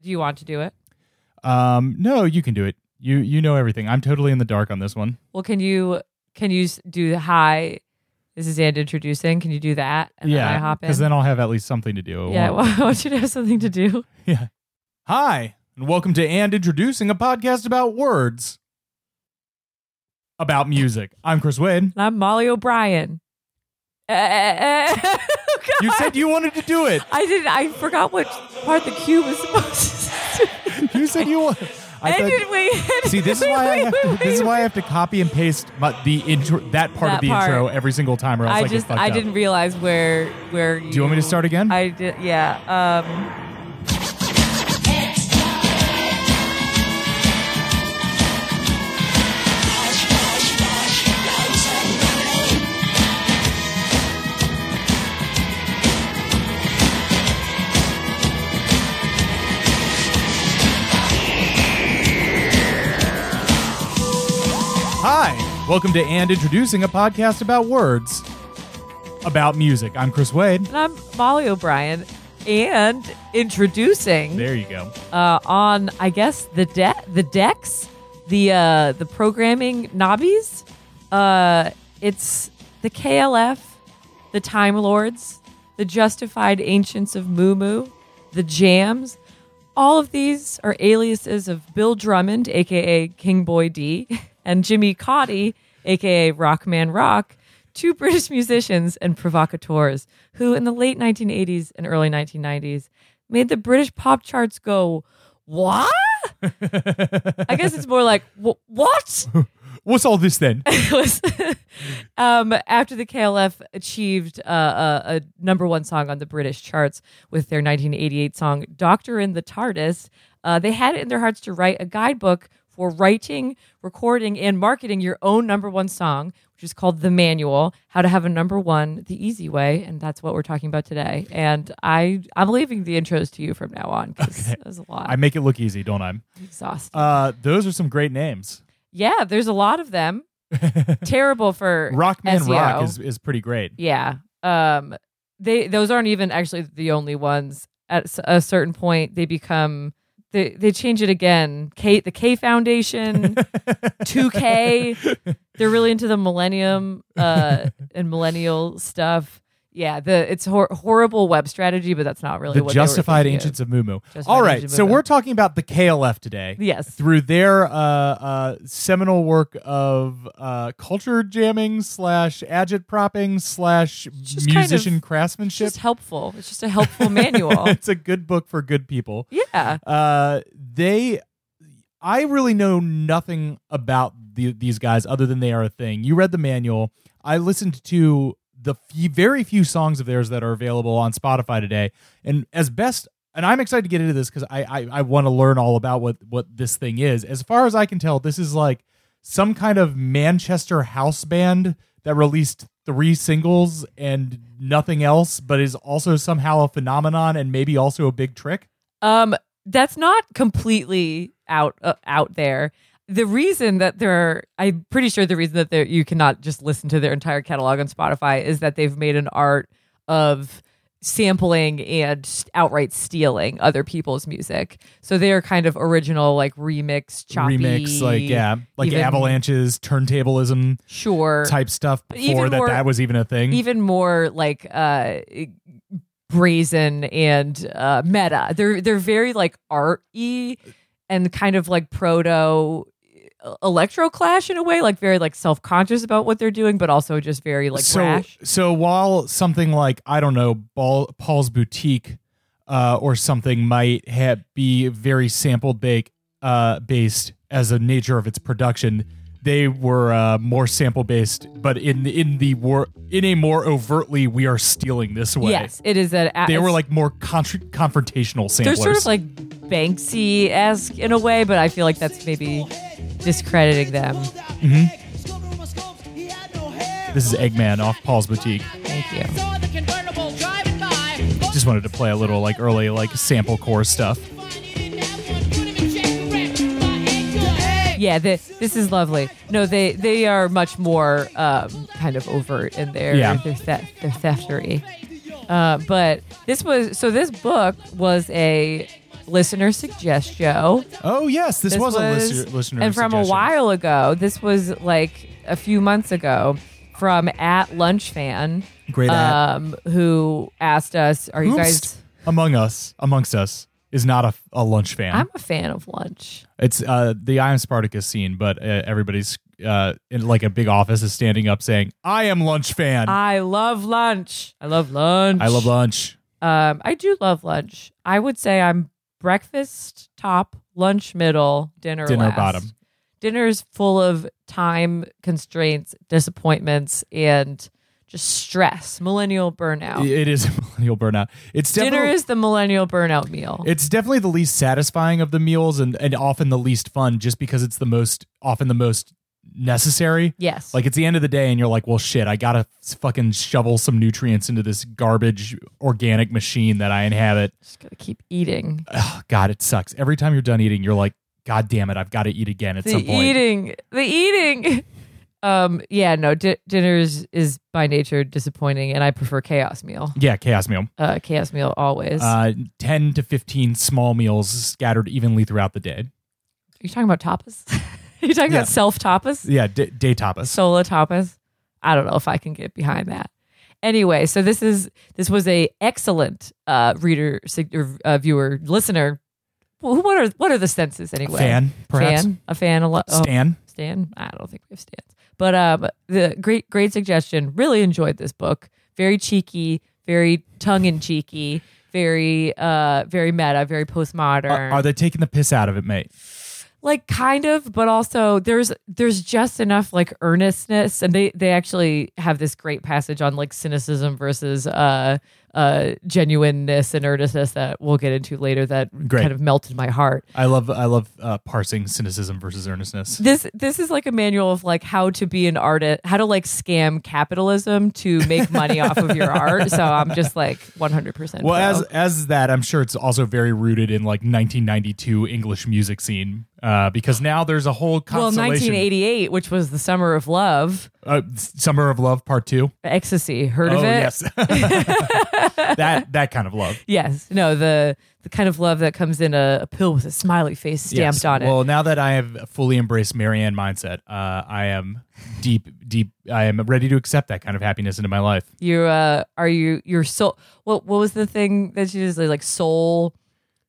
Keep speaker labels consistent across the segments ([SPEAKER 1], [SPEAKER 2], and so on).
[SPEAKER 1] Do you want to do it?
[SPEAKER 2] Um, no, you can do it. You you know everything. I'm totally in the dark on this one.
[SPEAKER 1] Well, can you can you s- do the hi? This is and introducing. Can you do that? And then I
[SPEAKER 2] yeah,
[SPEAKER 1] hop in.
[SPEAKER 2] because then I'll have at least something to do. It
[SPEAKER 1] yeah,
[SPEAKER 2] won't-
[SPEAKER 1] well, I want you to have something to do.
[SPEAKER 2] yeah. Hi, and welcome to and introducing a podcast about words, about music. I'm Chris Wade.
[SPEAKER 1] And I'm Molly O'Brien. Eh, eh, eh.
[SPEAKER 2] You said you wanted to do it.
[SPEAKER 1] I didn't. I forgot which part the cube was supposed to.
[SPEAKER 2] You said you. wa- I
[SPEAKER 1] and
[SPEAKER 2] thought-
[SPEAKER 1] did we?
[SPEAKER 2] See, this is why I
[SPEAKER 1] Wait,
[SPEAKER 2] have
[SPEAKER 1] wait,
[SPEAKER 2] to, this is
[SPEAKER 1] wait.
[SPEAKER 2] why I have to copy and paste my, the intro that part of
[SPEAKER 1] That
[SPEAKER 2] the
[SPEAKER 1] part.
[SPEAKER 2] intro every single time, or else I,
[SPEAKER 1] I
[SPEAKER 2] get
[SPEAKER 1] just
[SPEAKER 2] fucked
[SPEAKER 1] I
[SPEAKER 2] up.
[SPEAKER 1] didn't realize where where.
[SPEAKER 2] Do you want me to start again?
[SPEAKER 1] I did. Yeah. Um.
[SPEAKER 2] Hi, welcome to and introducing a podcast about words, about music. I'm Chris Wade.
[SPEAKER 1] And I'm Molly O'Brien and introducing
[SPEAKER 2] There you go.
[SPEAKER 1] uh, on I guess the de- the decks, the uh, the programming knobbies. Uh, it's the KLF, the Time Lords, the Justified Ancients of Moo Moo, the Jams. All of these are aliases of Bill Drummond, aka King Boy D, and Jimmy Cotty, aka Rockman Rock, two British musicians and provocateurs who, in the late 1980s and early 1990s, made the British pop charts go, What? I guess it's more like, "Wh- What?
[SPEAKER 2] What's all this then?
[SPEAKER 1] was um, after the KLF achieved uh, a, a number one song on the British charts with their 1988 song "Doctor in the TARDIS." Uh, they had it in their hearts to write a guidebook for writing, recording, and marketing your own number one song, which is called "The Manual: How to Have a Number One the Easy Way," and that's what we're talking about today. And I, I'm leaving the intros to you from now on because that was a lot.
[SPEAKER 2] I
[SPEAKER 1] I'm
[SPEAKER 2] make it look easy, don't I?
[SPEAKER 1] exhausted.
[SPEAKER 2] Uh, those are some great names.
[SPEAKER 1] yeah, there's a lot of them. Terrible for
[SPEAKER 2] Rockman
[SPEAKER 1] SEO.
[SPEAKER 2] Rock is, is pretty great.
[SPEAKER 1] Yeah. Um they those aren't even actually the only ones. At s- a certain point they become they they change it again. K the K Foundation, 2K. They're really into the millennium uh and millennial stuff. Yeah, the it's hor- horrible web strategy, but that's not really
[SPEAKER 2] the
[SPEAKER 1] what they were
[SPEAKER 2] Justified
[SPEAKER 1] thinking of.
[SPEAKER 2] Ancients of Mumu.
[SPEAKER 1] Justified
[SPEAKER 2] All right,
[SPEAKER 1] Ancients of
[SPEAKER 2] so
[SPEAKER 1] Mumu.
[SPEAKER 2] we're talking about the KLF today.
[SPEAKER 1] Yes.
[SPEAKER 2] Through their uh, uh, seminal work of uh, culture jamming slash agitpropping slash
[SPEAKER 1] Just kind of-
[SPEAKER 2] musician
[SPEAKER 1] It's
[SPEAKER 2] craftsmanship,
[SPEAKER 1] just helpful. It's just a helpful manual.
[SPEAKER 2] it's a good book for good people.
[SPEAKER 1] Yeah.
[SPEAKER 2] Uh, they, I really know nothing about the, these guys other than they are a thing. You read the manual. I listened to the few, very few songs of theirs that are available on Spotify today, and as best. And I'm excited to get into this because I I, I want to learn all about what what this thing is. As far as I can tell, this is like some kind of Manchester house band that released three singles and nothing else, but is also somehow a phenomenon and maybe also a big trick.
[SPEAKER 1] Um, that's not completely out uh, out there. The reason that they're, I'm pretty sure the reason that they're, you cannot just listen to their entire catalog on Spotify is that they've made an art of sampling and s- outright stealing other people's music. So they are kind of original, like remix, choppy,
[SPEAKER 2] remix, like yeah, like
[SPEAKER 1] even-
[SPEAKER 2] avalanches, turntablism
[SPEAKER 1] sure,
[SPEAKER 2] type stuff
[SPEAKER 1] even
[SPEAKER 2] before that
[SPEAKER 1] more-
[SPEAKER 2] that was even a thing.
[SPEAKER 1] even more like uh brazen and uh meta they're they're very like art-y and kind of like proto uh, electro clash in a way like very like self-conscious about what they're doing but also just very like
[SPEAKER 2] so,
[SPEAKER 1] brash
[SPEAKER 2] so while something like I don't know, Paul, Paul's Boutique uh, or something might have, be very sample bake uh, based as a nature of its production. They were uh, more sample based, but in in the war in a more overtly we are stealing this way.
[SPEAKER 1] yes it is an
[SPEAKER 2] They were like more contr confrontational
[SPEAKER 1] they're
[SPEAKER 2] samplers.
[SPEAKER 1] sort of like banksy-esque in a way but i feel like that's maybe discrediting them
[SPEAKER 2] Mm-hmm.
[SPEAKER 1] Mm-hmm.
[SPEAKER 2] this is Eggman off Paul's Boutique.
[SPEAKER 1] thank you
[SPEAKER 2] Just wanted to play a little like early like sample core stuff.
[SPEAKER 1] yeah the, this is lovely no they they are much more um, kind of overt in their
[SPEAKER 2] Yeah.
[SPEAKER 1] their, theft, their theftery uh, but this was so this book was a listener suggestion.
[SPEAKER 2] Oh yes, this,
[SPEAKER 1] This
[SPEAKER 2] was, a
[SPEAKER 1] was-
[SPEAKER 2] listener, listener
[SPEAKER 1] and from a
[SPEAKER 2] suggestion.
[SPEAKER 1] while ago. This was like a few months ago from at lunch fan
[SPEAKER 2] Great at.
[SPEAKER 1] um, who asked us, "Are you
[SPEAKER 2] Oomst
[SPEAKER 1] guys?"
[SPEAKER 2] among us, amongst us, is not a, a lunch fan.
[SPEAKER 1] I'm a fan of lunch.
[SPEAKER 2] it's uh, the I am Spartacus scene, but uh, everybody's uh, in like a big office is standing up saying, "I am lunch fan. I,
[SPEAKER 1] I love lunch. I love lunch.
[SPEAKER 2] love lunch."
[SPEAKER 1] Um, I do love lunch. I would say I'm breakfast top, lunch middle, dinner
[SPEAKER 2] Dinner
[SPEAKER 1] last.
[SPEAKER 2] bottom.
[SPEAKER 1] Dinner is full of time constraints, disappointments, and just stress. Millennial burnout.
[SPEAKER 2] It is a millennial burnout. It's
[SPEAKER 1] Oh. dinner
[SPEAKER 2] definitely-
[SPEAKER 1] is the millennial burnout meal.
[SPEAKER 2] It's definitely the least satisfying of the meals and, and often the least fun just because it's the most often the most necessary.
[SPEAKER 1] yes.
[SPEAKER 2] Like it's the end of the day and you're like, well shit, I gotta s- fucking shovel some nutrients into this garbage organic machine that I inhabit.
[SPEAKER 1] just gotta keep eating.
[SPEAKER 2] Ugh, God, it sucks. Every time you're done eating, you're like, God damn it, I've got to eat again at
[SPEAKER 1] The
[SPEAKER 2] some point.
[SPEAKER 1] eating. The eating. Um. Yeah. No. Di- dinner is, is by nature disappointing, and I prefer chaos meal.
[SPEAKER 2] yeah, chaos meal.
[SPEAKER 1] Uh, chaos meal always.
[SPEAKER 2] Uh, ten to fifteen small meals scattered evenly throughout the day.
[SPEAKER 1] Are you talking about tapas? Are you talking
[SPEAKER 2] Yeah.
[SPEAKER 1] about self tapas?
[SPEAKER 2] Yeah, d- day tapas.
[SPEAKER 1] Solo tapas? I don't know if I can get behind that. Anyway, so this is this was a excellent uh, reader, sig- or, uh, viewer, listener. Wh- What are what are the senses anyway?
[SPEAKER 2] Fan, perhaps.
[SPEAKER 1] fan, a fan, a lo- oh,
[SPEAKER 2] Stan.
[SPEAKER 1] Stan. I don't think we have stands, but um, the great great suggestion. Really enjoyed this book. Very cheeky, very tongue in cheeky, very uh, very meta, very postmodern.
[SPEAKER 2] Are, are they taking the piss out of it, mate?
[SPEAKER 1] like kind of but also there's there's just enough like earnestness and they they actually have this great passage on like cynicism versus uh uh genuineness and earnestness that we'll get into later that
[SPEAKER 2] Great.
[SPEAKER 1] kind of melted my heart
[SPEAKER 2] I love I love uh, parsing cynicism versus earnestness.
[SPEAKER 1] this this is like a manual of like how to be an artist how to like scam capitalism to make money off of your art so i'm just like 100%
[SPEAKER 2] Well,
[SPEAKER 1] pro.
[SPEAKER 2] as as that, I'm sure it's also very rooted in like 1992 English music scene, uh, because now there's a whole
[SPEAKER 1] well
[SPEAKER 2] constellation.
[SPEAKER 1] 1988 which was the summer of love
[SPEAKER 2] uh, Summer of Love Part Two.
[SPEAKER 1] ecstasy heard
[SPEAKER 2] oh
[SPEAKER 1] of it
[SPEAKER 2] yes, that that kind of love
[SPEAKER 1] Yes. No, the the kind of love that comes in a, a pill with a smiley face stamped
[SPEAKER 2] Yes.
[SPEAKER 1] on it.
[SPEAKER 2] Well, now that I have fully embraced Marianne mindset, uh, I am deep deep. I am ready to accept that kind of happiness into my life.
[SPEAKER 1] you uh are you your soul what what was the thing that you just like soul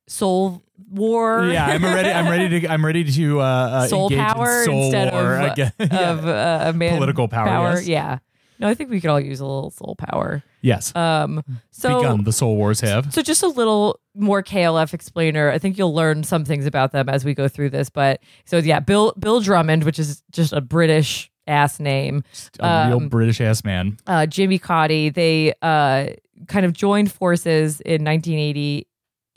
[SPEAKER 1] soul war?
[SPEAKER 2] Yeah, I'm ready. I'm ready to. I'm ready to uh, uh,
[SPEAKER 1] soul
[SPEAKER 2] engage
[SPEAKER 1] power
[SPEAKER 2] in soul
[SPEAKER 1] instead
[SPEAKER 2] war
[SPEAKER 1] of,
[SPEAKER 2] again. Yeah.
[SPEAKER 1] of uh, a man
[SPEAKER 2] Political power, yes.
[SPEAKER 1] Yeah. No, I think we could all use a little soul power.
[SPEAKER 2] yes,
[SPEAKER 1] Um so
[SPEAKER 2] begun the soul wars have.
[SPEAKER 1] So just a little more KLF explainer. I think you'll learn some things about them as we go through this. But so yeah, Bill Bill Drummond, which is just a British ass name,
[SPEAKER 2] a real
[SPEAKER 1] Um,
[SPEAKER 2] British ass man.
[SPEAKER 1] uh, Jimmy Cotty, they uh, kind of joined forces in 1980,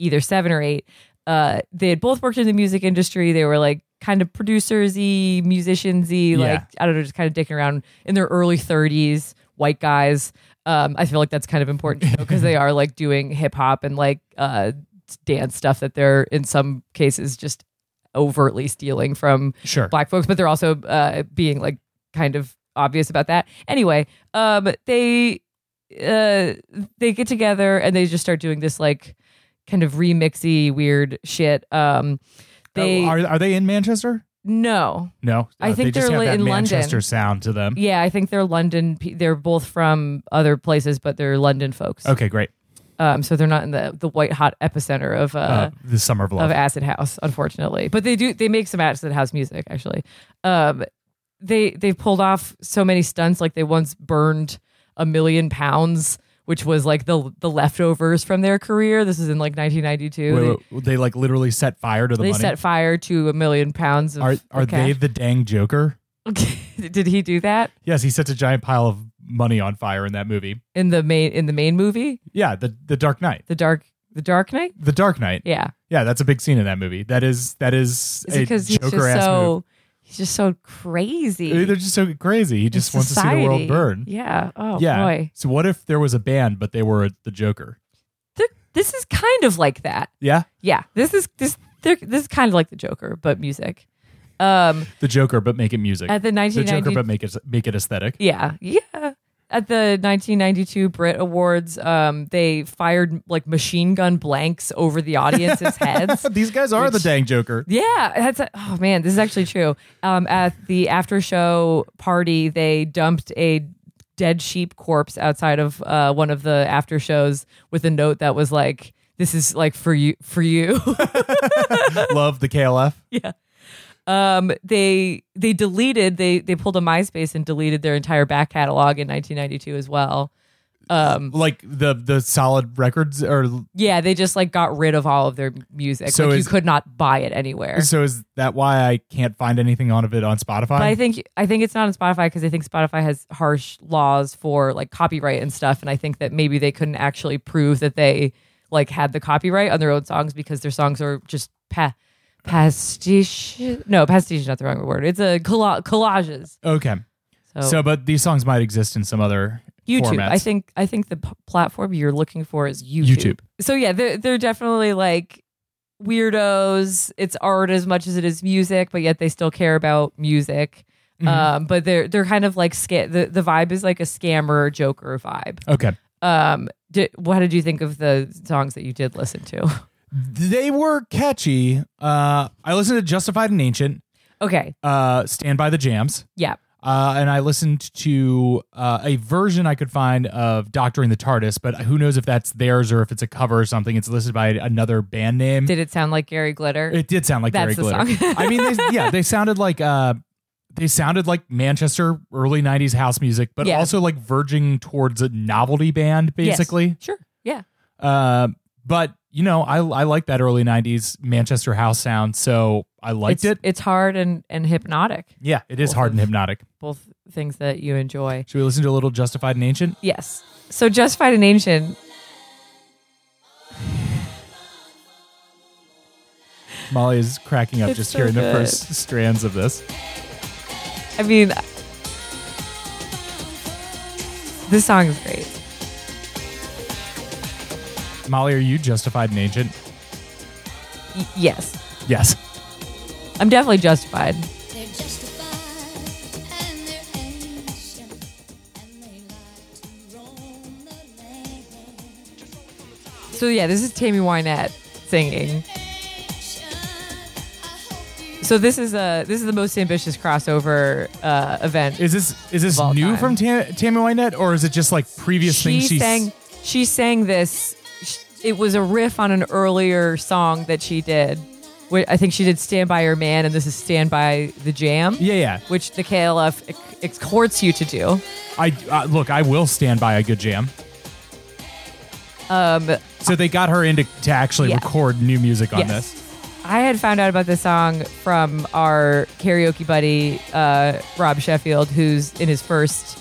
[SPEAKER 1] either seven or eight. Uh, they had both worked in the music industry. They were like kind of producers y, musicians y, like, I don't know, just kind of dicking around in their early 30s, white guys. Um, I feel like that's kind of important because they are like doing hip hop and like uh, dance stuff that they're in some cases just overtly stealing from
[SPEAKER 2] Sure.
[SPEAKER 1] black folks, but they're also uh, being like kind of obvious about that. Anyway, um, they uh, they get together and they just start doing this like kind of remixy weird shit. Um, they
[SPEAKER 2] Oh, are, are they in Manchester?
[SPEAKER 1] no,
[SPEAKER 2] No, Uh,
[SPEAKER 1] I think
[SPEAKER 2] they just
[SPEAKER 1] they're
[SPEAKER 2] have
[SPEAKER 1] li-
[SPEAKER 2] that
[SPEAKER 1] in London.
[SPEAKER 2] Manchester sound to them.
[SPEAKER 1] yeah, I think they're London. pe- They're both from other places, but they're London folks.
[SPEAKER 2] Okay, great.
[SPEAKER 1] Um, so they're not in the the white hot epicenter of uh,
[SPEAKER 2] Uh, the summer of love.
[SPEAKER 1] of acid house, unfortunately. But they do they make some acid house music actually. Um, they they've pulled off so many stunts. Like they once burned a million pounds, which was like the the leftovers from their career. This is in like 1992.
[SPEAKER 2] Wait,
[SPEAKER 1] they
[SPEAKER 2] wait, wait, they like literally set fire to the
[SPEAKER 1] they
[SPEAKER 2] money.
[SPEAKER 1] set fire to a million pounds of.
[SPEAKER 2] are are
[SPEAKER 1] of
[SPEAKER 2] they
[SPEAKER 1] cash.
[SPEAKER 2] the dang Joker?
[SPEAKER 1] Did he do that
[SPEAKER 2] Yes, he sets a giant pile of money on fire in that movie.
[SPEAKER 1] in the main in the main movie,
[SPEAKER 2] Yeah, the the Dark Knight.
[SPEAKER 1] the dark the Dark Knight?
[SPEAKER 2] The Dark Knight. Yeah,
[SPEAKER 1] Yeah,
[SPEAKER 2] that's a big scene in that movie. That is that is,
[SPEAKER 1] is because
[SPEAKER 2] a
[SPEAKER 1] he's
[SPEAKER 2] Joker
[SPEAKER 1] just
[SPEAKER 2] ass
[SPEAKER 1] so
[SPEAKER 2] move.
[SPEAKER 1] he's just so crazy.
[SPEAKER 2] They're just so crazy. He
[SPEAKER 1] in
[SPEAKER 2] just wants to see the
[SPEAKER 1] society.
[SPEAKER 2] world burn.
[SPEAKER 1] Yeah. Oh
[SPEAKER 2] yeah.
[SPEAKER 1] boy.
[SPEAKER 2] So what if there was a band, but they were the Joker?
[SPEAKER 1] Th- this is kind of like that.
[SPEAKER 2] Yeah,
[SPEAKER 1] Yeah, this is this they're- this is kind of like the Joker, but music. Um,
[SPEAKER 2] the Joker, but make it music.
[SPEAKER 1] at the
[SPEAKER 2] the
[SPEAKER 1] nineteen
[SPEAKER 2] Joker,
[SPEAKER 1] ninety,
[SPEAKER 2] but make it make it aesthetic.
[SPEAKER 1] yeah, yeah. at the 1992 Brit Awards, um, they fired like machine gun blanks over the audience's heads.
[SPEAKER 2] These guys are the dang Joker.
[SPEAKER 1] Yeah, that's a, oh man, this is actually true. Um, at the after show party, they dumped a dead sheep corpse outside of uh, one of the after shows with a note that was like, "This is like for you, for you."
[SPEAKER 2] Love the KLF.
[SPEAKER 1] um, they they deleted they they pulled a MySpace and deleted their entire back catalog in 1992 as well. Um,
[SPEAKER 2] Like the the solid records or
[SPEAKER 1] yeah, they just like got rid of all of their music.
[SPEAKER 2] So
[SPEAKER 1] like
[SPEAKER 2] is-
[SPEAKER 1] you could not buy it anywhere.
[SPEAKER 2] so is that why I can't find anything on of it on Spotify?
[SPEAKER 1] But I think I think it's not on Spotify because I think Spotify has harsh laws for like copyright and stuff, and I think that maybe they couldn't actually prove that they like had the copyright on their own songs because their songs are just pa- pastiche. No, pastiche is not the wrong word. It's a colla- collages.
[SPEAKER 2] okay. So but these songs might exist in some other
[SPEAKER 1] YouTube.
[SPEAKER 2] formats.
[SPEAKER 1] Oh. I think I think the p- platform you're looking for is YouTube.
[SPEAKER 2] YouTube.
[SPEAKER 1] So yeah, they're they're definitely like weirdos. It's art as much as it is music, but yet they still care about music.
[SPEAKER 2] Mm-hmm.
[SPEAKER 1] Um, but they're they're kind of like sca- the the vibe is like a scammer Joker vibe.
[SPEAKER 2] Okay.
[SPEAKER 1] Um, di- what did you think of the songs that you did listen to?
[SPEAKER 2] They were catchy. Uh I listened to Justified and Ancient,
[SPEAKER 1] okay,
[SPEAKER 2] uh Stand by the Jams.
[SPEAKER 1] yeah,
[SPEAKER 2] Uh, and I listened to uh, a version I could find of Doctoring the TARDIS, but who knows if that's theirs or if it's a cover or something. It's listed by another band name.
[SPEAKER 1] did it sound like Gary Glitter?
[SPEAKER 2] It did sound like
[SPEAKER 1] That's
[SPEAKER 2] Gary
[SPEAKER 1] the
[SPEAKER 2] Glitter.
[SPEAKER 1] song.
[SPEAKER 2] I mean, they, yeah, they sounded like uh, they sounded like Manchester early '90s house music, but
[SPEAKER 1] Yeah.
[SPEAKER 2] also like verging towards a novelty band,
[SPEAKER 1] Yes.
[SPEAKER 2] basically.
[SPEAKER 1] sure, yeah,
[SPEAKER 2] Uh, but you know, I I like that early '90s Manchester house sound, so I
[SPEAKER 1] it's,
[SPEAKER 2] liked it.
[SPEAKER 1] It's hard and and hypnotic.
[SPEAKER 2] Yeah, it is hard and hypnotic.
[SPEAKER 1] Both things that you enjoy.
[SPEAKER 2] Should we listen to a little Justified and Ancient?
[SPEAKER 1] Yes. So Justified and Ancient
[SPEAKER 2] Molly is cracking up
[SPEAKER 1] It's
[SPEAKER 2] just
[SPEAKER 1] so
[SPEAKER 2] hearing the
[SPEAKER 1] good.
[SPEAKER 2] first strands of this.
[SPEAKER 1] I mean, this song is great.
[SPEAKER 2] Molly, are you Justified and Ancient?
[SPEAKER 1] Y- yes,
[SPEAKER 2] Yes.
[SPEAKER 1] I'm definitely justified.
[SPEAKER 3] They're justified and they're ancient, and they like to roam the land.
[SPEAKER 1] So yeah, this is Tammy Wynette singing.
[SPEAKER 3] Ancient, I hope you
[SPEAKER 1] So this is uh this is the most ambitious crossover uh, event.
[SPEAKER 2] Is this is this
[SPEAKER 1] Of all
[SPEAKER 2] new
[SPEAKER 1] time.
[SPEAKER 2] from Ta- Tammy Wynette, or is it just like previous
[SPEAKER 1] she
[SPEAKER 2] things she's
[SPEAKER 1] sang she sang this. sh it was a riff on an earlier song that she did. Where I think she did "Stand by Your Man" and this is "Stand by the Jam,"
[SPEAKER 2] Yeah, yeah.
[SPEAKER 1] which the KLF ex- exhorts you to do.
[SPEAKER 2] I uh, look. I will stand by a good jam.
[SPEAKER 1] Um,
[SPEAKER 2] So they got her into to actually
[SPEAKER 1] Yeah.
[SPEAKER 2] record new music on
[SPEAKER 1] Yes.
[SPEAKER 2] this.
[SPEAKER 1] I had found out about this song from our karaoke buddy uh, Rob Sheffield, who's in his first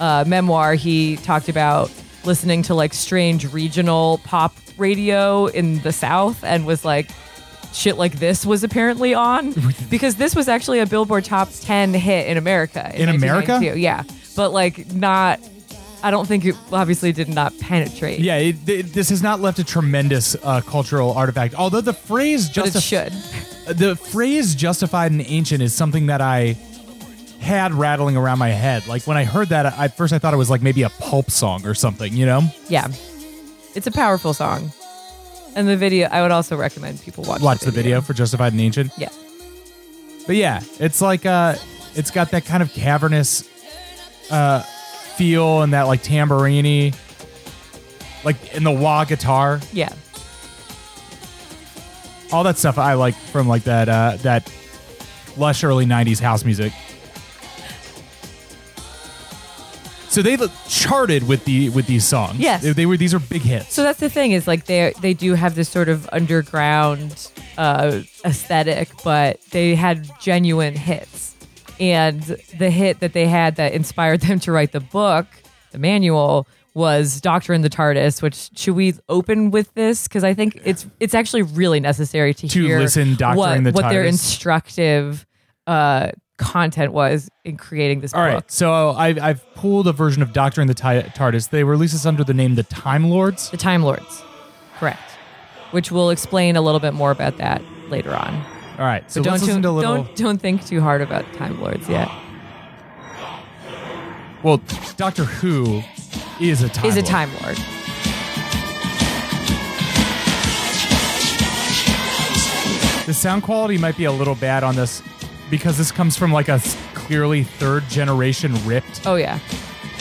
[SPEAKER 1] uh, memoir. He talked about listening to like strange regional pop radio in the South, and was like, shit like this was apparently on because this was actually a Billboard Top 10 hit in America.
[SPEAKER 2] In America?
[SPEAKER 1] 1992. yeah, but like not. I don't think it obviously did not penetrate.
[SPEAKER 2] Yeah, it, th this has not left a tremendous uh, cultural artifact. Although the phrase
[SPEAKER 1] but it
[SPEAKER 2] justified
[SPEAKER 1] should.
[SPEAKER 2] the phrase justified and ancient is something that I had rattling around my head. Like when I heard that, I, at first I thought it was like maybe a pulp song or something. You know,
[SPEAKER 1] yeah it's a powerful song and the video i would also recommend people watch
[SPEAKER 2] watch the video for justified and ancient.
[SPEAKER 1] yeah
[SPEAKER 2] But yeah, it's like uh it's got that kind of cavernous uh feel and that like tamburini like in the wah guitar.
[SPEAKER 1] yeah
[SPEAKER 2] All that stuff I like from like that uh that lush early 90s house music. So they charted with the with these songs.
[SPEAKER 1] Yes.
[SPEAKER 2] They, they were these are big hits.
[SPEAKER 1] so that's the thing is like they they do have this sort of underground uh aesthetic but they had genuine hits and the hit that they had that inspired them to write the book the manual was Doctor in the TARDIS, which should we open with this? Because I think it's it's actually really necessary to,
[SPEAKER 2] To
[SPEAKER 1] hear
[SPEAKER 2] listen Doctor
[SPEAKER 1] what,
[SPEAKER 2] in the
[SPEAKER 1] what their
[SPEAKER 2] TARDIS.
[SPEAKER 1] instructive uh, content was in creating this
[SPEAKER 2] All
[SPEAKER 1] book.
[SPEAKER 2] right. So I've, I've pulled a version of Doctor and the Ti- TARDIS. They released this under the name the Time Lords.
[SPEAKER 1] The Time Lords, correct? Which we'll explain a little bit more about that later on.
[SPEAKER 2] All right. So
[SPEAKER 1] But don't
[SPEAKER 2] let's
[SPEAKER 1] too,
[SPEAKER 2] listen to a little.
[SPEAKER 1] don't don't think too hard about Time Lords yet.
[SPEAKER 2] Well, Doctor Who is a time
[SPEAKER 1] is a
[SPEAKER 2] Lord.
[SPEAKER 1] Time Lord.
[SPEAKER 2] The sound quality might be a little bad on this because this comes from like a s- clearly third generation ripped
[SPEAKER 1] Oh yeah,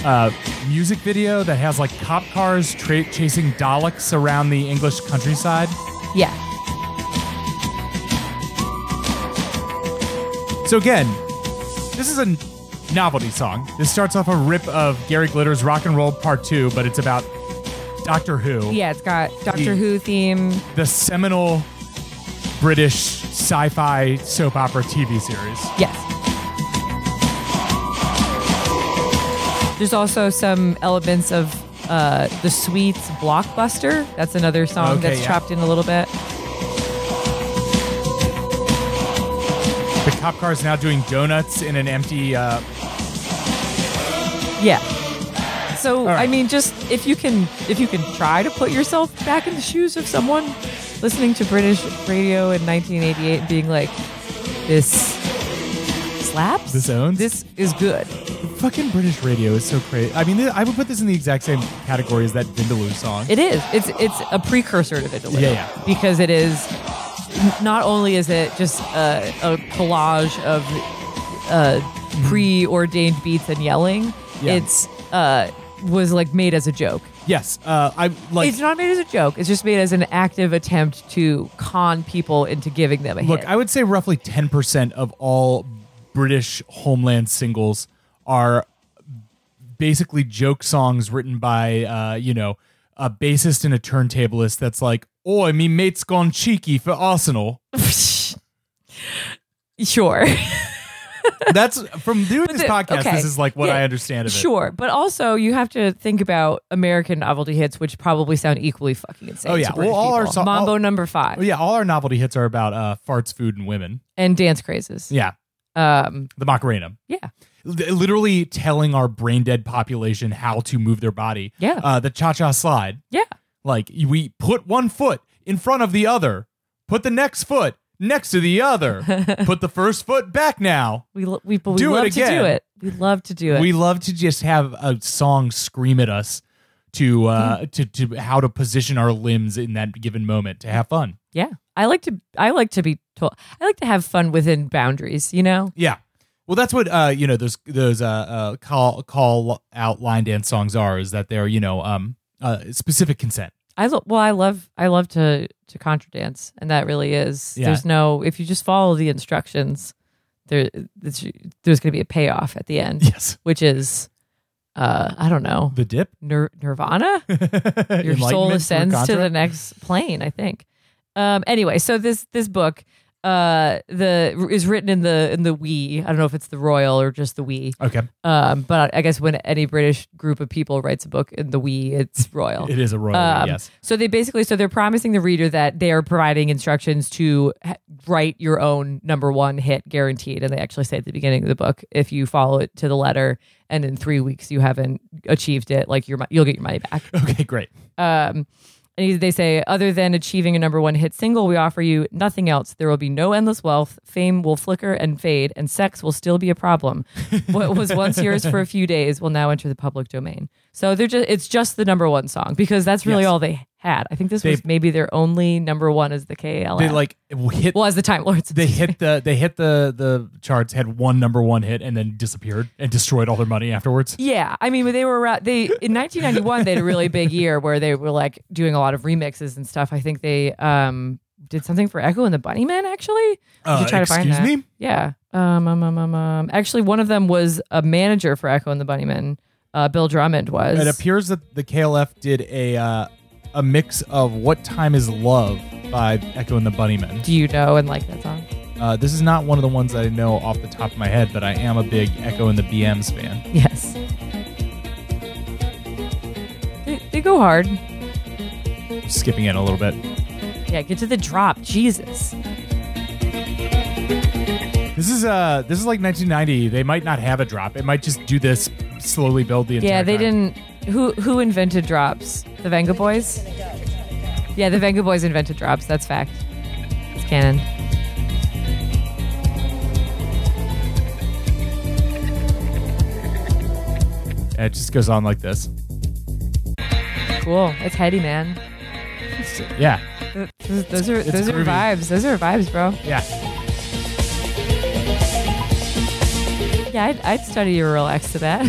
[SPEAKER 2] uh, music video that has like cop cars tra- chasing Daleks around the English countryside.
[SPEAKER 1] yeah.
[SPEAKER 2] So again, this is a n- novelty song. This starts off a rip of Gary Glitter's Rock and Roll Part 2, but it's about Doctor Who.
[SPEAKER 1] Yeah, it's got Doctor
[SPEAKER 2] Yeah.
[SPEAKER 1] Who theme.
[SPEAKER 2] the seminal British sci-fi soap opera TV series.
[SPEAKER 1] Yes. There's also some elements of uh, the Sweets Blockbuster. That's another song
[SPEAKER 2] Okay,
[SPEAKER 1] that's
[SPEAKER 2] yeah.
[SPEAKER 1] trapped in a little bit.
[SPEAKER 2] The cop car is now doing donuts in an empty. Uh,
[SPEAKER 1] Yeah. So
[SPEAKER 2] right.
[SPEAKER 1] I mean, just if you can, if you can try to put yourself back in the shoes of someone listening to British radio in 1988, and being like, this slaps.
[SPEAKER 2] This owns?
[SPEAKER 1] This is good.
[SPEAKER 2] fucking British radio is so crazy. I mean, th- I would put this in the exact same category as that Vindaloo song.
[SPEAKER 1] It is. It's it's a precursor to Vindaloo.
[SPEAKER 2] Yeah, yeah.
[SPEAKER 1] Because it is not only is it just a, a collage of uh, preordained beats and yelling.
[SPEAKER 2] Mm-hmm. Yeah.
[SPEAKER 1] It's uh, was like made as a joke.
[SPEAKER 2] yes, uh, I like.
[SPEAKER 1] it's not made as a joke. It's just made as an active attempt to con people into giving them a
[SPEAKER 2] Look,
[SPEAKER 1] hit.
[SPEAKER 2] I would say roughly ten percent of all British homeland singles are basically joke songs written by, uh, you know, a bassist and a turntablist. That's like, "Oi, me mate's gone cheeky for Arsenal."
[SPEAKER 1] sure,
[SPEAKER 2] That's from doing this
[SPEAKER 1] the-
[SPEAKER 2] podcast.
[SPEAKER 1] okay.
[SPEAKER 2] This is like what
[SPEAKER 1] Yeah,
[SPEAKER 2] I understand of it.
[SPEAKER 1] sure. But also, you have to think about American novelty hits, which probably sound equally fucking insane.
[SPEAKER 2] Oh, yeah.
[SPEAKER 1] to British
[SPEAKER 2] Well, all our
[SPEAKER 1] people.
[SPEAKER 2] so-
[SPEAKER 1] Mambo
[SPEAKER 2] all-
[SPEAKER 1] Number Five
[SPEAKER 2] Oh, yeah, all our novelty hits are about uh, farts, food, and women.
[SPEAKER 1] and Dance Crazes.
[SPEAKER 2] Yeah,
[SPEAKER 1] Um,
[SPEAKER 2] the Macarena.
[SPEAKER 1] yeah.
[SPEAKER 2] L- literally telling our brain dead population how to move their body.
[SPEAKER 1] Yeah.
[SPEAKER 2] Uh, the cha cha slide.
[SPEAKER 1] Yeah.
[SPEAKER 2] Like we put one foot in front of the other, put the next foot next to the other, put the first foot back now.
[SPEAKER 1] We, lo- we, but we
[SPEAKER 2] Do it
[SPEAKER 1] love to
[SPEAKER 2] again.
[SPEAKER 1] do it. We love to do it.
[SPEAKER 2] We love to just have a song scream at us to uh to, to how to position our limbs in that given moment to have fun.
[SPEAKER 1] yeah. I like to. I like to be told. I like to have fun within boundaries. You know.
[SPEAKER 2] Yeah. Well, that's what uh, you know those those uh, uh, call call out line dance songs are is that they're you know um uh, specific consent.
[SPEAKER 1] I lo- well, I love I love to to contra dance, and that really is.
[SPEAKER 2] Yeah.
[SPEAKER 1] There's no if you just follow the instructions, there it's, there's going to be a payoff at the end,
[SPEAKER 2] Yes,
[SPEAKER 1] which is, uh, I don't know,
[SPEAKER 2] the dip.
[SPEAKER 1] nir- nirvana. Your soul
[SPEAKER 2] Enlightenment
[SPEAKER 1] ascends
[SPEAKER 2] through
[SPEAKER 1] to the
[SPEAKER 2] contra.
[SPEAKER 1] next plane, I think. Um, anyway, so this this book uh the is written in the in the we i don't know if it's the royal or just the we
[SPEAKER 2] Okay,
[SPEAKER 1] um but i guess when any british group of people writes a book in the we it's royal
[SPEAKER 2] it is a royal.
[SPEAKER 1] um,
[SPEAKER 2] yes,
[SPEAKER 1] So they basically, so they're promising the reader that they are providing instructions to h- write your own number one hit guaranteed. And they actually say at the beginning of the book, if you follow it to the letter, and in three weeks you haven't achieved it, like your mon- you'll get your money back.
[SPEAKER 2] Okay, great.
[SPEAKER 1] Um, and they say, other than achieving a number one hit single, we offer you nothing else. There will be no endless wealth. Fame will flicker and fade, and sex will still be a problem. what was once yours for a few days will now enter the public domain. So they're just it's just the number one song because that's really
[SPEAKER 2] Yes.
[SPEAKER 1] all they had. I think this
[SPEAKER 2] They-
[SPEAKER 1] was maybe their only number one as the KAL.
[SPEAKER 2] They like hit.
[SPEAKER 1] well as the Time Lords.
[SPEAKER 2] They hit the they hit the the charts. Had one number one hit and then disappeared and destroyed all their money afterwards.
[SPEAKER 1] Yeah, I mean, when they were around, they in 1991 they had a really big year where they were like doing a lot of remixes and stuff. I think they um did something for Echo and the Bunnymen actually. We
[SPEAKER 2] Uh,
[SPEAKER 1] should try to find
[SPEAKER 2] excuse
[SPEAKER 1] that.
[SPEAKER 2] me?
[SPEAKER 1] Yeah. Um, um, um, um, um. Actually, one of them was a manager for Echo and the Bunnymen. Uh, Bill Drummond was.
[SPEAKER 2] It appears that the KLF did a uh, a mix of "What Time Is Love" by Echo and the Bunnymen.
[SPEAKER 1] Do you know and like that song?
[SPEAKER 2] Uh, this is not one of the ones I know off the top of my head, but I am a big Echo and the BMs fan.
[SPEAKER 1] Yes. They, they go hard.
[SPEAKER 2] Skipping in a little bit.
[SPEAKER 1] Yeah, get to the drop. Jesus.
[SPEAKER 2] This is uh, this is like 1990. They might not have a drop. It might just do this slowly build the entire.
[SPEAKER 1] Yeah, they
[SPEAKER 2] time.
[SPEAKER 1] didn't. Who who invented drops? The Venga Boys. Yeah, the Venga Boys invented drops. That's fact. It's canon.
[SPEAKER 2] And it just goes on like this.
[SPEAKER 1] Cool. It's heady, man.
[SPEAKER 2] It's- yeah,
[SPEAKER 1] Th- Those, those are
[SPEAKER 2] It's
[SPEAKER 1] those are
[SPEAKER 2] groovy.
[SPEAKER 1] vibes. Those are vibes, bro.
[SPEAKER 2] yeah.
[SPEAKER 1] Yeah, I'd, I'd study your real ex to that.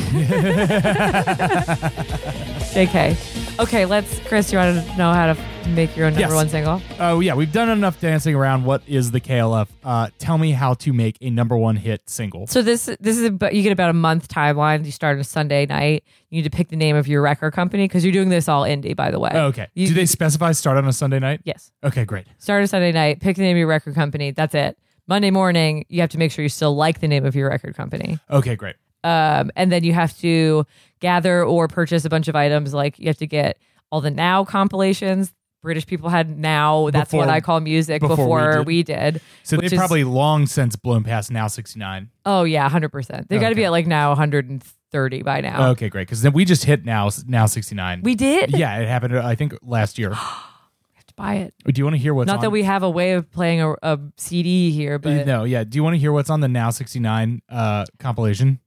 [SPEAKER 1] JK. Okay, let's. Chris, you want to know how to make your own number
[SPEAKER 2] Yes.
[SPEAKER 1] one single?
[SPEAKER 2] Oh, yeah. We've done enough dancing around. What is the KLF? Uh, tell me how to make a number one hit single.
[SPEAKER 1] So this this is about, you get about a month timeline. You start on a Sunday night. You need to pick the name of your record company because you're doing this all indie, by the way.
[SPEAKER 2] Oh, okay.
[SPEAKER 1] You-
[SPEAKER 2] Do they specify start on a Sunday night?
[SPEAKER 1] Yes.
[SPEAKER 2] Okay, great.
[SPEAKER 1] Start on Sunday night. Pick the name of your record company. That's it. Monday morning, you have to make sure you still like the name of your record company.
[SPEAKER 2] Okay, great.
[SPEAKER 1] um, and then you have to gather or purchase a bunch of items. Like you have to get all the Now compilations. British people had Now. That's
[SPEAKER 2] Before-
[SPEAKER 1] what I call music before,
[SPEAKER 2] before
[SPEAKER 1] we
[SPEAKER 2] we
[SPEAKER 1] did.
[SPEAKER 2] So
[SPEAKER 1] which
[SPEAKER 2] they've
[SPEAKER 1] is-
[SPEAKER 2] probably long since blown past now 69.
[SPEAKER 1] oh yeah, hundred percent. They got to be
[SPEAKER 2] Okay.
[SPEAKER 1] at like now one hundred and thirty by now.
[SPEAKER 2] Okay, great. Because then we just hit now now 69.
[SPEAKER 1] Oh. We did.
[SPEAKER 2] yeah, it happened, I think, last year.
[SPEAKER 1] We have to buy it.
[SPEAKER 2] Do you want to hear what's
[SPEAKER 1] Not
[SPEAKER 2] on?
[SPEAKER 1] that we have a way of playing a, a CD here, but
[SPEAKER 2] no, yeah. Do you want to hear what's on the Now 69 uh, compilation?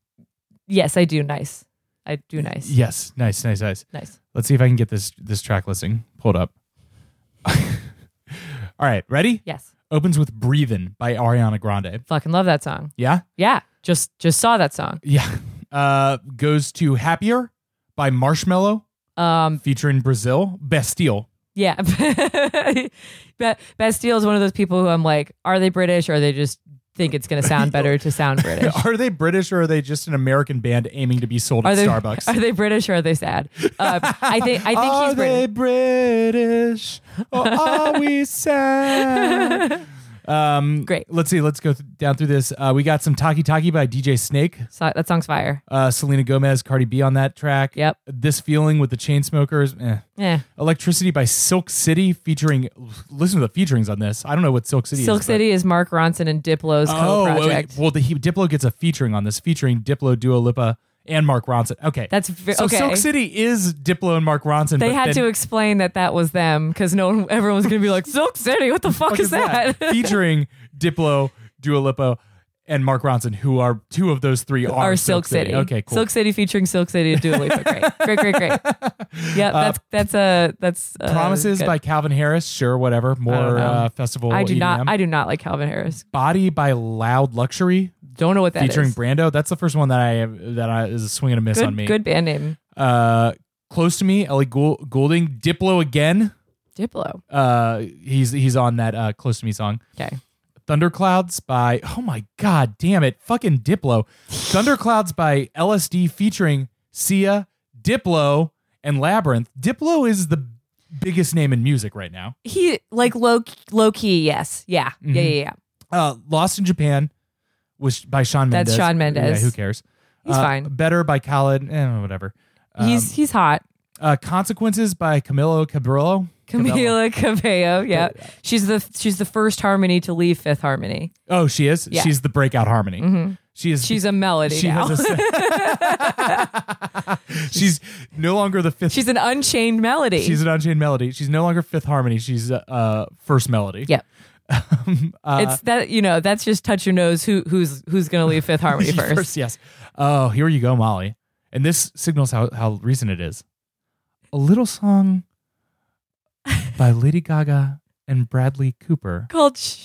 [SPEAKER 1] yes, I do. Nice. I do nice.
[SPEAKER 2] Yes. Nice, nice, nice.
[SPEAKER 1] Nice.
[SPEAKER 2] Let's see if I can get this this track listing pulled up. All right, ready?
[SPEAKER 1] Yes.
[SPEAKER 2] Opens with "Breathin'" by Ariana Grande.
[SPEAKER 1] Fucking love that song.
[SPEAKER 2] Yeah,
[SPEAKER 1] Yeah. Just just saw that song.
[SPEAKER 2] yeah. Uh, goes to "Happier" by Marshmello
[SPEAKER 1] Um,
[SPEAKER 2] featuring Brazil Bastille.
[SPEAKER 1] Yeah. Ba- Bastille is one of those people who I'm like, are they British or are they just think it's going to sound better to sound British?
[SPEAKER 2] Are they British or are they just an American band aiming to be sold
[SPEAKER 1] Are
[SPEAKER 2] at
[SPEAKER 1] they
[SPEAKER 2] Starbucks?
[SPEAKER 1] Are they British or are they sad? Um, I think I think
[SPEAKER 2] are
[SPEAKER 1] he's
[SPEAKER 2] they
[SPEAKER 1] British.
[SPEAKER 2] British or are we sad? Um,
[SPEAKER 1] Great.
[SPEAKER 2] Let's see. Let's go th- down through this. Uh, we got some Taki Taki by DJ Snake.
[SPEAKER 1] So- that song's fire.
[SPEAKER 2] Uh, Selena Gomez, Cardi B on that track.
[SPEAKER 1] Yep.
[SPEAKER 2] This feeling with the Chainsmokers. Eh.
[SPEAKER 1] Yeah.
[SPEAKER 2] Electricity by Silk City featuring. Listen to the featurings on this. I don't know what Silk City.
[SPEAKER 1] Silk
[SPEAKER 2] is, but-
[SPEAKER 1] City is Mark Ronson and Diplo's
[SPEAKER 2] Oh,
[SPEAKER 1] co-project.
[SPEAKER 2] well, the, he, Diplo gets a featuring on this, featuring Diplo, Dua Lipa, and Mark Ronson. Okay,
[SPEAKER 1] That's ve-
[SPEAKER 2] so
[SPEAKER 1] okay.
[SPEAKER 2] Silk City is Diplo and Mark Ronson.
[SPEAKER 1] they
[SPEAKER 2] but
[SPEAKER 1] had
[SPEAKER 2] then-
[SPEAKER 1] to explain that that was them because no one, everyone's gonna be like Silk City. What the fuck,
[SPEAKER 2] fuck
[SPEAKER 1] is that?
[SPEAKER 2] featuring Diplo, Dua Lipa, and Mark Ronson, who are two of those three are
[SPEAKER 1] or Silk City.
[SPEAKER 2] Okay, cool.
[SPEAKER 1] Silk City featuring Silk City and Dua Lipa. Great, great, great, great. Yeah, that's that's uh, that's uh,
[SPEAKER 2] Promises
[SPEAKER 1] good.
[SPEAKER 2] by Calvin Harris. Sure, whatever.
[SPEAKER 1] don't
[SPEAKER 2] More
[SPEAKER 1] know.
[SPEAKER 2] uh, festival.
[SPEAKER 1] I do not.
[SPEAKER 2] EDM.
[SPEAKER 1] I do not like Calvin Harris.
[SPEAKER 2] Body by Loud Luxury
[SPEAKER 1] Don't know what that is.
[SPEAKER 2] featuring Brando. That's the first one that I have that I, is a swing and a miss
[SPEAKER 1] good,
[SPEAKER 2] on me.
[SPEAKER 1] good band name.
[SPEAKER 2] Uh, Close to me, Ellie Goul- Goulding, Diplo again.
[SPEAKER 1] Diplo.
[SPEAKER 2] Uh, he's he's on that uh, Close to Me song.
[SPEAKER 1] Okay.
[SPEAKER 2] Thunderclouds by oh my god damn it fucking Diplo. Thunderclouds by LSD featuring Sia, Diplo, and Labyrinth. Diplo is the biggest name in music right now.
[SPEAKER 1] He like low low key. Yes. Yeah.
[SPEAKER 2] Mm-hmm.
[SPEAKER 1] Yeah. Yeah. Yeah.
[SPEAKER 2] Uh, Lost in Japan was by Sean Mendes.
[SPEAKER 1] That's Shawn Mendes.
[SPEAKER 2] Yeah, who cares?
[SPEAKER 1] He's
[SPEAKER 2] Uh,
[SPEAKER 1] fine.
[SPEAKER 2] Better by Khaled. Eh, whatever. Um,
[SPEAKER 1] he's he's hot.
[SPEAKER 2] uh, Consequences by Camilo Cabrillo.
[SPEAKER 1] Camila Cabello. Yeah. She's the she's the first harmony to leave Fifth Harmony.
[SPEAKER 2] Oh, she is.
[SPEAKER 1] Yeah. Mm-hmm.
[SPEAKER 2] She's the breakout harmony. She is.
[SPEAKER 1] She's a melody
[SPEAKER 2] she
[SPEAKER 1] now.
[SPEAKER 2] has a. she's no longer the fifth
[SPEAKER 1] she's an unchained melody.
[SPEAKER 2] She's an unchained melody. She's no longer fifth harmony. She's uh first melody.
[SPEAKER 1] yep.
[SPEAKER 2] Um, uh,
[SPEAKER 1] it's that you know that's just touch your nose. Who who's who's gonna leave Fifth Harmony first?
[SPEAKER 2] First, yes. Oh, here you go, Molly. And this signals how how recent it is. A little song by Lady Gaga and Bradley Cooper
[SPEAKER 1] Called sh-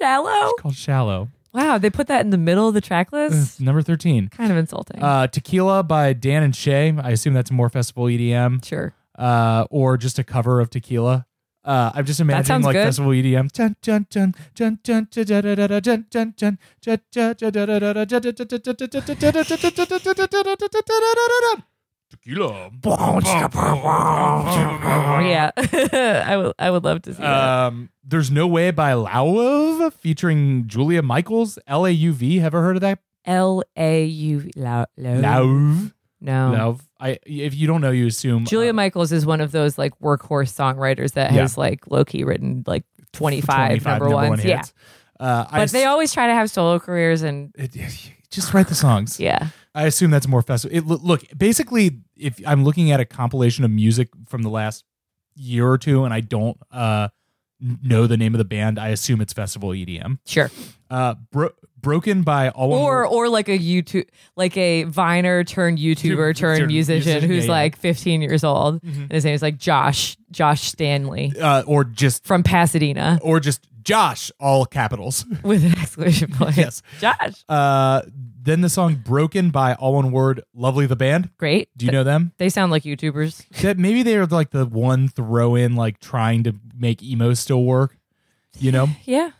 [SPEAKER 1] shallow.
[SPEAKER 2] called "Shallow."
[SPEAKER 1] Wow, they put that in the middle of the track list.
[SPEAKER 2] Number thirteen.
[SPEAKER 1] kind of insulting.
[SPEAKER 2] Uh, Tequila by Dan and Shay. I assume that's more festival E EDM.
[SPEAKER 1] sure.
[SPEAKER 2] uh, or just a cover of Tequila. Uh, I'm just imagining
[SPEAKER 1] sounds
[SPEAKER 2] like
[SPEAKER 1] good.
[SPEAKER 2] festival EDM. Dun, dun, dun, dun, dun, dun, dun, dun, dun, dun, dun, dun, dun, dun, dun, dun, dun, dun, dun, dun, dun, dun, dun, dun, dun, dun, dun, dun, dun, dun, dun, dun, dun, dun.
[SPEAKER 1] yeah, I would. I would love to see that.
[SPEAKER 2] Um, there's no way by Lauv featuring Julia Michaels. L A U V. Ever heard of that?
[SPEAKER 1] L A U Lau- Lau-
[SPEAKER 2] Lauv.
[SPEAKER 1] No.
[SPEAKER 2] Lauv. I if you don't know, you assume
[SPEAKER 1] Julia
[SPEAKER 2] uh,
[SPEAKER 1] Michaels is one of those like workhorse songwriters that
[SPEAKER 2] Yeah.
[SPEAKER 1] has like Loki written like 25,
[SPEAKER 2] 25
[SPEAKER 1] number, ones. yeah.
[SPEAKER 2] hits. Uh, I
[SPEAKER 1] But they always try to have solo careers and
[SPEAKER 2] ass- just write the songs.
[SPEAKER 1] yeah.
[SPEAKER 2] I assume that's more festival. It, lo- look, basically, if I'm looking at a compilation of music from the last year or two, and I don't uh, n- know the name of the band. I assume it's Festival EDM.
[SPEAKER 1] Sure.
[SPEAKER 2] Uh, bro- broken by all One
[SPEAKER 1] Or
[SPEAKER 2] Word-
[SPEAKER 1] or like a YouTube like a Viner turned YouTuber turned
[SPEAKER 2] turned
[SPEAKER 1] musician,
[SPEAKER 2] musician,
[SPEAKER 1] who's
[SPEAKER 2] yeah, Mm-hmm. yeah.
[SPEAKER 1] like 15 years old, and his name is like Josh Josh Stanley
[SPEAKER 2] uh, or just
[SPEAKER 1] from Pasadena
[SPEAKER 2] or just Josh, all capitals.
[SPEAKER 1] with an exclamation point.
[SPEAKER 2] Yes.
[SPEAKER 1] Josh,
[SPEAKER 2] Uh, then the song "Broken" by All One Word, Lovely the band.
[SPEAKER 1] great.
[SPEAKER 2] Do you know them?
[SPEAKER 1] They sound like YouTubers.
[SPEAKER 2] That maybe they are like the one throw in, like trying to make emo still work. You know,
[SPEAKER 1] Yeah.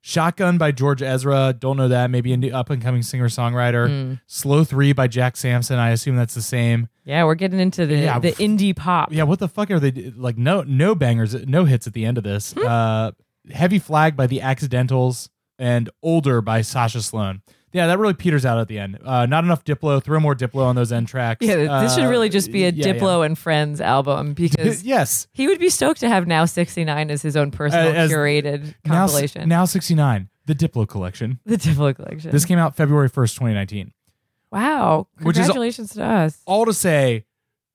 [SPEAKER 2] "Shotgun" by George Ezra. Don't know that. Maybe an up and coming singer songwriter.
[SPEAKER 1] Hmm.
[SPEAKER 2] "Slow Three by Jack Sampson. I assume that's the same.
[SPEAKER 1] Yeah, we're getting into the
[SPEAKER 2] Yeah.
[SPEAKER 1] the indie pop.
[SPEAKER 2] Yeah, what the fuck are they like? No, no bangers, no hits at the end of this.
[SPEAKER 1] Hmm.
[SPEAKER 2] Uh, heavy flag by the Accidentals and older by Sasha Sloan. Yeah, that really peters out at the end. Uh, not enough Diplo. Throw more Diplo on those end tracks.
[SPEAKER 1] Yeah, this should
[SPEAKER 2] Uh,
[SPEAKER 1] really just be a
[SPEAKER 2] yeah,
[SPEAKER 1] Diplo and Friends album
[SPEAKER 2] yeah.
[SPEAKER 1] because
[SPEAKER 2] yes.
[SPEAKER 1] he would be stoked to have Now 69 as his own personal
[SPEAKER 2] Uh, as-
[SPEAKER 1] curated
[SPEAKER 2] Now,
[SPEAKER 1] compilation.
[SPEAKER 2] now sixty nine. The Diplo collection.
[SPEAKER 1] the Diplo collection.
[SPEAKER 2] This came out February first, twenty nineteen.
[SPEAKER 1] wow.
[SPEAKER 2] Which is-
[SPEAKER 1] Congratulations to us.
[SPEAKER 2] All to say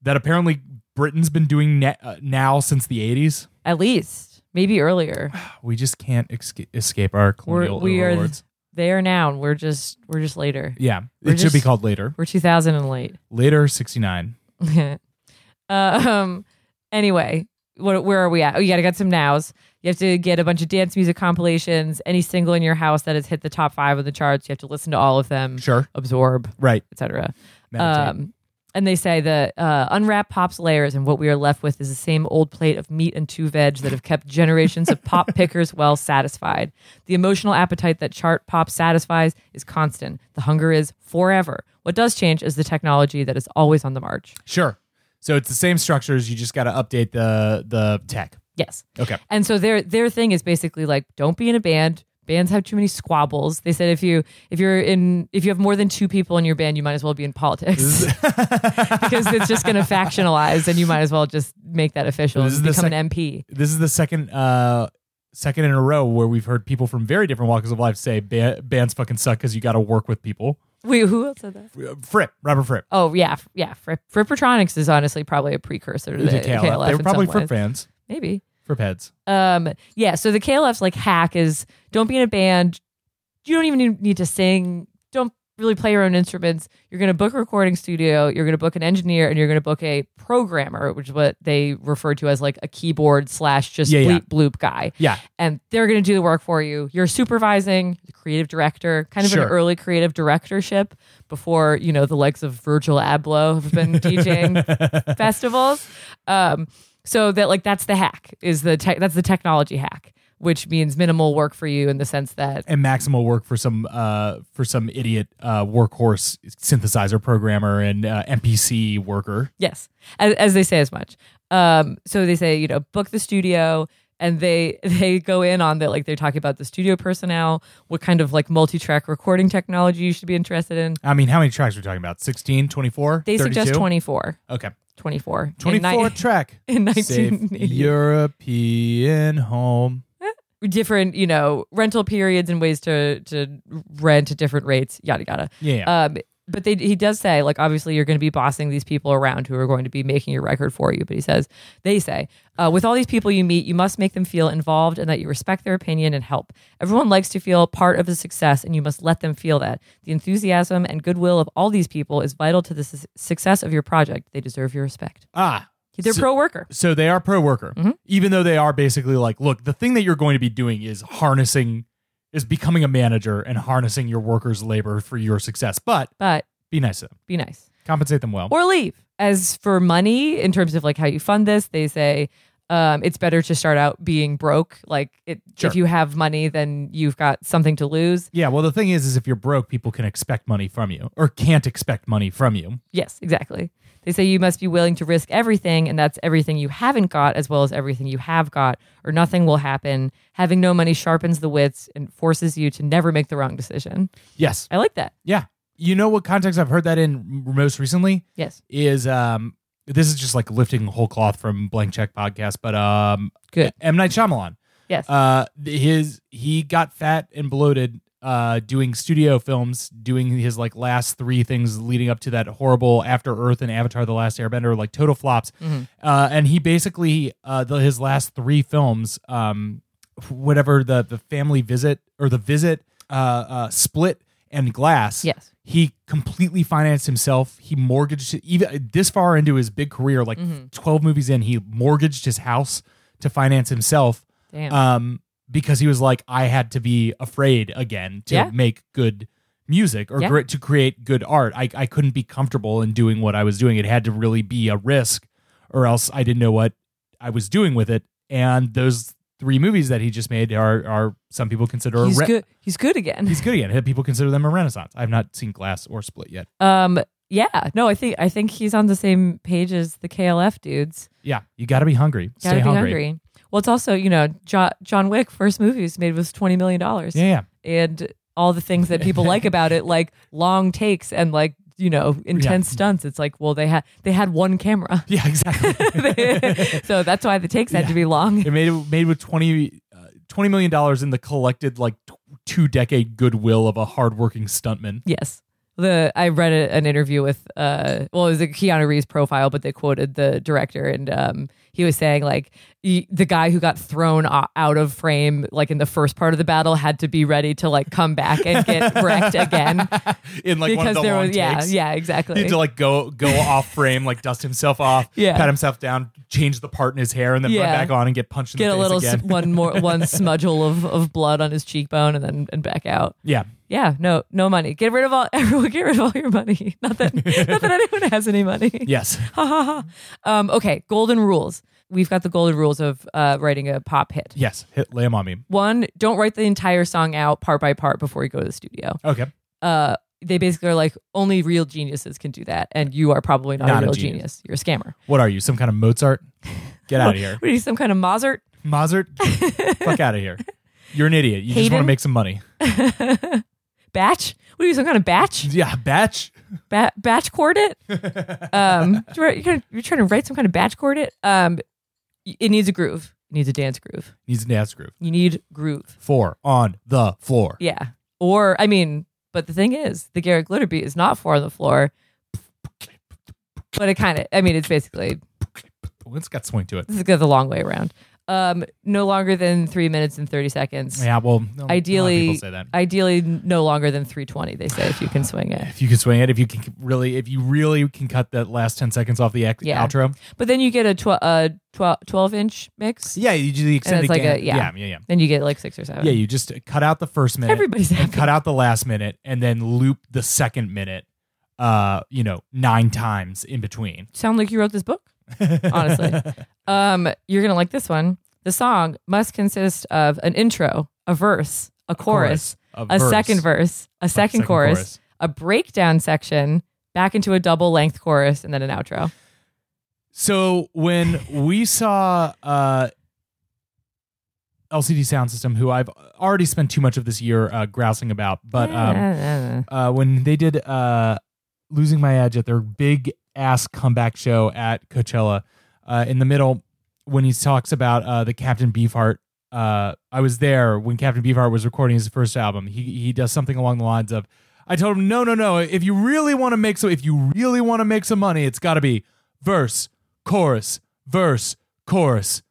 [SPEAKER 2] that apparently Britain's been doing na- uh, now since the eighties.
[SPEAKER 1] At least, maybe earlier.
[SPEAKER 2] We just can't esca- escape our colonial
[SPEAKER 1] we are-
[SPEAKER 2] overlords.
[SPEAKER 1] They are now and we're just we're just later.
[SPEAKER 2] yeah,
[SPEAKER 1] we're
[SPEAKER 2] it should be
[SPEAKER 1] just-
[SPEAKER 2] called later.
[SPEAKER 1] We're 2000 and late.
[SPEAKER 2] Later, 69.
[SPEAKER 1] um anyway, what, where are we at? Oh, you got to get some nows. You have to get a bunch of dance music compilations, any single in your house that has hit the top 5 of the charts, you have to listen to all of them,
[SPEAKER 2] Sure.
[SPEAKER 1] absorb,
[SPEAKER 2] Right.
[SPEAKER 1] etc.
[SPEAKER 2] Meditate.
[SPEAKER 1] Um, and they say the uh, unwrap pop's layers, and what we are left with is the same old plate of meat and two veg that have kept generations of pop pickers well satisfied. The emotional appetite that chart pop satisfies is constant. The hunger is forever. What does change is the technology that is always on the march.
[SPEAKER 2] sure. So it's the same structures. You just got to update the the tech.
[SPEAKER 1] Yes.
[SPEAKER 2] Okay.
[SPEAKER 1] And so their their thing is basically like don't be in a band. Bands have too many squabbles. They said if you if you're in if you have more than two people in your band, you might as well be in politics because it's just going to factionalize, and you might as well just make that official and
[SPEAKER 2] This is the
[SPEAKER 1] become
[SPEAKER 2] sec-
[SPEAKER 1] an MP.
[SPEAKER 2] This is the second uh second in a row where we've heard people from very different walks of life say ba- bands fucking suck because you got to work with people.
[SPEAKER 1] Wait, who else said that?
[SPEAKER 2] Fripp, Robert Fripp.
[SPEAKER 1] Oh yeah, f- yeah. Fripp, Frippertronics is honestly probably a precursor to the
[SPEAKER 2] To
[SPEAKER 1] KLF.
[SPEAKER 2] KLF. They were
[SPEAKER 1] in
[SPEAKER 2] probably
[SPEAKER 1] some
[SPEAKER 2] Fripp
[SPEAKER 1] ways.
[SPEAKER 2] fans.
[SPEAKER 1] Maybe.
[SPEAKER 2] Fripp heads.
[SPEAKER 1] Um, yeah. So the KLF's like hack is don't be in a band. You don't even need- need to sing. Don't really play your own instruments. You're going to book a recording studio. You're going to book an engineer, and you're going to book a programmer, which is what they refer to as like a keyboard slash just
[SPEAKER 2] Yeah,
[SPEAKER 1] bleep
[SPEAKER 2] yeah.
[SPEAKER 1] bloop guy.
[SPEAKER 2] Yeah.
[SPEAKER 1] And they're going to do the work for you. You're supervising, the creative director, kind of
[SPEAKER 2] Sure.
[SPEAKER 1] an early creative directorship before you know the likes of Virgil Abloh have been teaching festivals. Um, so that like that's the hack is the tech that's the technology hack, which means minimal work for you in the sense that
[SPEAKER 2] And maximal work for some uh for some idiot uh workhorse synthesizer programmer and uh, MPC worker.
[SPEAKER 1] yes, as, as they say as much. Um, so they say you know book the studio. And they they go in on that like they're talking about the studio personnel, what kind of like multi-track recording technology you should be interested in.
[SPEAKER 2] I mean, how many tracks are we talking about? 16, 24?
[SPEAKER 1] They suggest
[SPEAKER 2] 32?
[SPEAKER 1] 24.
[SPEAKER 2] Okay.
[SPEAKER 1] 24. In
[SPEAKER 2] 24
[SPEAKER 1] ni-
[SPEAKER 2] track
[SPEAKER 1] in
[SPEAKER 2] Safe
[SPEAKER 1] 1980.
[SPEAKER 2] European home.
[SPEAKER 1] different, you know, rental periods and ways to to rent at different rates, yada yada.
[SPEAKER 2] Yeah, yeah.
[SPEAKER 1] Um, but they, he does say, like, obviously, you're going to be bossing these people around who are going to be making your record for you. But he says, they say, uh, with all these people you meet, you must make them feel involved and that you respect their opinion and help. Everyone likes to feel part of the success, and you must let them feel that. The enthusiasm and goodwill of all these people is vital to the su- success of your project. They deserve your respect.
[SPEAKER 2] ah,
[SPEAKER 1] They're
[SPEAKER 2] So-
[SPEAKER 1] pro worker.
[SPEAKER 2] so they are pro worker,
[SPEAKER 1] Mm-hmm.
[SPEAKER 2] even though they are basically like, look, the thing that you're going to be doing is harnessing, is becoming a manager and harnessing your workers' labor for your success. But
[SPEAKER 1] But
[SPEAKER 2] be nice to them,
[SPEAKER 1] be nice.
[SPEAKER 2] compensate them well.
[SPEAKER 1] or leave. As for money, in terms of like how you fund this, they say um, it's better to start out being broke. Like it,
[SPEAKER 2] Sure.
[SPEAKER 1] if you have money, then you've got something to lose.
[SPEAKER 2] yeah, well, the thing is, is if you're broke, people can expect money from you or can't expect money from you.
[SPEAKER 1] Yes, exactly. They say you must be willing to risk everything, and that's everything you haven't got as well as everything you have got, or nothing will happen. Having no money sharpens the wits and forces you to never make the wrong decision.
[SPEAKER 2] Yes.
[SPEAKER 1] I like that.
[SPEAKER 2] Yeah. You know what context I've heard that in m- most recently?
[SPEAKER 1] Yes,
[SPEAKER 2] is um this is just like lifting whole cloth from blank check podcast, but um
[SPEAKER 1] Good.
[SPEAKER 2] M Night Shyamalan.
[SPEAKER 1] yes.
[SPEAKER 2] Uh his he got fat and bloated uh doing studio films, doing his like last three things leading up to that horrible After Earth and Avatar the Last Airbender
[SPEAKER 1] Mm-hmm.
[SPEAKER 2] like total flops. Uh and he basically uh the, his last three films um whatever the the family visit or the visit uh, uh, split and glass.
[SPEAKER 1] Yes.
[SPEAKER 2] He completely financed himself. He mortgaged it- even this far into his big career, like
[SPEAKER 1] Mm-hmm.
[SPEAKER 2] twelve movies in, he mortgaged his house to finance himself.
[SPEAKER 1] Damn.
[SPEAKER 2] Um, because he was like, I had to be afraid again to
[SPEAKER 1] Yeah.
[SPEAKER 2] make good music or
[SPEAKER 1] Yeah.
[SPEAKER 2] gre- to create good art. I, I couldn't be comfortable in doing what I was doing. It had to really be a risk, or else I didn't know what I was doing with it. And those three movies that he just made are are some people consider
[SPEAKER 1] he's
[SPEAKER 2] a re-
[SPEAKER 1] good. He's good again.
[SPEAKER 2] he's good again. People consider them a renaissance. I've not seen Glass or Split yet.
[SPEAKER 1] Um, yeah, no, I think I think he's on the same page as the KLF dudes.
[SPEAKER 2] Yeah, you got to be hungry.
[SPEAKER 1] Gotta
[SPEAKER 2] Stay
[SPEAKER 1] be
[SPEAKER 2] hungry.
[SPEAKER 1] hungry. Well, it's also you know John John Wick first movie was made was twenty million dollars,
[SPEAKER 2] Yeah, yeah.
[SPEAKER 1] and all the things that people like about it, like long takes and like you know intense stunts. It's like well they had they had one camera,
[SPEAKER 2] Yeah, exactly.
[SPEAKER 1] so that's why the takes had to be long.
[SPEAKER 2] It made it made with 20, uh, $20 million dollars in the collected like t- two decade goodwill of a hardworking stuntman.
[SPEAKER 1] Yes. The I read a, an interview with uh well it was a Keanu Reeves profile but they quoted the director and um he was saying like he, the guy who got thrown o- out of frame like in the first part of the battle had to be ready to like come back and get wrecked again
[SPEAKER 2] In like one of
[SPEAKER 1] because
[SPEAKER 2] the
[SPEAKER 1] there
[SPEAKER 2] long
[SPEAKER 1] was yeah
[SPEAKER 2] takes.
[SPEAKER 1] yeah
[SPEAKER 2] He
[SPEAKER 1] exactly
[SPEAKER 2] had to like go go off frame, like dust himself off,
[SPEAKER 1] Yeah.
[SPEAKER 2] pat himself down, change the part in his hair, and then
[SPEAKER 1] Yeah.
[SPEAKER 2] run back on and get punched in
[SPEAKER 1] get a
[SPEAKER 2] the face
[SPEAKER 1] little s-
[SPEAKER 2] again.
[SPEAKER 1] one more one smudgel of of blood on his cheekbone and then and back out
[SPEAKER 2] yeah,
[SPEAKER 1] yeah no no money get rid of all everyone get rid of all your money not that not that anyone has any money
[SPEAKER 2] yes,
[SPEAKER 1] um, okay, golden rules. We've got the golden rules of uh, writing a pop hit.
[SPEAKER 2] yes. Hit lay 'em on me.
[SPEAKER 1] One, don't write the entire song out part by part before you go to the studio.
[SPEAKER 2] Okay,
[SPEAKER 1] Uh, they basically are like, only real geniuses can do that. And you are probably not,
[SPEAKER 2] Not
[SPEAKER 1] a
[SPEAKER 2] a
[SPEAKER 1] real genius.
[SPEAKER 2] genius.
[SPEAKER 1] You're a scammer.
[SPEAKER 2] what are you? Some kind of Mozart? Get out of here,
[SPEAKER 1] What are you, some kind of Mozart?
[SPEAKER 2] Mozart. fuck out of here. You're an idiot. You just
[SPEAKER 1] Hayden?
[SPEAKER 2] want to make some money.
[SPEAKER 1] Batch? What are you, some kind of batch?
[SPEAKER 2] Yeah, batch.
[SPEAKER 1] Ba- batch chordate? um, you're, gonna- you're trying to write some kind of batch chordate? Um, y- it needs a groove. It needs a dance groove.
[SPEAKER 2] Needs a dance groove.
[SPEAKER 1] You need groove.
[SPEAKER 2] Four on the floor.
[SPEAKER 1] Yeah. Or I mean, but the thing is, the Garrett Glitter beat is not four on the floor. But it kind of, I mean, it's basically
[SPEAKER 2] It's got swing to it.
[SPEAKER 1] this goes a long way around. Um, no longer than three minutes and thirty seconds.
[SPEAKER 2] Yeah, well, no- a lot of
[SPEAKER 1] Ideally,
[SPEAKER 2] people say that.
[SPEAKER 1] ideally, no longer than three twenty. They say if you can swing it,
[SPEAKER 2] if you can swing it, if you can really, if you really can cut that last ten seconds off the ex-
[SPEAKER 1] Yeah.
[SPEAKER 2] outro,
[SPEAKER 1] but then you get a tw- a tw- twelve inch mix.
[SPEAKER 2] yeah, you do the extended
[SPEAKER 1] like
[SPEAKER 2] game.
[SPEAKER 1] a- yeah.
[SPEAKER 2] yeah, yeah, yeah,
[SPEAKER 1] Then you get like six or seven.
[SPEAKER 2] Yeah, You just cut out the first minute,
[SPEAKER 1] Everybody's
[SPEAKER 2] and
[SPEAKER 1] happy.
[SPEAKER 2] cut out the last minute, and then loop the second minute. Uh, you know, nine times in between.
[SPEAKER 1] sound like you wrote this book, honestly. um, you're going to like this one. The song must consist of an intro, a verse, a chorus,
[SPEAKER 2] chorus,
[SPEAKER 1] a,
[SPEAKER 2] a verse.
[SPEAKER 1] second verse, a second,
[SPEAKER 2] second
[SPEAKER 1] chorus,
[SPEAKER 2] chorus.
[SPEAKER 1] a breakdown section, back into a double length chorus, and then an outro.
[SPEAKER 2] So when we saw uh, LCD Sound System, who I've already spent too much of this year uh, grousing about, but um, uh, when they did uh, losing my edge at their big ass comeback show at Coachella. Uh, in the middle, when he talks about uh, the Captain Beefheart, uh, I was there when Captain Beefheart was recording his first album. He he does something along the lines of, "I told him, no, no, no. If you really want to make some, if you really want to make some money, it's got to be verse, chorus, verse, chorus,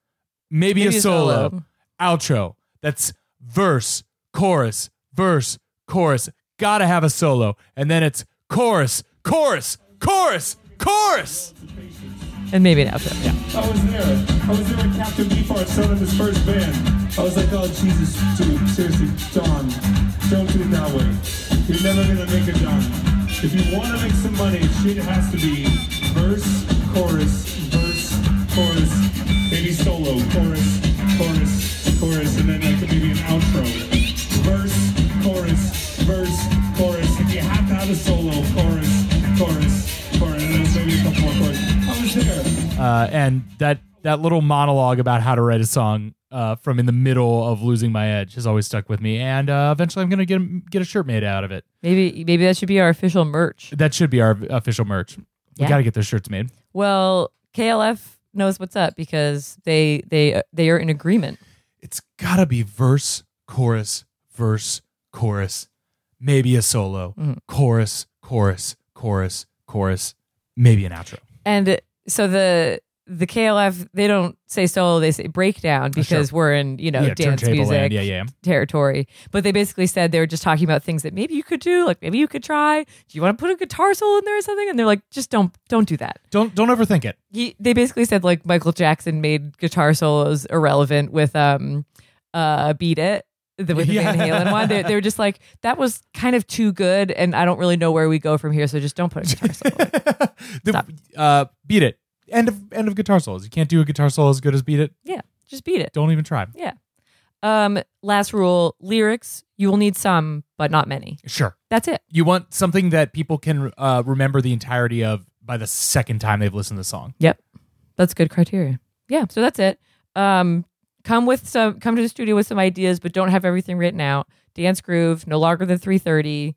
[SPEAKER 2] maybe,
[SPEAKER 1] Maybe
[SPEAKER 2] a
[SPEAKER 1] a
[SPEAKER 2] solo,
[SPEAKER 1] solo.
[SPEAKER 2] outro. That's verse, chorus, verse, chorus. Gotta have a solo. And then it's chorus, chorus, chorus, chorus.
[SPEAKER 1] and maybe an outro. Yeah.
[SPEAKER 4] I was there. I was there when Captain Beefheart started his first band. I was like, oh, Jesus, dude, seriously, Don, don't do it that way. You're never going to make a dime. If you want to make some money, shit has to be verse, chorus, verse, chorus, maybe solo, chorus, chorus, chorus, and then like maybe an outro. Verse, chorus, verse, chorus. If you have to have a solo, chorus, chorus, chorus, and then maybe a couple more chorus. I was there.
[SPEAKER 2] Uh, and that that little monologue about how to write a song uh, from in the middle of losing my edge has always stuck with me. And uh, eventually, I'm gonna get get a shirt made out of it.
[SPEAKER 1] Maybe maybe that should be our official merch.
[SPEAKER 2] That should be our official merch.
[SPEAKER 1] Yeah.
[SPEAKER 2] We gotta get those shirts made.
[SPEAKER 1] Well, KLF knows what's up because they they they are in agreement.
[SPEAKER 2] It's gotta be verse, chorus, verse, chorus, maybe a solo,
[SPEAKER 1] Mm.
[SPEAKER 2] chorus, chorus, chorus, chorus, maybe an outro.
[SPEAKER 1] And so the the KLF they don't say solo, they say breakdown because we're in you know
[SPEAKER 2] Uh, Yeah,
[SPEAKER 1] dance
[SPEAKER 2] turntable
[SPEAKER 1] music
[SPEAKER 2] land. Yeah, yeah.
[SPEAKER 1] territory. But they basically said they were just talking about things that maybe you could do, like maybe you could try. Do you want to put a guitar solo in there or something? And they're like, just don't don't do that.
[SPEAKER 2] Don't don't overthink it.
[SPEAKER 1] He, they basically said like Michael Jackson made guitar solos irrelevant with um uh Beat It. The, with the Van
[SPEAKER 2] Yeah.
[SPEAKER 1] Halen one, they, they were just like that was kind of too good, and I don't really know where we go from here. So just don't put a guitar solo. in.
[SPEAKER 2] The-
[SPEAKER 1] Stop.
[SPEAKER 2] uh, beat it. End of end of guitar solos. You can't do a guitar solo as good as beat it.
[SPEAKER 1] Yeah, just beat it.
[SPEAKER 2] Don't even try.
[SPEAKER 1] Um, last rule: lyrics. You will need some, but not many.
[SPEAKER 2] Sure.
[SPEAKER 1] That's it.
[SPEAKER 2] You want something that people can uh, remember the entirety of by the second time they've listened to the song.
[SPEAKER 1] Yep, that's good criteria. Yeah, so that's it. Um, come with some. Come to the studio with some ideas, but don't have everything written out. Dance groove, no longer than three thirty.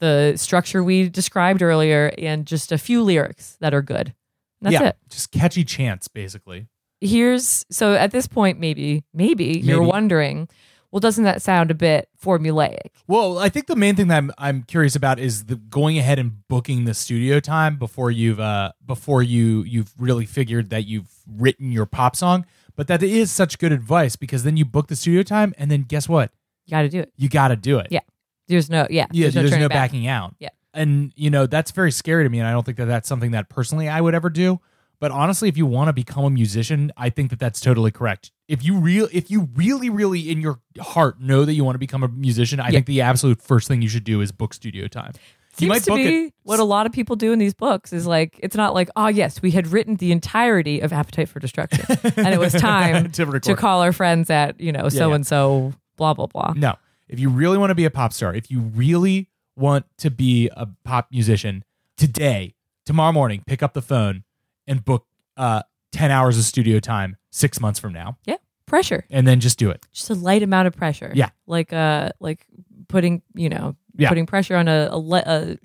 [SPEAKER 1] The structure we described earlier, and just a few lyrics that are good. That's
[SPEAKER 2] yeah.
[SPEAKER 1] it.
[SPEAKER 2] Just catchy chants, basically.
[SPEAKER 1] Here's so at this point, maybe, maybe, you're
[SPEAKER 2] Maybe.
[SPEAKER 1] wondering, well, doesn't that sound a bit formulaic?
[SPEAKER 2] Well, I think the main thing that I'm, I'm curious about is the going ahead and booking the studio time before you've uh, before you you've really figured that you've written your pop song. But that is such good advice because then you book the studio time and then guess what?
[SPEAKER 1] You got to do it.
[SPEAKER 2] You got to do it.
[SPEAKER 1] Yeah. There's no, yeah,
[SPEAKER 2] Yeah, there's, no,
[SPEAKER 1] turning back.
[SPEAKER 2] backing out.
[SPEAKER 1] Yeah.
[SPEAKER 2] And, you know, that's very scary to me. And I don't think that that's something that personally I would ever do. But honestly, if you want to become a musician, I think that that's totally correct. If you real, if you really, really in your heart know that you want to become a musician, I
[SPEAKER 1] Yeah.
[SPEAKER 2] think the absolute first thing you should do is book studio time.
[SPEAKER 1] Seems
[SPEAKER 2] you might
[SPEAKER 1] to
[SPEAKER 2] book
[SPEAKER 1] be
[SPEAKER 2] it.
[SPEAKER 1] what a lot of people do in these books is like it's not like oh yes we had written the entirety of Appetite for Destruction and it was time
[SPEAKER 2] To
[SPEAKER 1] to,
[SPEAKER 2] record it.
[SPEAKER 1] call our friends at you know so and so blah blah blah.
[SPEAKER 2] No, if you really want to be a pop star, if you really want to be a pop musician today, tomorrow morning, pick up the phone and book uh, ten hours of studio time six months from now,
[SPEAKER 1] Yeah, pressure,
[SPEAKER 2] and then just do it.
[SPEAKER 1] just a light amount of pressure.
[SPEAKER 2] Yeah.
[SPEAKER 1] like uh like putting you know
[SPEAKER 2] Yeah.
[SPEAKER 1] putting pressure on a, a, le- a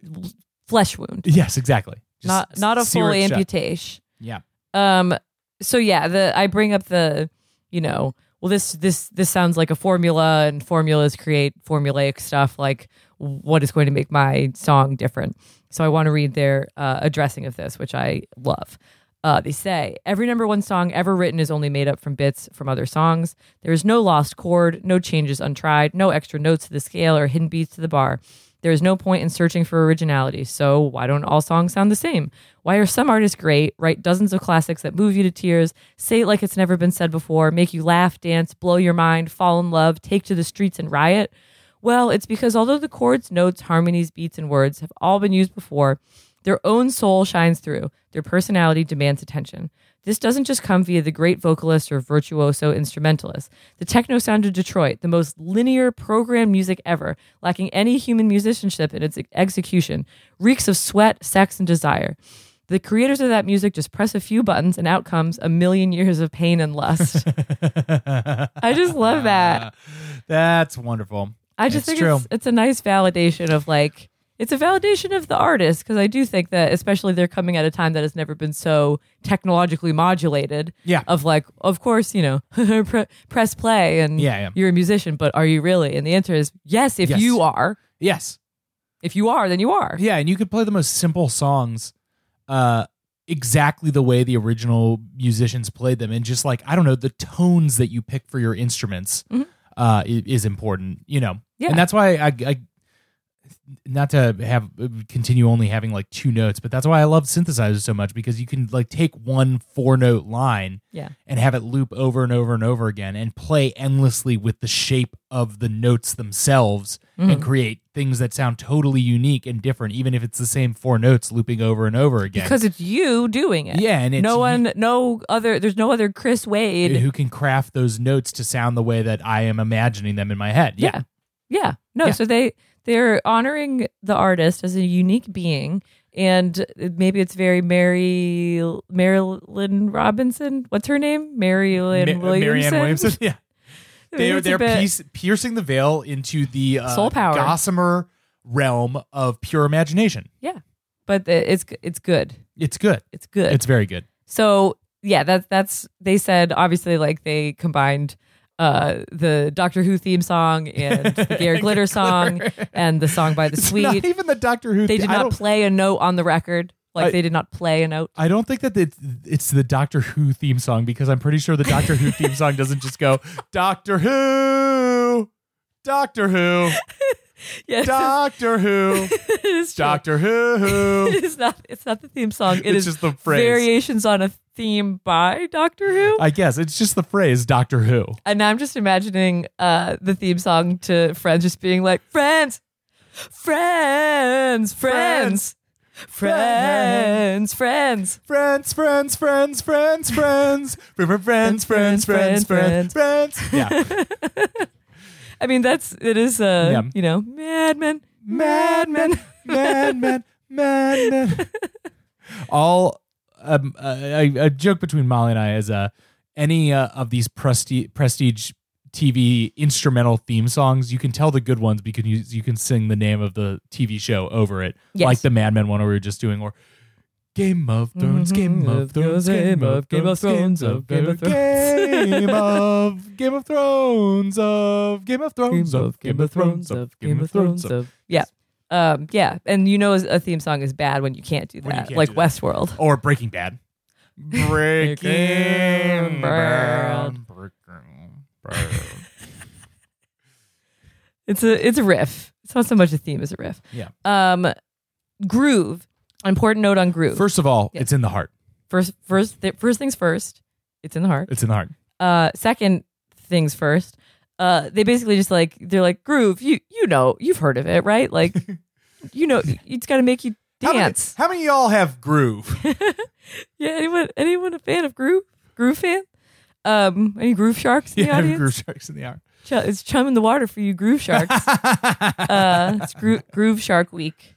[SPEAKER 1] flesh wound,
[SPEAKER 2] Yes, exactly. Just
[SPEAKER 1] not not a
[SPEAKER 2] sear
[SPEAKER 1] full
[SPEAKER 2] it shut.
[SPEAKER 1] amputation.
[SPEAKER 2] Yeah.
[SPEAKER 1] Um. So yeah, the I bring up the you know well this this this sounds like a formula and formulas create formulaic stuff like what is going to make my song different. So I want to read their uh, addressing of this, which I love. Uh, they say every number one song ever written is only made up from bits from other songs. There is no lost chord, no changes untried, no extra notes to the scale or hidden beats to the bar. There is no point in searching for originality, so why don't all songs sound the same? Why are some artists great, write dozens of classics that move you to tears, say it like it's never been said before, make you laugh, dance, blow your mind, fall in love, take to the streets and riot? Well, it's because although the chords, notes, harmonies, beats, and words have all been used before, their own soul shines through. Their personality demands attention. This doesn't just come via the great vocalist or virtuoso instrumentalist. The techno sound of Detroit, the most linear programmed music ever, lacking any human musicianship in its execution, reeks of sweat, sex, and desire. The creators of that music just press a few buttons and out comes a million years of pain and lust. I just love that.
[SPEAKER 2] That's wonderful.
[SPEAKER 1] I just
[SPEAKER 2] It's
[SPEAKER 1] think
[SPEAKER 2] true.
[SPEAKER 1] It's, it's a nice validation of like it's a validation of the artist because I do think that especially they're coming at a time that has never been so technologically modulated.
[SPEAKER 2] Yeah.
[SPEAKER 1] Of like, of course, you know, pre- press play and
[SPEAKER 2] Yeah, yeah.
[SPEAKER 1] you're a musician, but are you really? And the answer is yes. If
[SPEAKER 2] Yes.
[SPEAKER 1] you are,
[SPEAKER 2] Yes.
[SPEAKER 1] if you are, then you are.
[SPEAKER 2] Yeah, and you could play the most simple songs uh exactly the way the original musicians played them and just like I don't know, the tones that you pick for your instruments
[SPEAKER 1] Mhm.
[SPEAKER 2] uh i- is important, you know.
[SPEAKER 1] Yeah.
[SPEAKER 2] And that's why I I not to have continue only having like two notes, but that's why I love synthesizers so much because you can like take one four note line
[SPEAKER 1] Yeah.
[SPEAKER 2] and have it loop over and over and over again and play endlessly with the shape of the notes themselves
[SPEAKER 1] Mm-hmm.
[SPEAKER 2] and create things that sound totally unique and different, even if it's the same four notes looping over and over again.
[SPEAKER 1] Because it's you doing it.
[SPEAKER 2] yeah, and it's
[SPEAKER 1] no
[SPEAKER 2] you
[SPEAKER 1] one, no other. There's no other Chris Wade.
[SPEAKER 2] who can craft those notes to sound the way that I am imagining them in my head.
[SPEAKER 1] yeah yeah no
[SPEAKER 2] Yeah.
[SPEAKER 1] so they they're honoring the artist as a unique being and maybe it's very Mary Marilyn Robinson. What's her name? Marilyn
[SPEAKER 2] Ma-
[SPEAKER 1] Williamson.
[SPEAKER 2] Marianne Williamson. Yeah.
[SPEAKER 1] Maybe
[SPEAKER 2] They're
[SPEAKER 1] it's a
[SPEAKER 2] they're
[SPEAKER 1] bit-
[SPEAKER 2] piece, piercing the veil into the uh,
[SPEAKER 1] Soul power.
[SPEAKER 2] gossamer realm of pure imagination.
[SPEAKER 1] Yeah, but the- it's it's good.
[SPEAKER 2] It's good.
[SPEAKER 1] It's good.
[SPEAKER 2] It's very good.
[SPEAKER 1] So yeah, that's that's they said obviously like they combined uh the Doctor Who theme song and the Gary Glitter song and the song by the
[SPEAKER 2] It's not
[SPEAKER 1] Sweet.
[SPEAKER 2] even the Doctor Who.
[SPEAKER 1] They
[SPEAKER 2] thi-
[SPEAKER 1] did
[SPEAKER 2] I
[SPEAKER 1] not
[SPEAKER 2] don't-
[SPEAKER 1] play a note on the record. Like
[SPEAKER 2] I-
[SPEAKER 1] they did not play a note.
[SPEAKER 2] I don't think that it's, it's the Doctor Who theme song because I'm pretty sure the Doctor Who theme song doesn't just go Doctor Who, Doctor Who,
[SPEAKER 1] Yes,
[SPEAKER 2] Doctor Who,
[SPEAKER 1] it is true.
[SPEAKER 2] Doctor Who.
[SPEAKER 1] It is not. It's not the theme song. It
[SPEAKER 2] It's
[SPEAKER 1] is
[SPEAKER 2] just the phrase.
[SPEAKER 1] variations on a theme by Doctor Who.
[SPEAKER 2] I guess it's just the phrase Doctor Who.
[SPEAKER 1] and I'm just imagining uh, the theme song to Friends just being like Friends, Friends, Friends, Friends, Friends.
[SPEAKER 2] Friends, friends, friends, friends, friends, friends, friends, friends, friends, friends, friends. Yeah,
[SPEAKER 1] I mean, that's it is. Uh,
[SPEAKER 2] Yeah.
[SPEAKER 1] You know, Mad Men, Mad Men.
[SPEAKER 2] madman, madman, madman. All um, uh, a, a joke between Molly and I is uh, any uh, of these prestige prestige TV instrumental theme songs, you can tell the good ones because you, you can sing the name of the TV show over it,
[SPEAKER 1] Yes.
[SPEAKER 2] like the Mad Men one we were just doing, or. Game of Thrones, Game of Thrones, Game Mm-hmm. of
[SPEAKER 1] Game of
[SPEAKER 2] Thrones,
[SPEAKER 1] Thrones, of Game of Thrones.
[SPEAKER 2] Game of Game of Thrones, of Game of Thrones, of Game of Thrones, of Game of Thrones, of
[SPEAKER 1] of yeah, um, yeah. And you know, a theme song is bad when you can't do
[SPEAKER 2] When you
[SPEAKER 1] that,
[SPEAKER 2] can't
[SPEAKER 1] like
[SPEAKER 2] do that.
[SPEAKER 1] Westworld.
[SPEAKER 2] or Breaking Bad.
[SPEAKER 1] Breaking Bad.
[SPEAKER 2] Breaking Bad.
[SPEAKER 1] It's a it's a riff. It's not so much a theme as a riff.
[SPEAKER 2] Yeah.
[SPEAKER 1] Um, groove. Important note on groove.
[SPEAKER 2] First of all,
[SPEAKER 1] Yeah.
[SPEAKER 2] it's in the heart.
[SPEAKER 1] first, first, th- first things first. It's in the heart.
[SPEAKER 2] It's in the heart.
[SPEAKER 1] Uh, second things first. Uh, they basically just like they're like groove. You you know you've heard of it right? Like, you know it's got to make you dance.
[SPEAKER 2] How many, how many of y'all have groove?
[SPEAKER 1] yeah. Anyone anyone a fan of groove? Groove fan? Um, any groove sharks in the
[SPEAKER 2] yeah, I have
[SPEAKER 1] audience?
[SPEAKER 2] groove sharks in the heart.
[SPEAKER 1] Ch- it's chum in the water for you groove sharks. uh, it's gro- Groove Shark Week.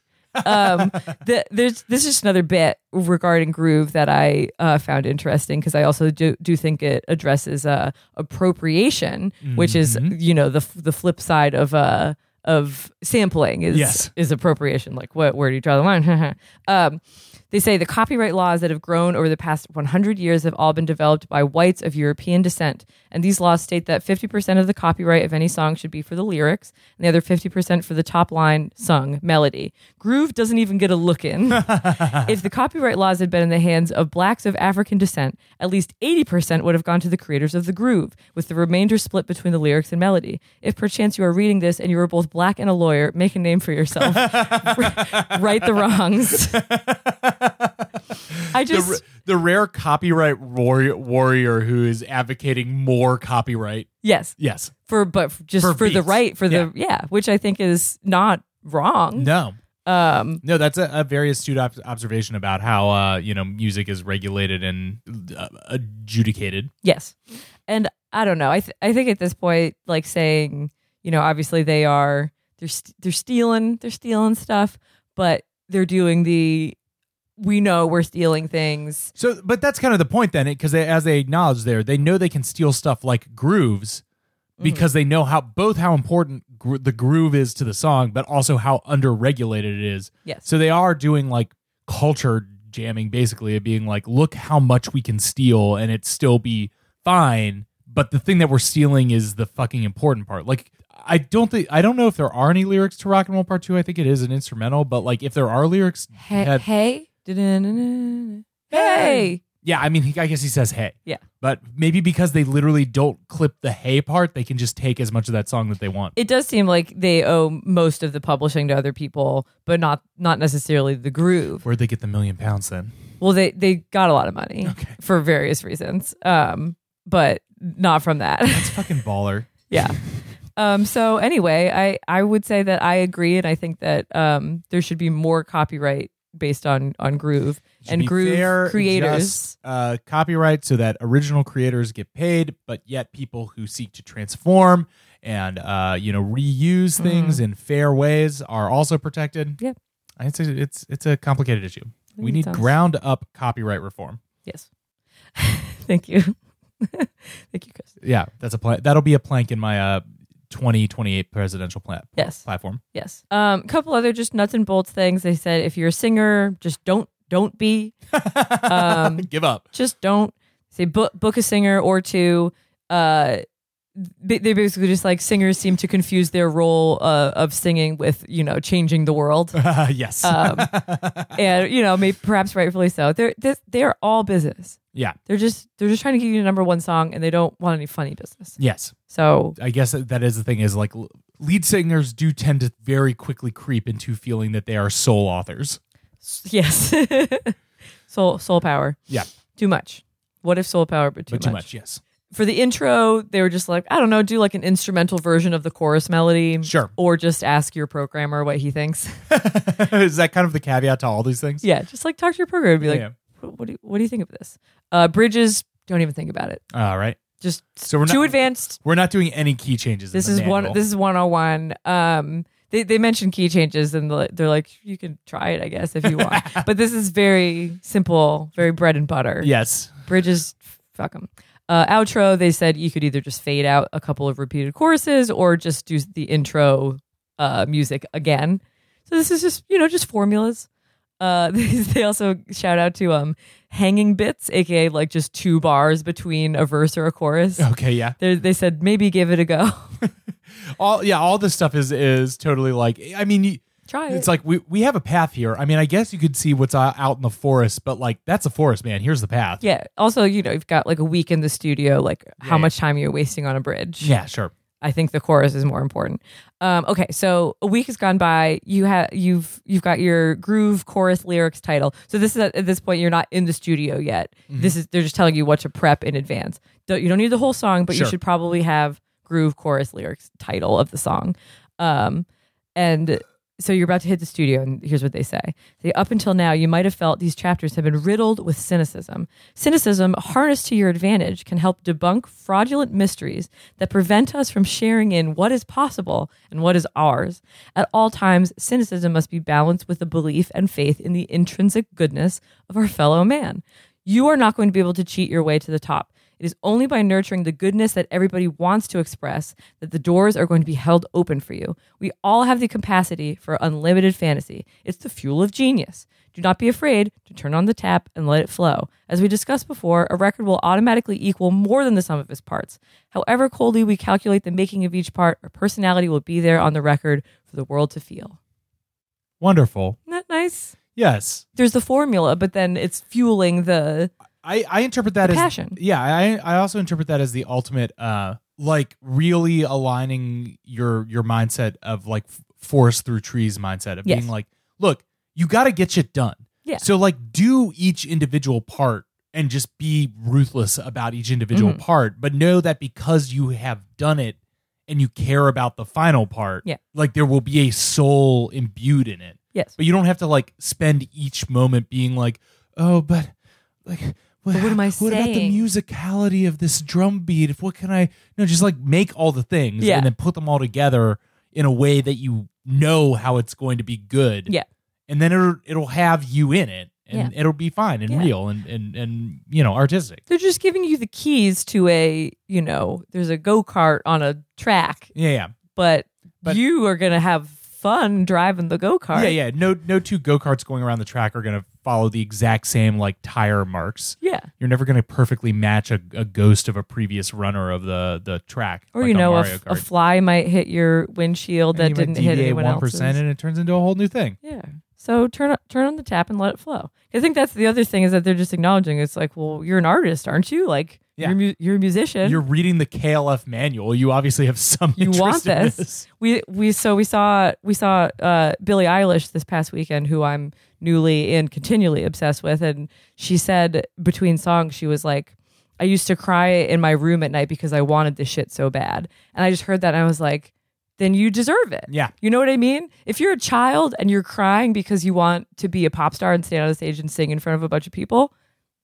[SPEAKER 1] Um, the, there's this is just another bit regarding groove that I uh, found interesting because I also do, do think it addresses uh, appropriation, which is you know the f- the flip side of uh, of sampling is
[SPEAKER 2] Yes.
[SPEAKER 1] is appropriation. Like what where do you draw the line? um, they say the copyright laws that have grown over the past 100 years have all been developed by whites of European descent. And these laws state that 50% of the copyright of any song should be for the lyrics, and the other 50% for the top line sung melody. Groove doesn't even get a look in. if the copyright laws had been in the hands of blacks of African descent, at least 80% would have gone to the creators of the groove, with the remainder split between the lyrics and melody. If perchance you are reading this and you are both black and a lawyer, make a name for yourself. right the wrongs. I
[SPEAKER 2] The,
[SPEAKER 1] just.
[SPEAKER 2] r- the rare copyright warrior, warrior who is advocating more copyright.
[SPEAKER 1] Yes,
[SPEAKER 2] Yes.
[SPEAKER 1] for but f- just
[SPEAKER 2] For
[SPEAKER 1] for, the
[SPEAKER 2] beats.
[SPEAKER 1] right for the yeah, which I think is not wrong.
[SPEAKER 2] No.
[SPEAKER 1] Um,
[SPEAKER 2] No, that's a, a very astute ob- observation about how uh, you know music is regulated and uh, adjudicated.
[SPEAKER 1] yes, and I don't know. I th- I think at this point, like saying, you know, obviously they are they're st- they're stealing they're stealing stuff, but they're doing the we know we're stealing things.
[SPEAKER 2] So, but that's kind of the point then, because as they acknowledge there, they know they can steal stuff like grooves because they know how both how important gr- the groove is to the song, but also how underregulated it is.
[SPEAKER 1] Yes.
[SPEAKER 2] So they are doing like culture jamming, basically, of being like, look how much we can steal and it still be fine. But the thing that we're stealing is the fucking important part. Like, I don't think I don't know if there are any lyrics to Rock and Roll Part Two. I think it is an instrumental, but like if there are lyrics,
[SPEAKER 1] Hey,
[SPEAKER 2] have-
[SPEAKER 1] hey, Da-da-na-na-na. hey,
[SPEAKER 2] yeah, I mean, he, I guess he says hey.
[SPEAKER 1] Yeah.
[SPEAKER 2] But maybe because they literally don't clip the hey part, they can just take as much of that song that they want.
[SPEAKER 1] it does seem like they owe most of the publishing to other people, but not not necessarily the groove.
[SPEAKER 2] Where'd they get the million pounds then?
[SPEAKER 1] Well, they they got a lot of money
[SPEAKER 2] Okay.
[SPEAKER 1] for various reasons, um, but not from that.
[SPEAKER 2] It's fucking baller.
[SPEAKER 1] yeah. Um, so anyway, I I would say that I agree, and I think that um, there should be more copyright based on on groove
[SPEAKER 2] Should
[SPEAKER 1] and
[SPEAKER 2] be
[SPEAKER 1] groove
[SPEAKER 2] fair,
[SPEAKER 1] creators.
[SPEAKER 2] just, uh, copyright so that original creators get paid, but yet people who seek to transform and uh, you know reuse
[SPEAKER 1] Mm-hmm.
[SPEAKER 2] things in fair ways are also protected.
[SPEAKER 1] Yep.
[SPEAKER 2] It's a, it's it's a complicated issue. We
[SPEAKER 1] it
[SPEAKER 2] need
[SPEAKER 1] sounds-
[SPEAKER 2] ground up copyright reform.
[SPEAKER 1] yes. Thank you. Thank you, Chris.
[SPEAKER 2] Yeah, that's a pla- that'll be a plank in my uh 2028 presidential pla-
[SPEAKER 1] Yes.
[SPEAKER 2] platform.
[SPEAKER 1] Yes. Um, couple other just nuts and bolts things. They said if you're a singer, just don't don't be. Um,
[SPEAKER 2] Give up.
[SPEAKER 1] just don't say book book a singer or two. Uh, ba- they basically just like singers seem to confuse their role uh, of singing with you know changing the world
[SPEAKER 2] Uh, yes.
[SPEAKER 1] and you know maybe perhaps rightfully so they're they're- they are all business
[SPEAKER 2] yeah.
[SPEAKER 1] they're just they're just trying to get you a number one song and they don't want any funny business
[SPEAKER 2] Yes.
[SPEAKER 1] so
[SPEAKER 2] I guess that is the thing is like l- lead singers do tend to very quickly creep into feeling that they are sole authors.
[SPEAKER 1] s- yes soul soul power
[SPEAKER 2] Yeah.
[SPEAKER 1] too much what if soul power but too,
[SPEAKER 2] But too much. Yes.
[SPEAKER 1] for the intro they were just like i don't know do like an instrumental version of the chorus melody
[SPEAKER 2] Sure.
[SPEAKER 1] or just ask your programmer what he thinks
[SPEAKER 2] is that kind of the caveat to all these things?
[SPEAKER 1] yeah just like talk to your programmer and be like
[SPEAKER 2] Yeah.
[SPEAKER 1] what do you, what do you think of this? Uh, bridges, don't even think about it.
[SPEAKER 2] All right.
[SPEAKER 1] Just
[SPEAKER 2] So we're not-
[SPEAKER 1] too advanced.
[SPEAKER 2] We're not doing any key changes.
[SPEAKER 1] This
[SPEAKER 2] in
[SPEAKER 1] is
[SPEAKER 2] the
[SPEAKER 1] one.
[SPEAKER 2] manual.
[SPEAKER 1] This is one hundred and one. Um, they they mentioned key changes and the- they're like, you can try it, I guess, if you want. but this is very simple, very bread and butter.
[SPEAKER 2] Yes.
[SPEAKER 1] Bridges, fuck them. Uh, outro, they said you could either just fade out a couple of repeated choruses or just do the intro uh, music again. So this is just you know just formulas. Uh, they also shout out to um hanging bits, aka like just two bars between a verse or a chorus.
[SPEAKER 2] Okay. Yeah.
[SPEAKER 1] They they said maybe give it a go,
[SPEAKER 2] All. Yeah. All this stuff is is totally like. I mean. You,
[SPEAKER 1] try it.
[SPEAKER 2] it's like we, we have a path here. I mean, I guess you could see what's uh, out in the forest, but like that's a forest, man. Here's the path.
[SPEAKER 1] yeah. Also, you know, you've got like a week in the studio. Like, how
[SPEAKER 2] Yeah.
[SPEAKER 1] much time are you wasting on a bridge?
[SPEAKER 2] Yeah, sure.
[SPEAKER 1] I think the chorus is more important. Um, okay, so a week has gone by. You have you've you've got your groove, chorus, lyrics, title. So this is at, at this point you're not in the studio yet.
[SPEAKER 2] Mm-hmm.
[SPEAKER 1] This is they're just telling you what to prep in advance. Don't- you don't need the whole song, but
[SPEAKER 2] Sure.
[SPEAKER 1] you should probably have groove, chorus, lyrics, title of the song. Um, and so you're about to hit the studio, and here's what they say. They, Up until now, you might have felt these chapters have been riddled with cynicism. Cynicism, harnessed to your advantage, can help debunk fraudulent mysteries that prevent us from sharing in what is possible and what is ours. At all times, cynicism must be balanced with a belief and faith in the intrinsic goodness of our fellow man. You are not going to be able to cheat your way to the top. It is only by nurturing the goodness that everybody wants to express that the doors are going to be held open for you. We all have the capacity for unlimited fantasy. It's the fuel of genius. Do not be afraid to turn on the tap and let it flow. As we discussed before, a record will automatically equal more than the sum of its parts. However coldly we calculate the making of each part, our personality will be there on the record for the world to feel.
[SPEAKER 2] Wonderful.
[SPEAKER 1] Isn't that nice?
[SPEAKER 2] Yes.
[SPEAKER 1] There's the formula, but then it's fueling the
[SPEAKER 2] I, I interpret that
[SPEAKER 1] The
[SPEAKER 2] as
[SPEAKER 1] passion.
[SPEAKER 2] Yeah, I I also interpret that as the ultimate uh like really aligning your your mindset of like f- forest through trees mindset of
[SPEAKER 1] Yes.
[SPEAKER 2] being like, look, you got to get shit done.
[SPEAKER 1] Yeah.
[SPEAKER 2] So like do each individual part and just be ruthless about each individual
[SPEAKER 1] Mm-hmm.
[SPEAKER 2] part, but know that because you have done it and you care about the final part,
[SPEAKER 1] Yeah.
[SPEAKER 2] like there will be a soul imbued in it
[SPEAKER 1] yes.
[SPEAKER 2] but you don't have to like spend each moment being like, oh, but like, what,
[SPEAKER 1] But what am I
[SPEAKER 2] about the
[SPEAKER 1] saying?
[SPEAKER 2] musicality of this drum beat? If what can I? No, just like make all the things
[SPEAKER 1] Yeah.
[SPEAKER 2] and then put them all together in a way that you know how it's going to be good.
[SPEAKER 1] Yeah.
[SPEAKER 2] and then it'll it'll have you in it, and it'll be fine and
[SPEAKER 1] Yeah.
[SPEAKER 2] real and and and you know artistic.
[SPEAKER 1] They're just giving you the keys to a, you know, there's a go kart on a track,
[SPEAKER 2] Yeah, yeah,
[SPEAKER 1] but,
[SPEAKER 2] But-
[SPEAKER 1] you are going to have fun driving the go kart.
[SPEAKER 2] yeah, yeah. No, no two go karts going around the track are gonna follow the exact same like tire marks.
[SPEAKER 1] Yeah.
[SPEAKER 2] you're never going to perfectly match a, a ghost of a previous runner of the the track.
[SPEAKER 1] Or,
[SPEAKER 2] like
[SPEAKER 1] you
[SPEAKER 2] on
[SPEAKER 1] know, a,
[SPEAKER 2] Mario
[SPEAKER 1] f- a
[SPEAKER 2] Kart.
[SPEAKER 1] fly might hit your windshield
[SPEAKER 2] And
[SPEAKER 1] that
[SPEAKER 2] you might
[SPEAKER 1] didn't hit
[SPEAKER 2] deviate
[SPEAKER 1] anyone
[SPEAKER 2] 1%
[SPEAKER 1] else's.
[SPEAKER 2] and it turns into a whole new thing.
[SPEAKER 1] yeah. So turn, turn on the tap and let it flow. I think that's the other thing is that they're just acknowledging it's like, well, you're an artist, aren't you? Like,
[SPEAKER 2] Yeah.
[SPEAKER 1] you're, mu- you're a musician.
[SPEAKER 2] You're reading the KLF manual. You obviously have some.
[SPEAKER 1] you
[SPEAKER 2] interest
[SPEAKER 1] want
[SPEAKER 2] in
[SPEAKER 1] this. We we so we saw we saw uh, Billie Eilish this past weekend, who I'm newly and continually obsessed with, and she said between songs she was like, "I used to cry in my room at night because I wanted this shit so bad," and I just heard that and I was like, "Then you deserve it."
[SPEAKER 2] Yeah.
[SPEAKER 1] you know what I mean. If you're a child and you're crying because you want to be a pop star and stand on a stage and sing in front of a bunch of people,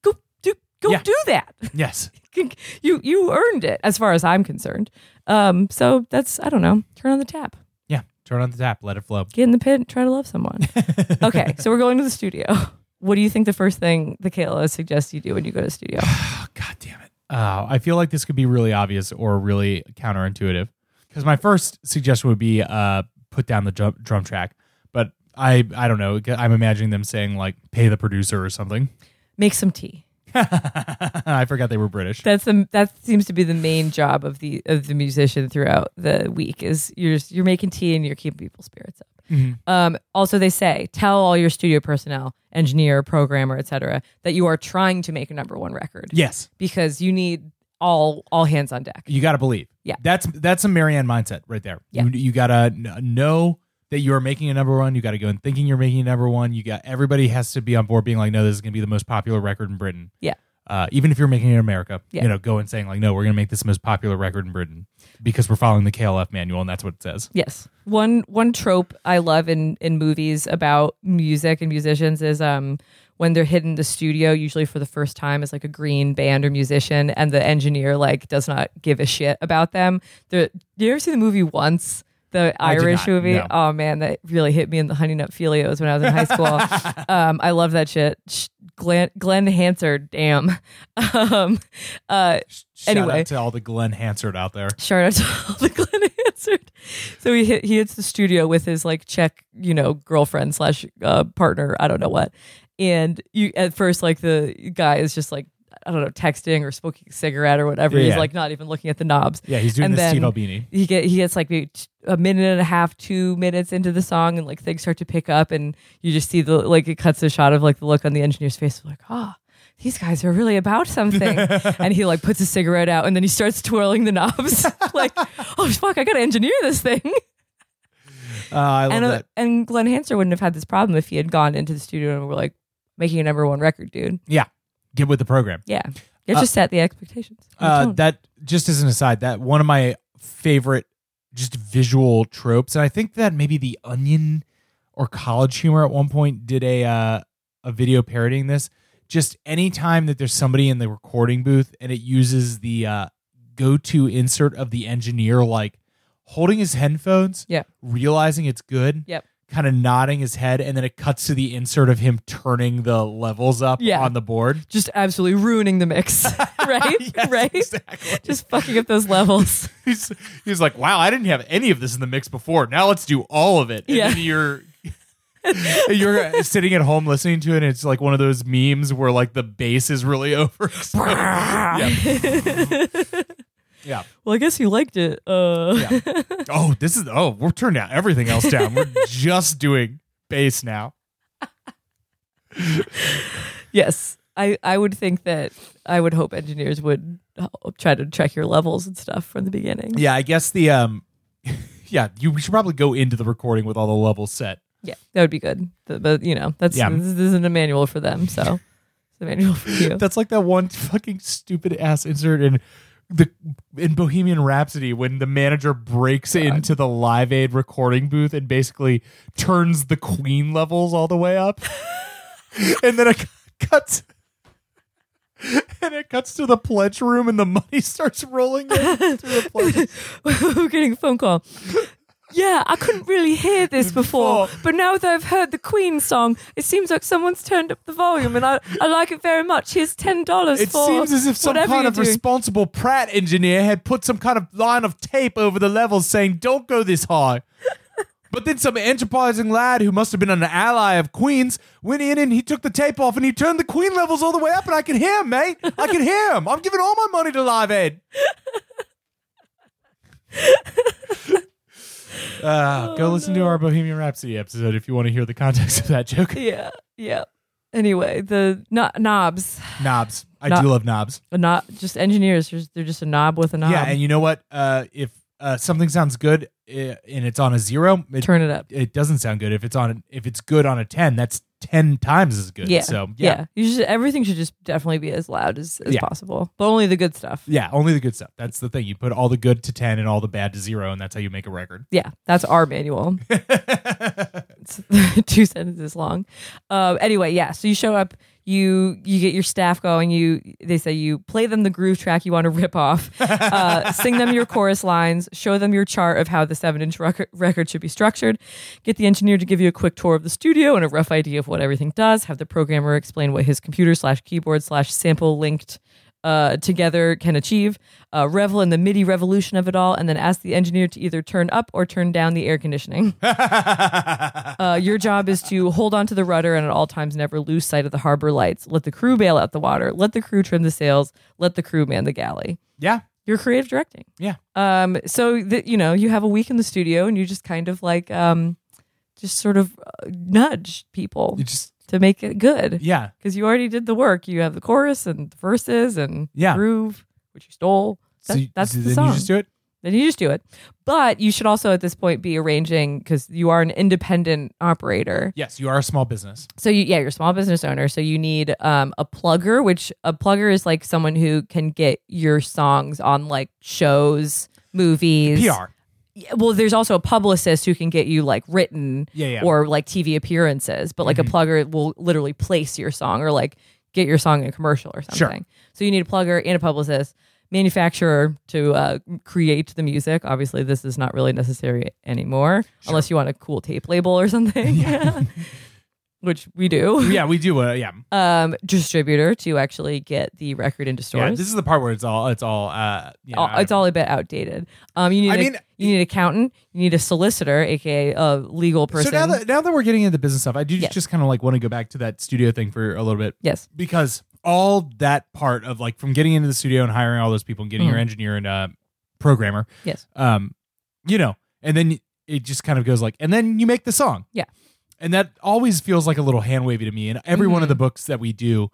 [SPEAKER 1] go do go
[SPEAKER 2] Yeah.
[SPEAKER 1] do that.
[SPEAKER 2] Yes.
[SPEAKER 1] you you earned it as far as I'm concerned. Um, so that's I don't know. Turn on the tap,
[SPEAKER 2] Yeah. Turn on the tap. Let it flow.
[SPEAKER 1] get in the pit, and try to love someone. okay, so we're going to the studio. What do you think the first thing the KLO suggests you do when you go to the studio?
[SPEAKER 2] Oh, God damn it. Oh, I feel like this could be really obvious or really counterintuitive. Because my first suggestion would be uh, put down the drum, drum track. But I, I don't know. I'm imagining them saying like, pay the producer or something.
[SPEAKER 1] Make some tea.
[SPEAKER 2] I forgot they were British.
[SPEAKER 1] That's the that seems to be the main job of the of the musician throughout the week is you're just, you're making tea and you're keeping people's spirits up. Um, also, they say tell all your studio personnel, engineer, programmer, etc., that you are trying to make a number one record
[SPEAKER 2] yes,
[SPEAKER 1] because you need all all hands on deck.
[SPEAKER 2] you got to believe.
[SPEAKER 1] Yeah.
[SPEAKER 2] that's that's a Marianne mindset right there.
[SPEAKER 1] Yeah.
[SPEAKER 2] You, you got to know that you are making a number one. You got to go in thinking you're making a number one. You got everybody has to be on board, being like, no, this is going to be the most popular record in Britain.
[SPEAKER 1] Yeah.
[SPEAKER 2] Uh, even if you're making it in America,
[SPEAKER 1] Yeah.
[SPEAKER 2] you know, go and saying like, no, we're going to make this the most popular record in Britain because we're following the KLF manual, and that's what it says.
[SPEAKER 1] Yes. One one trope I love in in movies about music and musicians is um when they're hidden in the studio, usually for the first time as like a green band or musician, and the engineer like does not give a shit about them. The you ever see the movie once? The
[SPEAKER 2] did
[SPEAKER 1] Irish
[SPEAKER 2] not,
[SPEAKER 1] movie.
[SPEAKER 2] no.
[SPEAKER 1] Oh man, that really hit me in the Honey Nut Filios when I was in high school. um, I love that shit. Sh- Glenn, Glenn Hansard, damn. um, uh,
[SPEAKER 2] Shout
[SPEAKER 1] Anyway.
[SPEAKER 2] out to all the Glenn Hansard out there.
[SPEAKER 1] Shout out to all the Glenn answered. So he hit, he hits the studio with his like Czech, you know, girlfriend slash uh, partner. I don't know what. And you at first like the guy is just like I don't know texting or smoking a cigarette or whatever.
[SPEAKER 2] Yeah,
[SPEAKER 1] He's
[SPEAKER 2] yeah.
[SPEAKER 1] like not even looking at the knobs.
[SPEAKER 2] Yeah, he's doing
[SPEAKER 1] And
[SPEAKER 2] this
[SPEAKER 1] then-
[SPEAKER 2] Tito Beanie.
[SPEAKER 1] He get he gets like maybe t- a minute and a half, two minutes into the song, and like things start to pick up, and you just see the like it cuts a shot of like the look on the engineer's face, like ah. these guys are really about something.
[SPEAKER 2] Uh,
[SPEAKER 1] and he like puts a cigarette out and then he starts twirling the knobs. like, oh fuck, I gotta engineer this thing.
[SPEAKER 2] Uh, I love
[SPEAKER 1] And uh,
[SPEAKER 2] that.
[SPEAKER 1] and Glenn Hanser wouldn't have had this problem if he had gone into the studio and were like making a number one record, dude.
[SPEAKER 2] Yeah, get with the program.
[SPEAKER 1] Yeah. It just set the expectations. and the
[SPEAKER 2] Uh,
[SPEAKER 1] tone.
[SPEAKER 2] that just as an aside, that one of my favorite just visual tropes, and I think that maybe the Onion or College Humor at one point did a uh, a video parodying this. Just any time that there's somebody in the recording booth and it uses the uh, go to insert of the engineer, like holding his headphones,
[SPEAKER 1] Yeah.
[SPEAKER 2] realizing it's good,
[SPEAKER 1] Yep.
[SPEAKER 2] kind of nodding his head, and then it cuts to the insert of him turning the levels up
[SPEAKER 1] Yeah.
[SPEAKER 2] on the board.
[SPEAKER 1] just absolutely ruining the mix. right?
[SPEAKER 2] Yes,
[SPEAKER 1] right?
[SPEAKER 2] exactly.
[SPEAKER 1] Just fucking up those levels.
[SPEAKER 2] he's he's like, wow, I didn't have any of this in the mix before. Now let's do all of it. And
[SPEAKER 1] Yeah.
[SPEAKER 2] then you're you're sitting at home listening to it. and It's like one of those memes where like the bass is really over. yeah. yeah.
[SPEAKER 1] Well, I guess you liked it. Uh,
[SPEAKER 2] Yeah. Oh, this is oh, we're turning down everything else down. We're just doing bass now.
[SPEAKER 1] yes, I, I would think that I would hope engineers would help try to check your levels and stuff from the beginning.
[SPEAKER 2] Yeah, I guess the um yeah, you should probably go into the recording with all the levels set.
[SPEAKER 1] Yeah, that would be good. Th- But you know, that's
[SPEAKER 2] Yeah.
[SPEAKER 1] this isn't a manual for them, so it's a manual for you.
[SPEAKER 2] That's like that one fucking stupid ass insert in the in Bohemian Rhapsody when the manager breaks into the Live Aid recording booth and basically turns the Queen levels all the way up, and then it cu- cuts. And it cuts to the pledge room, and the money starts rolling in through the pledge.
[SPEAKER 1] We're getting a phone call. Yeah, I couldn't really hear this before,
[SPEAKER 2] Before.
[SPEAKER 1] but now that I've heard the Queen song, it seems like someone's turned up the volume, and I, I like it very much. Here's ten dollars.
[SPEAKER 2] It seems as if some kind of responsible Pratt engineer had put some kind of line of tape over the levels saying, don't go this high. but then some enterprising lad who must have been an ally of Queen's went in and he took the tape off and he turned the Queen levels all the way up and I can hear him, mate. I can hear him. I'm giving all my money to Live Aid. Uh, go listen to our Bohemian Rhapsody episode if you want to hear the context of that joke.
[SPEAKER 1] Yeah, yeah. Anyway, the no- knobs,
[SPEAKER 2] Knobs. I
[SPEAKER 1] Knob-
[SPEAKER 2] do love knobs.
[SPEAKER 1] not just engineers. They're just- They're just a knob with a knob.
[SPEAKER 2] Yeah, and you know what? Uh, if uh, something sounds good uh, and it's on a zero, it,
[SPEAKER 1] turn it up.
[SPEAKER 2] it doesn't sound good. If it's on, if it's good on a ten, that's ten times as good.
[SPEAKER 1] Yeah.
[SPEAKER 2] So yeah,
[SPEAKER 1] yeah. You should, everything should just definitely be as loud as, as
[SPEAKER 2] Yeah.
[SPEAKER 1] possible, but only the good stuff.
[SPEAKER 2] yeah. Only the good stuff. That's the thing. You put all the good to ten and all the bad to zero, and that's how you make a record.
[SPEAKER 1] Yeah, that's our manual. it's two sentences long. Um, anyway, yeah. So you show up, you you get your staff going. You they say you play them the groove track you want to rip off, uh, sing them your chorus lines, show them your chart of how the seven inch record, record should be structured, get the engineer to give you a quick tour of the studio and a rough idea of what everything does. Have the programmer explain what his computer slash keyboard slash sample linked uh, together can achieve. Uh, revel in the MIDI revolution of it all, and then ask the engineer to either turn up or turn down the air conditioning. Uh, your job is to hold on to the rudder and at all times never lose sight of the harbor lights. Let the crew bail out the water. Let the crew trim the sails. Let the crew man the galley.
[SPEAKER 2] yeah.
[SPEAKER 1] You're creative directing.
[SPEAKER 2] Yeah.
[SPEAKER 1] Um, so that you know, you have a week in the studio and you just kind of like, um, just sort of uh, nudge people
[SPEAKER 2] You just
[SPEAKER 1] to make it good
[SPEAKER 2] yeah.
[SPEAKER 1] because you already did the work. You have the chorus and the verses and
[SPEAKER 2] Yeah.
[SPEAKER 1] groove, which you stole. That-
[SPEAKER 2] so you-
[SPEAKER 1] that's
[SPEAKER 2] so
[SPEAKER 1] the
[SPEAKER 2] then
[SPEAKER 1] song
[SPEAKER 2] you just do it.
[SPEAKER 1] then you just do it. But you should also at this point be arranging because you are an independent operator.
[SPEAKER 2] Yes, you are a small business.
[SPEAKER 1] So you, yeah, you're a small business owner. So you need um, a plugger, which a plugger is like someone who can get your songs on like shows, movies,
[SPEAKER 2] PR.
[SPEAKER 1] Yeah, well, there's also a publicist who can get you like written
[SPEAKER 2] Yeah, Mm-hmm. yeah.
[SPEAKER 1] or like TV appearances, but like a plugger will literally place your song or like get your song in a commercial or
[SPEAKER 2] Sure.
[SPEAKER 1] something. So you need a plugger and a publicist, manufacturer to uh, create the music. Obviously, this is not really necessary anymore unless you want a cool tape label or something, which we do.
[SPEAKER 2] yeah, we do. Uh, yeah.
[SPEAKER 1] Um, distributor to actually get the record into
[SPEAKER 2] yeah.
[SPEAKER 1] stores.
[SPEAKER 2] This is the part where it's all it's all uh you know,
[SPEAKER 1] all- it's all a bit outdated. Um, you need
[SPEAKER 2] I
[SPEAKER 1] a-
[SPEAKER 2] mean-
[SPEAKER 1] you need an accountant, you need a solicitor, aka a legal person.
[SPEAKER 2] So now that now that we're getting into the business stuff, I do
[SPEAKER 1] Yes.
[SPEAKER 2] just kind of like want to go back to that studio thing for a little bit.
[SPEAKER 1] yes,
[SPEAKER 2] because all that part of like from getting into the studio and hiring all those people and getting your
[SPEAKER 1] Mhm.
[SPEAKER 2] engineer and uh, programmer,
[SPEAKER 1] yes,
[SPEAKER 2] um, you know, and then it just kind of goes like, and then you make the song.
[SPEAKER 1] Yeah.
[SPEAKER 2] And that always feels like a little hand wavy to me in every one of
[SPEAKER 1] Mm-hmm.
[SPEAKER 2] the books that we do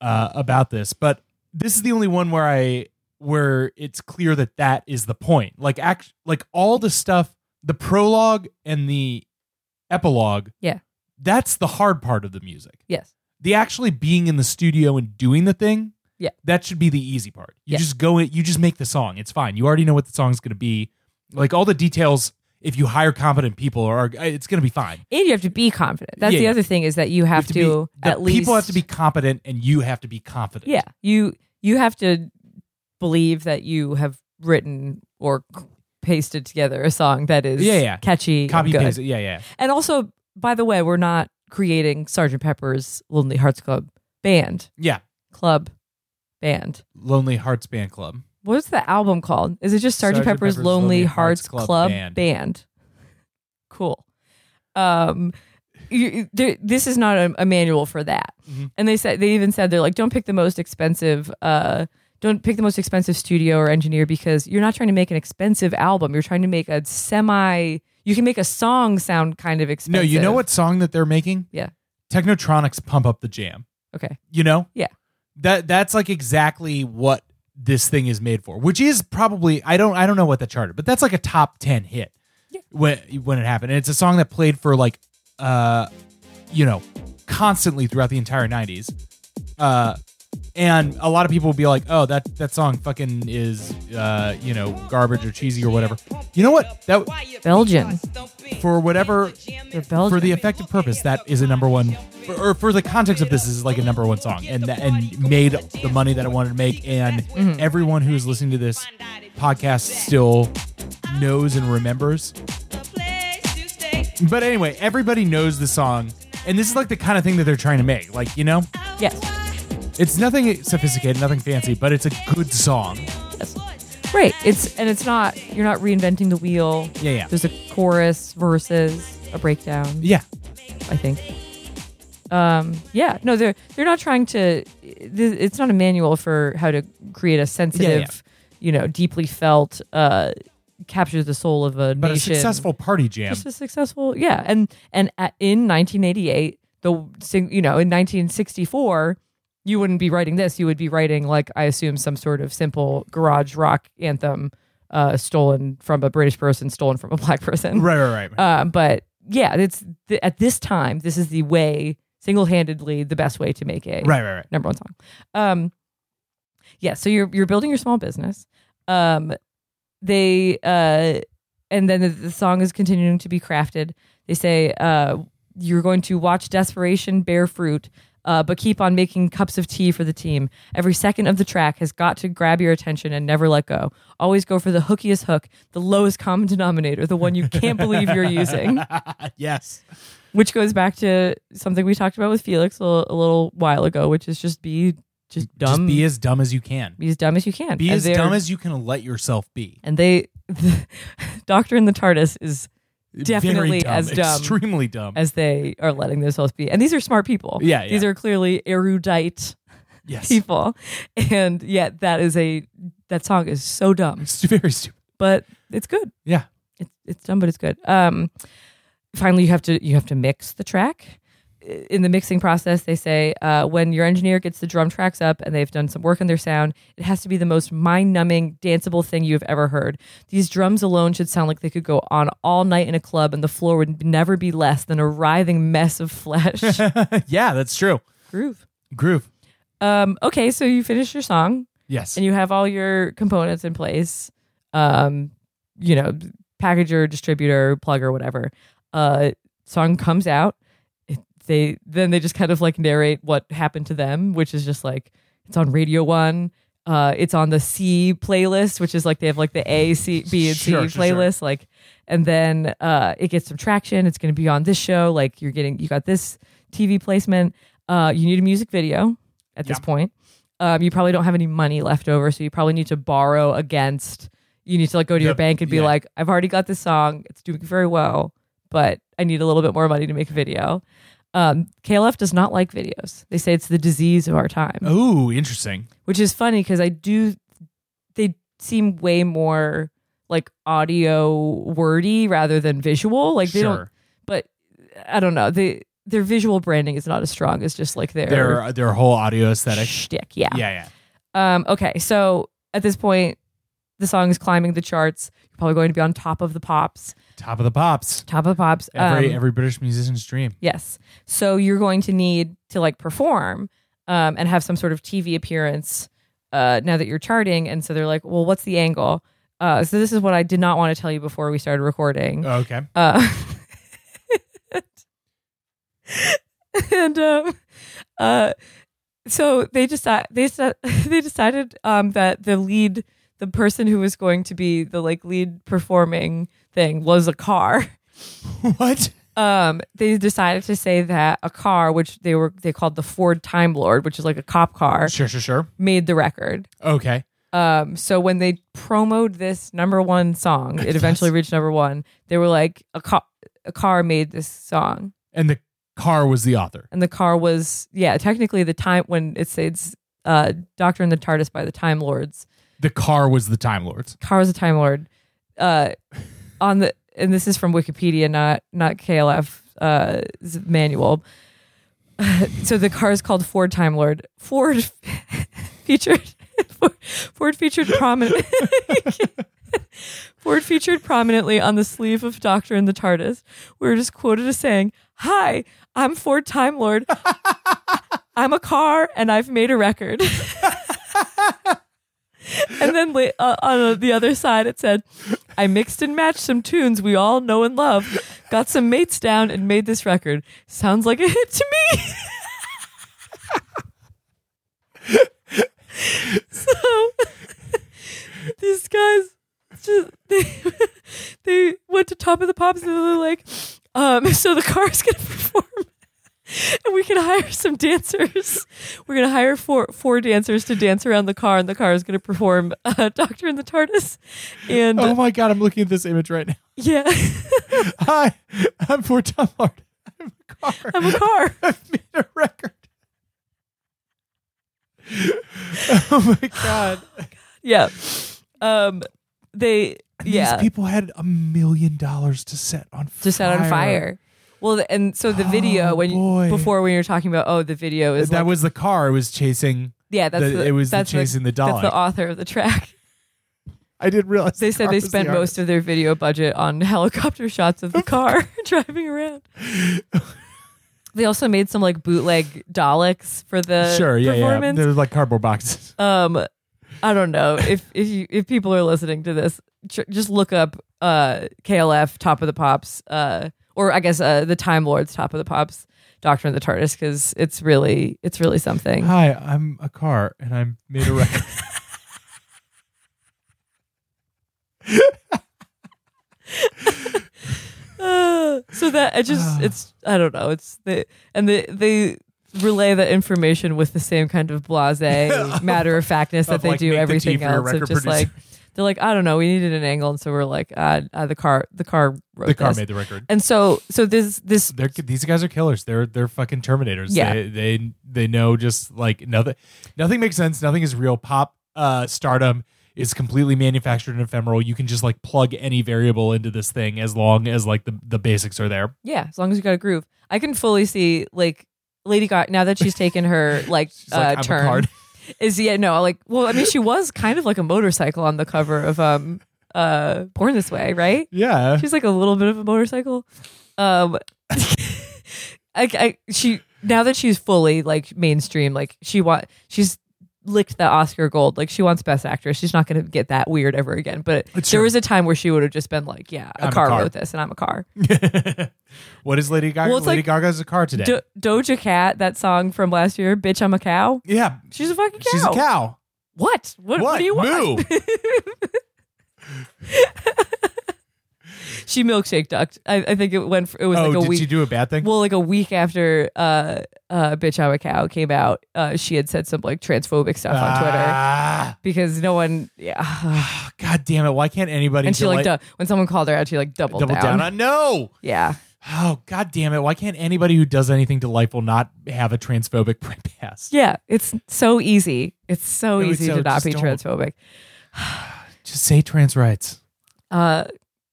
[SPEAKER 2] uh, about this. But this is the only one where I where it's clear that that is the point. Like act like all the stuff, the prologue and the epilogue.
[SPEAKER 1] Yeah.
[SPEAKER 2] That's the hard part of the music
[SPEAKER 1] yes,
[SPEAKER 2] the actually being in the studio and doing the thing
[SPEAKER 1] Yeah.
[SPEAKER 2] that should be the easy part you
[SPEAKER 1] Yeah.
[SPEAKER 2] just go in you just make the song it's fine you already know what the song's going to be like all the details if you hire competent people are uh, it's going to be fine
[SPEAKER 1] and you have to be confident. That's
[SPEAKER 2] Yeah,
[SPEAKER 1] the
[SPEAKER 2] yeah.
[SPEAKER 1] other thing is that you have,
[SPEAKER 2] You
[SPEAKER 1] to,
[SPEAKER 2] be- the
[SPEAKER 1] at least
[SPEAKER 2] people have to be competent and you have to be confident
[SPEAKER 1] yeah. You you have to believe that you have written or c- pasted together a song that is
[SPEAKER 2] Yeah, yeah.
[SPEAKER 1] catchy,
[SPEAKER 2] copy
[SPEAKER 1] and good.
[SPEAKER 2] paste it. yeah yeah
[SPEAKER 1] And also, by the way, we're not creating Sergeant Pepper's Lonely Hearts Club band
[SPEAKER 2] yeah
[SPEAKER 1] club band.
[SPEAKER 2] lonely hearts band club
[SPEAKER 1] What's the album called? Is it just Sgt.
[SPEAKER 2] Sgt.
[SPEAKER 1] Pepper's, Lonely Hearts, Club,
[SPEAKER 2] Band.
[SPEAKER 1] Band? Cool. Um, you, you- there, this is not a, a manual for that.
[SPEAKER 2] Mhm.
[SPEAKER 1] And they said they even said they're like, don't pick the most expensive. Uh, don't pick the most expensive studio or engineer because you're not trying to make an expensive album. You're trying to make a semi. You can make a song sound kind of expensive.
[SPEAKER 2] no you know what song that they're making
[SPEAKER 1] Yeah.
[SPEAKER 2] technotronics pump up the jam
[SPEAKER 1] Okay.
[SPEAKER 2] you know
[SPEAKER 1] Yeah.
[SPEAKER 2] that that's like exactly what this thing is made for which is probably i don't i don't know what the charted but that's like a top 10 hit
[SPEAKER 1] Yeah.
[SPEAKER 2] when when it happened and it's a song that played for like uh you know constantly throughout the entire 90s uh and a lot of people will be like oh that that song fucking is uh you know garbage or cheesy or whatever you know what that
[SPEAKER 1] Belgian.
[SPEAKER 2] for whatever
[SPEAKER 1] They're Belgian.
[SPEAKER 2] for the effective purpose that is a number one or for the context of this this is like a number one song and that and made the money that i wanted to make and
[SPEAKER 1] Mm-hmm.
[SPEAKER 2] everyone who's listening to this podcast still knows and remembers but anyway everybody knows the song and this is like the kind of thing that they're trying to make like you know
[SPEAKER 1] yes.
[SPEAKER 2] it's nothing sophisticated nothing fancy but it's a good song
[SPEAKER 1] Right. It's and it's not. You're not reinventing the wheel.
[SPEAKER 2] Yeah, yeah.
[SPEAKER 1] There's a chorus, verses, a breakdown.
[SPEAKER 2] yeah
[SPEAKER 1] I think. Um, yeah, no, they're they're not trying to. th- It's not a manual for how to create a sensitive, you know, deeply felt, uh, capture the soul of a
[SPEAKER 2] but a
[SPEAKER 1] nation.
[SPEAKER 2] successful party jam
[SPEAKER 1] just a successful, yeah. And and a in 1988, the sing, you know, in 1964, you wouldn't be writing this. You would be writing like I assume some sort of simple garage rock anthem, uh, stolen from a British person, stolen from a black person,
[SPEAKER 2] right right right
[SPEAKER 1] um, but yeah, it's th- at this time, this is the way single-handedly the best way to make a
[SPEAKER 2] right right right
[SPEAKER 1] number one song. Um, yeah, so you're you're building your small business. Um, they uh, and then the, the song is continuing to be crafted. They say uh, you're going to watch desperation bear fruit. Uh, but keep on making cups of tea for the team. Every second of the track has got to grab your attention and never let go. Always go for the hookiest hook, the lowest common denominator, the one you can't believe you're using
[SPEAKER 2] yes
[SPEAKER 1] which goes back to something we talked about with Felix a, a little while ago, which is just be Just dumb.
[SPEAKER 2] Just be as dumb as you can.
[SPEAKER 1] be as dumb as you can.
[SPEAKER 2] Be
[SPEAKER 1] And
[SPEAKER 2] as
[SPEAKER 1] they're-
[SPEAKER 2] dumb as you can let yourself be.
[SPEAKER 1] And they, Doctor in the TARDIS is
[SPEAKER 2] Very
[SPEAKER 1] definitely
[SPEAKER 2] dumb,
[SPEAKER 1] as dumb
[SPEAKER 2] extremely dumb.
[SPEAKER 1] as they are letting themselves be. And these are smart people.
[SPEAKER 2] Yeah,
[SPEAKER 1] These
[SPEAKER 2] yeah.
[SPEAKER 1] are clearly erudite
[SPEAKER 2] yes,
[SPEAKER 1] people. And yet that is a, that song is so dumb,
[SPEAKER 2] it's very stupid.
[SPEAKER 1] but it's good.
[SPEAKER 2] Yeah,
[SPEAKER 1] It's, it's dumb, but it's good. Um, finally, you have to, you have to mix the track. In the mixing process, they say uh, when your engineer gets the drum tracks up and they've done some work on their sound, it has to be the most mind numbing, danceable thing you have ever heard. These drums alone should sound like they could go on all night in a club and the floor would never be less than a writhing mess of flesh.
[SPEAKER 2] yeah, that's true.
[SPEAKER 1] groove.
[SPEAKER 2] Groove.
[SPEAKER 1] Um, okay, so you finish your song
[SPEAKER 2] Yes.
[SPEAKER 1] and you have all your components in place. Um, you know, packager, distributor, plugger, whatever. Uh, song comes out. It, they then they just kind of like narrate what happened to them, which is just like it's on Radio One. Uh, it's on the C playlist, which is like they have like the A, C, B, and
[SPEAKER 2] Sure, sure,
[SPEAKER 1] C
[SPEAKER 2] sure.
[SPEAKER 1] playlist. Like, and then uh, it gets some traction. It's going to be on this show. Like, you're getting you got this TV placement. Uh, you need a music video at this
[SPEAKER 2] Yeah.
[SPEAKER 1] point. Um, you probably don't have any money left over, so you probably need to borrow against. You need to like go to your
[SPEAKER 2] The-
[SPEAKER 1] bank and be
[SPEAKER 2] yeah.
[SPEAKER 1] like, "I've already got this song; it's doing very well, but I need a little bit more money to make a video." Um, KLF does not like videos. They say it's the disease of our time,
[SPEAKER 2] oh, interesting.
[SPEAKER 1] which is funny because I do. They seem way more like audio wordy rather than visual. Like they don't,
[SPEAKER 2] sure.
[SPEAKER 1] but I don't know. They their visual branding is not as strong as just like their
[SPEAKER 2] Their their whole audio aesthetic.
[SPEAKER 1] shtick.
[SPEAKER 2] Yeah, yeah.
[SPEAKER 1] Um, okay, so at this point, the song is climbing the charts. You're probably going to be on top of the pops,
[SPEAKER 2] Top of the pops.
[SPEAKER 1] top of the pops.
[SPEAKER 2] Every
[SPEAKER 1] um,
[SPEAKER 2] every British musician's dream.
[SPEAKER 1] yes. So you're going to need to like perform um, and have some sort of TV appearance uh, now that you're charting. And so they're like, well, what's the angle? Uh, so this is what I did not want to tell you before we started recording.
[SPEAKER 2] Okay.
[SPEAKER 1] Uh, and um, uh, so they decide they deci- they decided um, that the lead the person who was going to be the like lead performing thing was a car.
[SPEAKER 2] what?
[SPEAKER 1] Um, they decided to say that a car, which they were they called the Ford Time Lord, which is like a cop car,
[SPEAKER 2] Sure, sure, sure.
[SPEAKER 1] made the record.
[SPEAKER 2] Okay.
[SPEAKER 1] Um, so when they promoted this number one song, it eventually reached number one. They were like, a car, a car made this song,
[SPEAKER 2] And the car was the author.
[SPEAKER 1] and the car was yeah, technically the time when it says uh, Doctor and the TARDIS by the Time Lords.
[SPEAKER 2] The car was the Time Lords.
[SPEAKER 1] Car was a Time Lord. Uh, on the and this is from Wikipedia, not not KLF uh, 's manual. so the car is called Ford Time Lord. Ford featured Ford, Ford featured prominent. Ford featured prominently on the sleeve of Doctor and the TARDIS, where it is quoted as saying, "Hi, I'm Ford Time Lord. I'm a car, and I've made a record." and then la- uh, on uh, the other side, it said, "I mixed and matched some tunes we all know and love, got some mates down, and made this record. Sounds like a hit to me." so these guys just they, they went to top of the pops and they're like um so the car's gonna perform and we can hire some dancers we're gonna hire four four dancers to dance around the car and the car is gonna perform uh, doctor in the tardis and
[SPEAKER 2] Oh my god, I'm looking at this image right now.
[SPEAKER 1] yeah
[SPEAKER 2] Hi, I'm for Tom Lord. I'm a car.
[SPEAKER 1] i'm a car
[SPEAKER 2] I've made a record. oh my god.
[SPEAKER 1] yeah um they yeah
[SPEAKER 2] These people had a million dollars to set on fire.
[SPEAKER 1] to set on fire well the- and so the video
[SPEAKER 2] Oh,
[SPEAKER 1] when you-
[SPEAKER 2] boy.
[SPEAKER 1] before when you're talking about oh the video is
[SPEAKER 2] That
[SPEAKER 1] like-
[SPEAKER 2] was the car it was chasing.
[SPEAKER 1] yeah that's
[SPEAKER 2] the-
[SPEAKER 1] the,
[SPEAKER 2] it was the
[SPEAKER 1] that's
[SPEAKER 2] chasing the
[SPEAKER 1] that's the
[SPEAKER 2] dollar.
[SPEAKER 1] author of the track
[SPEAKER 2] I didn't realize
[SPEAKER 1] They
[SPEAKER 2] the
[SPEAKER 1] said
[SPEAKER 2] car
[SPEAKER 1] they
[SPEAKER 2] was the
[SPEAKER 1] spent most of their video budget on helicopter shots of the car driving around. they also made some like bootleg Daleks for the
[SPEAKER 2] artist. Sure, yeah, yeah.
[SPEAKER 1] performance.
[SPEAKER 2] They're like cardboard boxes.
[SPEAKER 1] Um, I don't know if if you, if people are listening to this, tr- just look up uh KLF Top of the Pops, uh, or I guess uh, the Time Lords Top of the Pops, Doctor and the TARDIS, because it's really it's really something.
[SPEAKER 2] Hi, I'm a car and I made a record.
[SPEAKER 1] Uh, so that I just
[SPEAKER 2] Ah. Ah.
[SPEAKER 1] it's I don't know it's the and the they relay the information with the same kind of blase matter of factness that
[SPEAKER 2] Of,
[SPEAKER 1] they
[SPEAKER 2] like,
[SPEAKER 1] do
[SPEAKER 2] make the tea
[SPEAKER 1] everything
[SPEAKER 2] for your
[SPEAKER 1] else. Of
[SPEAKER 2] record
[SPEAKER 1] just like they're like, I don't know, we needed an angle, and so we're like, uh, uh, the car, the car wrote
[SPEAKER 2] the car
[SPEAKER 1] this.
[SPEAKER 2] made the record.
[SPEAKER 1] and so, so this this
[SPEAKER 2] They're, these guys are killers. They're they're fucking terminators.
[SPEAKER 1] Yeah.
[SPEAKER 2] They, they they know just like nothing nothing makes sense. Nothing is real. Pop uh stardom is completely manufactured and ephemeral. You can just like plug any variable into this thing as long as like the, the basics are there.
[SPEAKER 1] Yeah, as long as you got a groove, I can fully see like Lady Gaga now that she's taken her like
[SPEAKER 2] She's
[SPEAKER 1] uh,
[SPEAKER 2] like, "I'm a
[SPEAKER 1] turn.
[SPEAKER 2] card."
[SPEAKER 1] Is yeah no like well I mean she was kind of like a motorcycle on the cover of um uh Born This Way right
[SPEAKER 2] Yeah.
[SPEAKER 1] she's like a little bit of a motorcycle um I, I she now that she's fully like mainstream like she want she's licked the Oscar gold like she wants Best Actress she's not gonna get that weird ever again but
[SPEAKER 2] It's
[SPEAKER 1] there
[SPEAKER 2] true.
[SPEAKER 1] was a time where she would have just been like yeah a
[SPEAKER 2] I'm a
[SPEAKER 1] car,
[SPEAKER 2] car.
[SPEAKER 1] wrote this and I'm a car
[SPEAKER 2] what is Lady Gaga?
[SPEAKER 1] Well, it's
[SPEAKER 2] Lady
[SPEAKER 1] like-
[SPEAKER 2] Gaga's a car today.
[SPEAKER 1] Do- Doja Cat, that song from last year, "Bitch, I'm a cow."
[SPEAKER 2] yeah.
[SPEAKER 1] She's a fucking cow.
[SPEAKER 2] She's a cow.
[SPEAKER 1] What? What, what do you want?
[SPEAKER 2] Moo.
[SPEAKER 1] She milkshake ducked. I, I think it went. For, it was
[SPEAKER 2] oh,
[SPEAKER 1] like a
[SPEAKER 2] did
[SPEAKER 1] week.
[SPEAKER 2] she do a bad thing?
[SPEAKER 1] well, like a week after uh, uh, "Bitch, I'm a cow" came out, uh, she had said some like transphobic stuff on Twitter
[SPEAKER 2] Ah, oh,
[SPEAKER 1] because no one. Yeah,
[SPEAKER 2] God damn it! Why can't anybody?
[SPEAKER 1] and she like
[SPEAKER 2] delay-
[SPEAKER 1] du- when someone called her out, she like doubled,
[SPEAKER 2] double down on no.
[SPEAKER 1] yeah,
[SPEAKER 2] Oh god damn it! Why can't anybody who does anything delightful not have a transphobic past?
[SPEAKER 1] yeah. It's so easy. It's so
[SPEAKER 2] No, it's
[SPEAKER 1] easy
[SPEAKER 2] so-
[SPEAKER 1] to not
[SPEAKER 2] just
[SPEAKER 1] be
[SPEAKER 2] don't.
[SPEAKER 1] transphobic.
[SPEAKER 2] Just say trans rights.
[SPEAKER 1] Uh,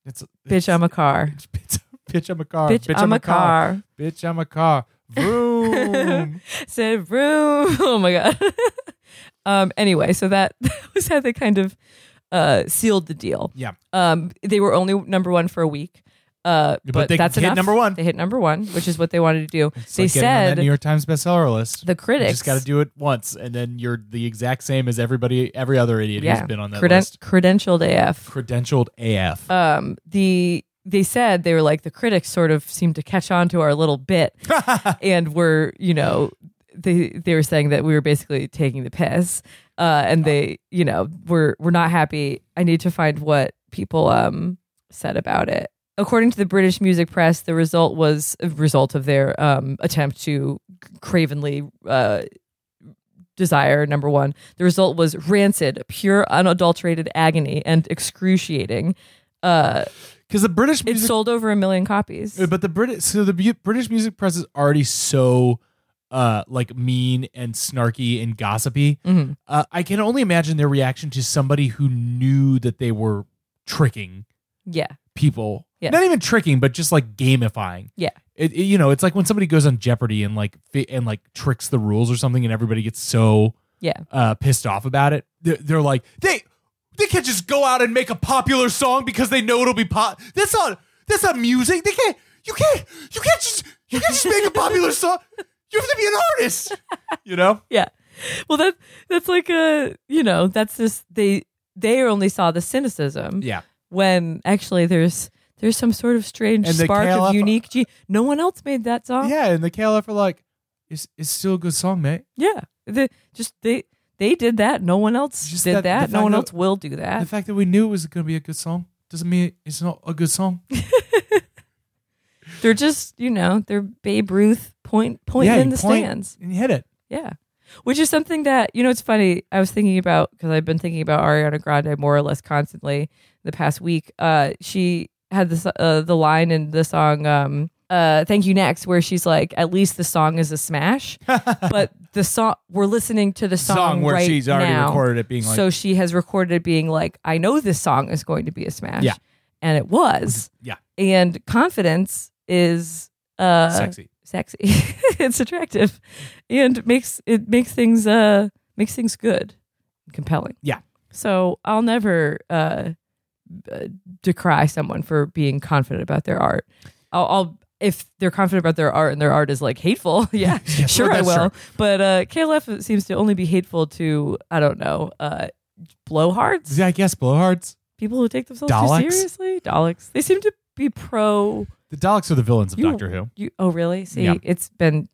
[SPEAKER 2] It's, it's-
[SPEAKER 1] bitch, I'm a car.
[SPEAKER 2] bitch, bitch, I'm a car.
[SPEAKER 1] Bitch, I'm, a car.
[SPEAKER 2] Bitch, I'm a car. Vroom.
[SPEAKER 1] said room. Oh my god. um. Anyway, so that, that was how they kind of uh sealed the deal.
[SPEAKER 2] yeah,
[SPEAKER 1] Um. They were only number one for a week. Uh. But,
[SPEAKER 2] But they
[SPEAKER 1] that's
[SPEAKER 2] hit
[SPEAKER 1] enough.
[SPEAKER 2] number one.
[SPEAKER 1] They hit number one, which is what they wanted to do.
[SPEAKER 2] It's
[SPEAKER 1] they
[SPEAKER 2] like getting on
[SPEAKER 1] said
[SPEAKER 2] that New York Times bestseller list.
[SPEAKER 1] the
[SPEAKER 2] You
[SPEAKER 1] critics
[SPEAKER 2] just got to do it once, and then you're the exact same as everybody, every other idiot
[SPEAKER 1] yeah
[SPEAKER 2] who's been on that
[SPEAKER 1] creden-
[SPEAKER 2] list.
[SPEAKER 1] credentialed AF.
[SPEAKER 2] Credentialed AF.
[SPEAKER 1] um, the they said they were like the critics sort of seemed to catch on to our little bit and were you know they they were saying that we were basically taking the piss uh, and they you know were were not happy i need to find what people um said about it according to the british music press the result was a result of their um attempt to cravenly uh desire number one the result was rancid pure unadulterated agony and excruciating uh
[SPEAKER 2] Because the British
[SPEAKER 1] it
[SPEAKER 2] music
[SPEAKER 1] sold over a million copies
[SPEAKER 2] Uh, But the British, so the bu- British music press is already so, uh, like mean and snarky and gossipy.
[SPEAKER 1] Mhm.
[SPEAKER 2] Uh, I can only imagine their reaction to somebody who knew that they were tricking
[SPEAKER 1] yeah
[SPEAKER 2] people.
[SPEAKER 1] Yeah.
[SPEAKER 2] Not even tricking, but just like gamifying.
[SPEAKER 1] Yeah.
[SPEAKER 2] It, it- you know, it's like when somebody goes on Jeopardy and like fi- and like tricks the rules or something, and everybody gets so
[SPEAKER 1] yeah
[SPEAKER 2] uh, pissed off about it. They're, they're like, they they can't just go out and make a popular song because they know it'll be pop. That's not that's not music. They can't. You can't. You can't just. You can't just make a popular song. You have to be an artist. You know.
[SPEAKER 1] yeah well that that's like a you know that's just they they only saw the cynicism
[SPEAKER 2] Yeah.
[SPEAKER 1] when actually there's there's some sort of strange
[SPEAKER 2] And the
[SPEAKER 1] spark of
[SPEAKER 2] KLF
[SPEAKER 1] unique g no one else made that song
[SPEAKER 2] Yeah, and the KLF are like, it's it's still a good song, mate.
[SPEAKER 1] yeah the, just they they did that no one else
[SPEAKER 2] Just
[SPEAKER 1] did
[SPEAKER 2] that-
[SPEAKER 1] that,
[SPEAKER 2] the fact
[SPEAKER 1] no one
[SPEAKER 2] that-
[SPEAKER 1] else will do
[SPEAKER 2] The
[SPEAKER 1] that
[SPEAKER 2] fact that we knew it was going to be a good song doesn't mean it's not a good song.
[SPEAKER 1] they're just you know they're babe ruth point point
[SPEAKER 2] yeah,
[SPEAKER 1] in
[SPEAKER 2] you
[SPEAKER 1] the
[SPEAKER 2] point
[SPEAKER 1] stands
[SPEAKER 2] and you hit it.
[SPEAKER 1] Yeah. Which is something that, you know, it's funny. I was thinking about, because I've been thinking about Ariana Grande more or less constantly the past week. Uh, she had this, uh, the line in the song, um, uh, Thank You Next, where she's like, at least the song is a smash. but the song, we're listening to the song, right now.
[SPEAKER 2] it being
[SPEAKER 1] so she has recorded it being like, I know this song is going to be a smash.
[SPEAKER 2] Yeah.
[SPEAKER 1] And it was.
[SPEAKER 2] yeah,
[SPEAKER 1] And confidence is. Uh,
[SPEAKER 2] sexy.
[SPEAKER 1] sexy. it's attractive, and makes it makes things uh makes things good, and compelling.
[SPEAKER 2] Yeah.
[SPEAKER 1] So I'll never uh, uh, decry someone for being confident about their art. I'll, I'll if they're confident about their art and their art is like hateful, yeah,
[SPEAKER 2] Yeah,
[SPEAKER 1] sure I
[SPEAKER 2] that's
[SPEAKER 1] will.
[SPEAKER 2] true.
[SPEAKER 1] But uh, KLF seems to only be hateful to I don't know uh, blowhards,
[SPEAKER 2] Yeah, I guess blowhards.
[SPEAKER 1] people who take themselves too
[SPEAKER 2] Daleks?
[SPEAKER 1] seriously. Daleks. They seem to be pro.
[SPEAKER 2] The Daleks are the villains of
[SPEAKER 1] You-
[SPEAKER 2] Doctor Who.
[SPEAKER 1] You oh really? See,
[SPEAKER 2] Yeah.
[SPEAKER 1] it's been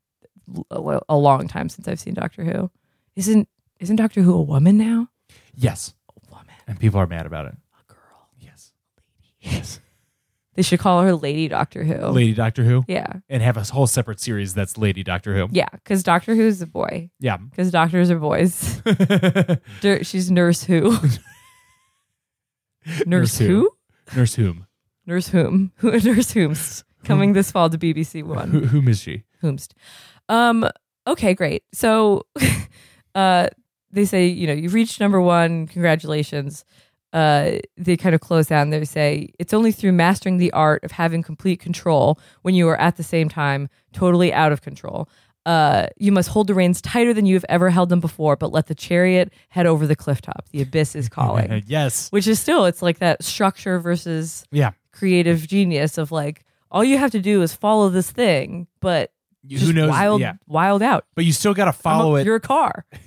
[SPEAKER 1] a, a long time since I've seen Doctor Who. Isn't isn't Doctor Who a woman now?
[SPEAKER 2] Yes.
[SPEAKER 1] A woman,
[SPEAKER 2] And people are mad about it.
[SPEAKER 1] a girl.
[SPEAKER 2] Yes. Yes.
[SPEAKER 1] They should call her Lady Doctor Who.
[SPEAKER 2] Lady Doctor Who,
[SPEAKER 1] Oh. Yeah.
[SPEAKER 2] and have a whole separate series that's Lady Doctor Who.
[SPEAKER 1] Yeah. Because Doctor Who's a boy.
[SPEAKER 2] Yeah.
[SPEAKER 1] Because doctors are boys. Dur- She's Nurse Who. Nurse,
[SPEAKER 2] Nurse
[SPEAKER 1] who?
[SPEAKER 2] who? Nurse whom?
[SPEAKER 1] Nurse Whom. Who? Nurse Whomst. Coming this fall to BBC One.
[SPEAKER 2] Who, whom is she?
[SPEAKER 1] Whomst. Um. Okay. Great. So, uh, they say you know you've reached number one. Congratulations. Uh, they kind of close down. They say it's only through mastering the art of having complete control when you are at the same time totally out of control. Uh, you must hold the reins tighter than you have ever held them before, but let the chariot head over the cliff top. The abyss is calling.
[SPEAKER 2] Uh, yes.
[SPEAKER 1] Which is still, it's like that structure versus
[SPEAKER 2] Yeah.
[SPEAKER 1] creative genius of like all you have to do is follow this thing, but
[SPEAKER 2] You-
[SPEAKER 1] just
[SPEAKER 2] Who knows?
[SPEAKER 1] wild
[SPEAKER 2] Yeah.
[SPEAKER 1] wild out.
[SPEAKER 2] But you still got to
[SPEAKER 1] I'm a-
[SPEAKER 2] follow it,
[SPEAKER 1] You're a car.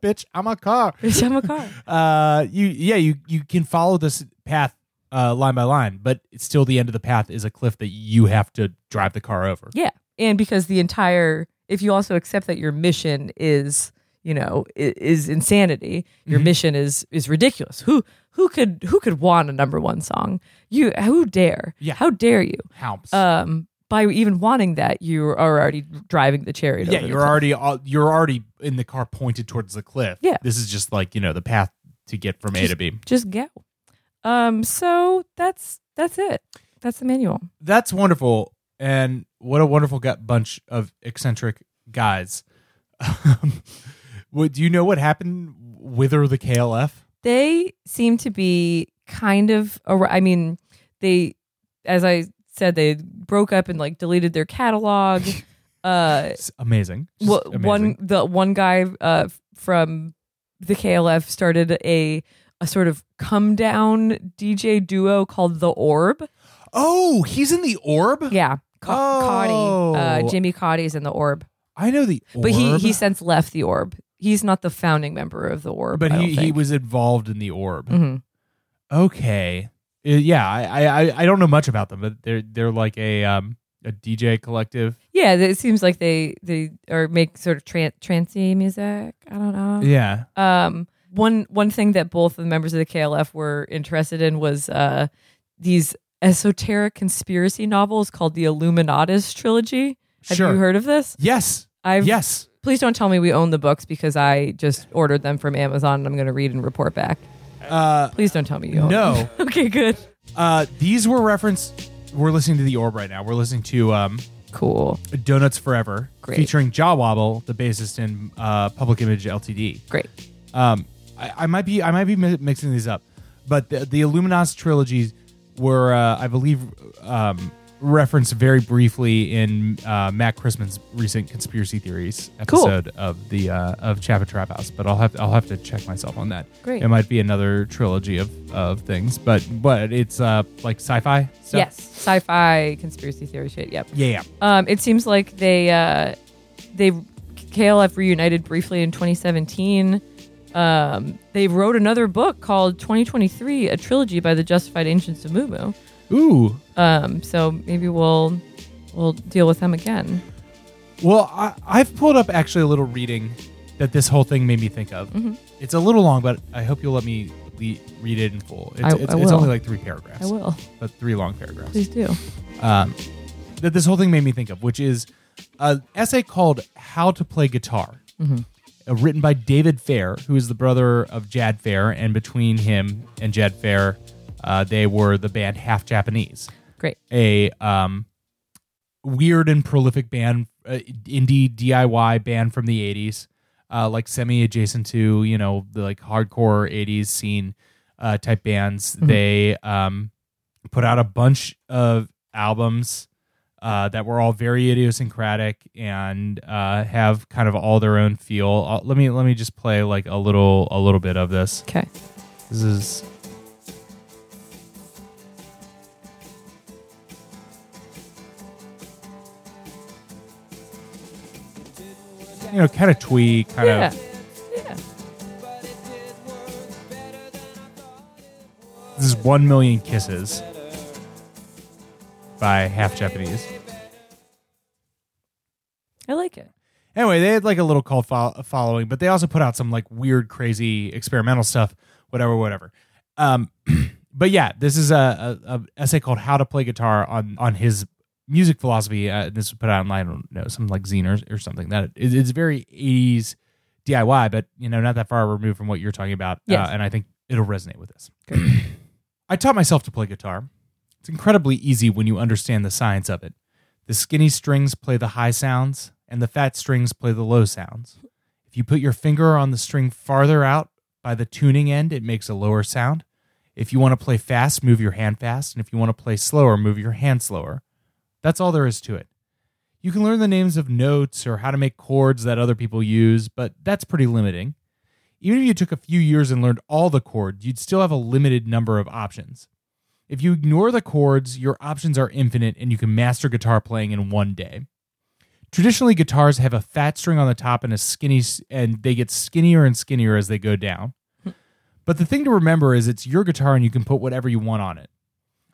[SPEAKER 2] bitch. I'm a car.
[SPEAKER 1] Bitch, I'm a car.
[SPEAKER 2] Uh, you yeah you you can follow this path uh line by line, but it's still the end of the path is a cliff that you have to drive the car over.
[SPEAKER 1] yeah, and because the entire if you also accept that your mission is you know i- is insanity,
[SPEAKER 2] Mm-hmm.
[SPEAKER 1] your mission is is ridiculous. Who who could who could want a number one song? You who dare?
[SPEAKER 2] Yeah.
[SPEAKER 1] how dare you?
[SPEAKER 2] Helps.
[SPEAKER 1] Um, by even wanting that, you are already driving the chariot.
[SPEAKER 2] yeah,
[SPEAKER 1] over the
[SPEAKER 2] you're
[SPEAKER 1] cliff.
[SPEAKER 2] already all, you're already in the car pointed towards the cliff.
[SPEAKER 1] Yeah.
[SPEAKER 2] This is just like you know the path to get from A to B.
[SPEAKER 1] just go. Um, so that's that's it. That's the manual.
[SPEAKER 2] that's wonderful and what a wonderful gut bunch of eccentric guys Um, Would do you know what happened whither the klf
[SPEAKER 1] They seem to be kind of. ar- I mean, they, as I said, they broke up and like deleted their catalog. uh,
[SPEAKER 2] it's amazing Just
[SPEAKER 1] wha-
[SPEAKER 2] amazing.
[SPEAKER 1] one the one guy uh from the KLF started a a sort of come down DJ duo called the Orb.
[SPEAKER 2] oh he's in the orb
[SPEAKER 1] Yeah.
[SPEAKER 2] Oh.
[SPEAKER 1] Cotty, uh, Jimmy Cotty's in the Orb.
[SPEAKER 2] i know the orb
[SPEAKER 1] But he he since left the orb. He's not the founding member of the orb.
[SPEAKER 2] but
[SPEAKER 1] I
[SPEAKER 2] he,
[SPEAKER 1] don't
[SPEAKER 2] he
[SPEAKER 1] think.
[SPEAKER 2] was involved in the orb
[SPEAKER 1] Mhm.
[SPEAKER 2] okay Uh, yeah I, I I- i don't know much about them but they're they're like a um a dj collective
[SPEAKER 1] Yeah, it seems like they they are make sort of tran- trancey music. I don't know.
[SPEAKER 2] yeah
[SPEAKER 1] Um, one one thing that both of the members of the KLF were interested in was uh these esoteric conspiracy novels called the Illuminatus trilogy. Have
[SPEAKER 2] Sure.
[SPEAKER 1] you heard of this?
[SPEAKER 2] yes
[SPEAKER 1] I've
[SPEAKER 2] yes
[SPEAKER 1] Please don't tell me we own the books because I just ordered them from Amazon and I'm going to read and report back.
[SPEAKER 2] uh
[SPEAKER 1] Please don't tell me you own
[SPEAKER 2] No.
[SPEAKER 1] them. okay, good.
[SPEAKER 2] Uh, these were referenced. We're listening to the orb right now. We're listening to um,
[SPEAKER 1] Cool.
[SPEAKER 2] "Donuts Forever,"
[SPEAKER 1] Great.
[SPEAKER 2] featuring Jaw Wobble, the bassist in uh, Public Image Ltd.
[SPEAKER 1] Great.
[SPEAKER 2] Um, I, I might be I might be mi- mixing these up, but the, the Illuminati trilogies were, uh, I believe, um, referenced very briefly in uh, Matt Chrisman's recent conspiracy theories
[SPEAKER 1] Cool.
[SPEAKER 2] episode of the uh, of Chapa Trap House. But I'll have I'll have to check myself on that.
[SPEAKER 1] Great.
[SPEAKER 2] it might be another trilogy of, of things, but but it's uh, like sci-fi. Stuff.
[SPEAKER 1] yes, sci-fi conspiracy theory shit. Yep.
[SPEAKER 2] Yeah, yeah.
[SPEAKER 1] Um, it seems like they uh, they KLF reunited briefly in 2017. Um, they wrote another book called 2023, a trilogy by the Justified Ancients of Mumu.
[SPEAKER 2] Ooh.
[SPEAKER 1] Um, so maybe we'll we'll deal with them again.
[SPEAKER 2] Well, I, I've pulled up actually a little reading that this whole thing made me think of.
[SPEAKER 1] Mm-hmm.
[SPEAKER 2] It's a little long, but I hope you'll let me le- read it in full. It's,
[SPEAKER 1] I-
[SPEAKER 2] it's,
[SPEAKER 1] I
[SPEAKER 2] it's
[SPEAKER 1] will.
[SPEAKER 2] only like three paragraphs.
[SPEAKER 1] I will.
[SPEAKER 2] But three long paragraphs.
[SPEAKER 1] Please do.
[SPEAKER 2] Um, that this whole thing made me think of, which is an essay called How to Play Guitar,
[SPEAKER 1] Mm-hmm.
[SPEAKER 2] uh, written by David Fair, who is the brother of Jad Fair. And between him and Jad Fair, uh, they were the band Half Japanese
[SPEAKER 1] Great.
[SPEAKER 2] a um, weird and prolific band, uh, indie DIY band from the '80s, uh, like semi adjacent to you know the like hardcore '80s scene uh, type bands. They um, put out a bunch of albums. Uh, that were all very idiosyncratic and uh, have kind of all their own feel. Uh, let me let me just play like a little a little bit of this.
[SPEAKER 1] Okay.
[SPEAKER 2] This is you know kind of twee, kind
[SPEAKER 1] Yeah.
[SPEAKER 2] of
[SPEAKER 1] Yeah.
[SPEAKER 2] this is one million kisses by half Japanese.
[SPEAKER 1] I like it.
[SPEAKER 2] Anyway, they had like a little cult fol- following, but they also put out some like weird, crazy experimental stuff, whatever, whatever. Um, but yeah, this is a, a, a essay called "How to Play Guitar" on on his music philosophy. Uh, this was put out online, I don't know, something like Zine or, or something. That it, it's very eighties DIY, but you know, not that far removed from what you're talking about.
[SPEAKER 1] Yes.
[SPEAKER 2] Uh, and I think it'll resonate with this. I taught myself to play guitar. It's incredibly easy when you understand the science of it. The skinny strings play the high sounds, and the fat strings play the low sounds. If you put your finger on the string farther out by the tuning end, it makes a lower sound. If you want to play fast, move your hand fast. And if you want to play slower, move your hand slower. That's all there is to it. You can learn the names of notes or how to make chords that other people use, but that's pretty limiting. Even if you took a few years and learned all the chords, you'd still have a limited number of options. If you ignore the chords, your options are infinite and you can master guitar playing in one day. Traditionally, guitars have a fat string on the top and a skinny, s- and they get skinnier and skinnier as they go down. But the thing to remember is it's your guitar and you can put whatever you want on it.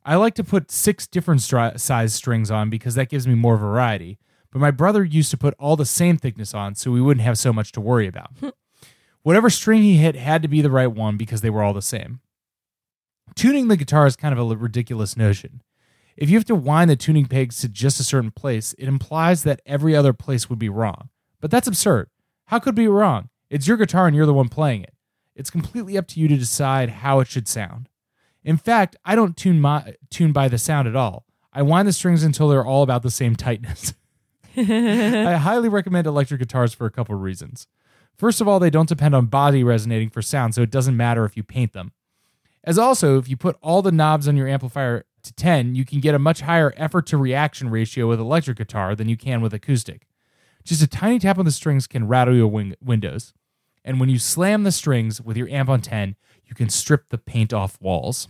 [SPEAKER 2] I like to put six different stri- size strings on because that gives me more variety. But my brother used to put all the same thickness on so we wouldn't have so much to worry about. Whatever string he hit had to be the right one because they were all the same. Tuning the guitar is kind of a li- ridiculous notion. If you have to wind the tuning pegs to just a certain place, it implies that every other place would be wrong. But that's absurd. How could it be wrong? It's your guitar and you're the one playing it. It's completely up to you to decide how it should sound. In fact, I don't tune my tune by the sound at all. I wind the strings until they're all about the same tightness. I highly recommend electric guitars for a couple reasons. First of all, they don't depend on body resonating for sound, so it doesn't matter if you paint them. As also, if you put all the knobs on your amplifier to 10, you can get a much higher effort to reaction ratio with electric guitar than you can with acoustic. Just a tiny tap on the strings can rattle your wing- windows. And when you slam the strings with your amp on 10, you can strip the paint off walls.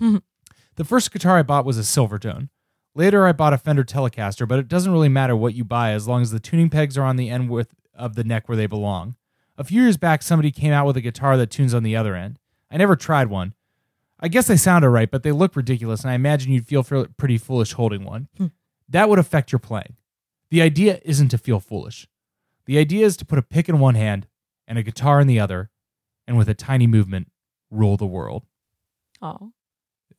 [SPEAKER 2] the first guitar I bought was a Silvertone. Later, I bought a Fender Telecaster, but it doesn't really matter what you buy as long as the tuning pegs are on the end with, of the neck where they belong. A few years back, somebody came out with a guitar that tunes on the other end. I never tried one. I guess they sound all right, but they look ridiculous, and I imagine you'd feel fr- pretty foolish holding one. that would affect your playing. The idea isn't to feel foolish. The idea is to put a pick in one hand and a guitar in the other, and with a tiny movement, rule the world.
[SPEAKER 1] Oh,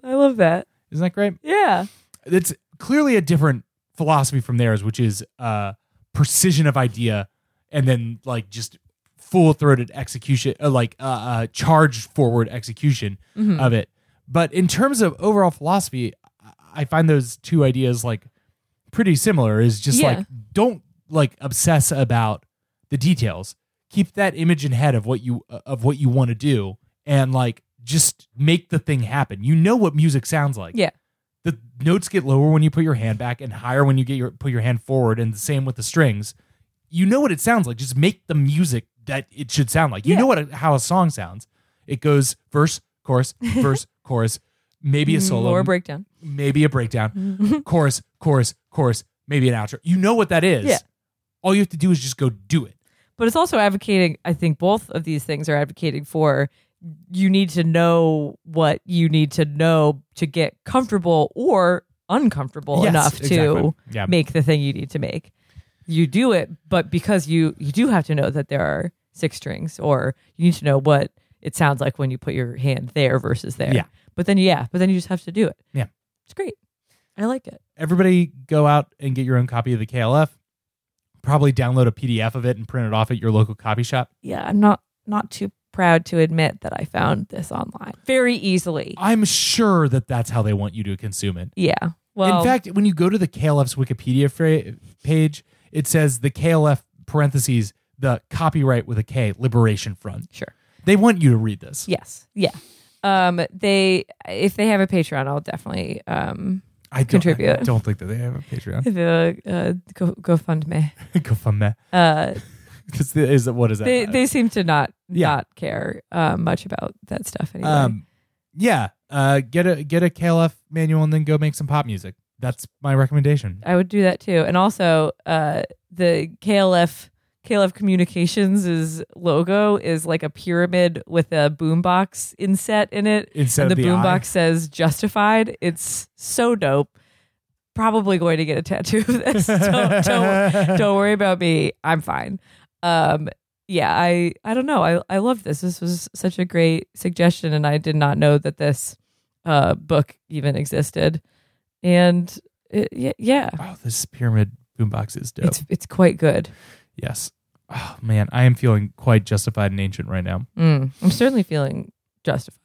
[SPEAKER 1] I love that.
[SPEAKER 2] Isn't that great?
[SPEAKER 1] Yeah.
[SPEAKER 2] It's clearly a different philosophy from theirs, which is uh, precision of idea and then like just full throated execution, uh, like uh, uh, charge forward execution of it. But in terms of overall philosophy, I- I find those two ideas like pretty similar. Is just
[SPEAKER 1] Yeah.
[SPEAKER 2] like don't like obsess about the details. Keep that image in head of what you uh, of what you want to do, and like just make the thing happen. You know what music sounds like
[SPEAKER 1] Yeah.
[SPEAKER 2] the notes get lower when you put your hand back and higher when you get your put your hand forward and the same with the strings you know what it sounds like just make the music that it should sound like you
[SPEAKER 1] Yeah.
[SPEAKER 2] know what a, how a song sounds it goes verse chorus verse chorus maybe a solo
[SPEAKER 1] Lower Mm, breakdown.
[SPEAKER 2] maybe a breakdown chorus chorus chorus maybe an outro you know what that is
[SPEAKER 1] Yeah.
[SPEAKER 2] all you have to do is just go do it
[SPEAKER 1] but it's also advocating i think both of these things are advocating for you need to know what you need to know to get comfortable or uncomfortable
[SPEAKER 2] Yes,
[SPEAKER 1] enough
[SPEAKER 2] exactly.
[SPEAKER 1] to
[SPEAKER 2] Yeah.
[SPEAKER 1] make the thing you need to make you do it but because you you do have to know that there are six strings or you need to know what it sounds like when you put your hand there versus there
[SPEAKER 2] Yeah.
[SPEAKER 1] but then yeah but then you just have to do it
[SPEAKER 2] Yeah.
[SPEAKER 1] it's great i like it
[SPEAKER 2] everybody go out and get your own copy of the klf probably download a pdf of it and print it off at your local copy shop
[SPEAKER 1] yeah i'm not not too proud to admit that i found this online very easily
[SPEAKER 2] I'm sure that that's how they want you to consume it.
[SPEAKER 1] Yeah. Well,
[SPEAKER 2] In fact, when you go to the KLF's Wikipedia fra- page, it says the KLF parentheses the copyright with a K Liberation Front.
[SPEAKER 1] sure.
[SPEAKER 2] They want you to read this.
[SPEAKER 1] Yes. Yeah. Um, they if they have a Patreon, I'll definitely um
[SPEAKER 2] I don't,
[SPEAKER 1] Contribute.
[SPEAKER 2] I don't think that they have a Patreon.
[SPEAKER 1] if, uh, uh go go fund me.
[SPEAKER 2] Go from there.
[SPEAKER 1] Uh,
[SPEAKER 2] 'Cause the- Is it what is that?
[SPEAKER 1] they they seem to not
[SPEAKER 2] Yeah.
[SPEAKER 1] not care uh, much about that stuff anyway.
[SPEAKER 2] um, yeah. Uh, get a get a KLF manual and then go make some pop music. That's my recommendation.
[SPEAKER 1] I would do that too. And also, uh, the KLF KLF Communications is logo is like a pyramid with a boombox inset in it.
[SPEAKER 2] Instead
[SPEAKER 1] and
[SPEAKER 2] of
[SPEAKER 1] the,
[SPEAKER 2] the eye.
[SPEAKER 1] boombox says "Justified." It's so dope. Probably going to get a tattoo of this. don't, don't, don't worry about me. I'm fine. Um, yeah, I I don't know. I I love this. This was such a great suggestion, and I did not know that this uh, book even existed, and it, yeah, yeah,
[SPEAKER 2] Wow, Oh, this pyramid boombox is dope.
[SPEAKER 1] it's it's quite good.
[SPEAKER 2] yes. Oh man, I am feeling quite justified and ancient right now.
[SPEAKER 1] Mm, I'm certainly feeling justified.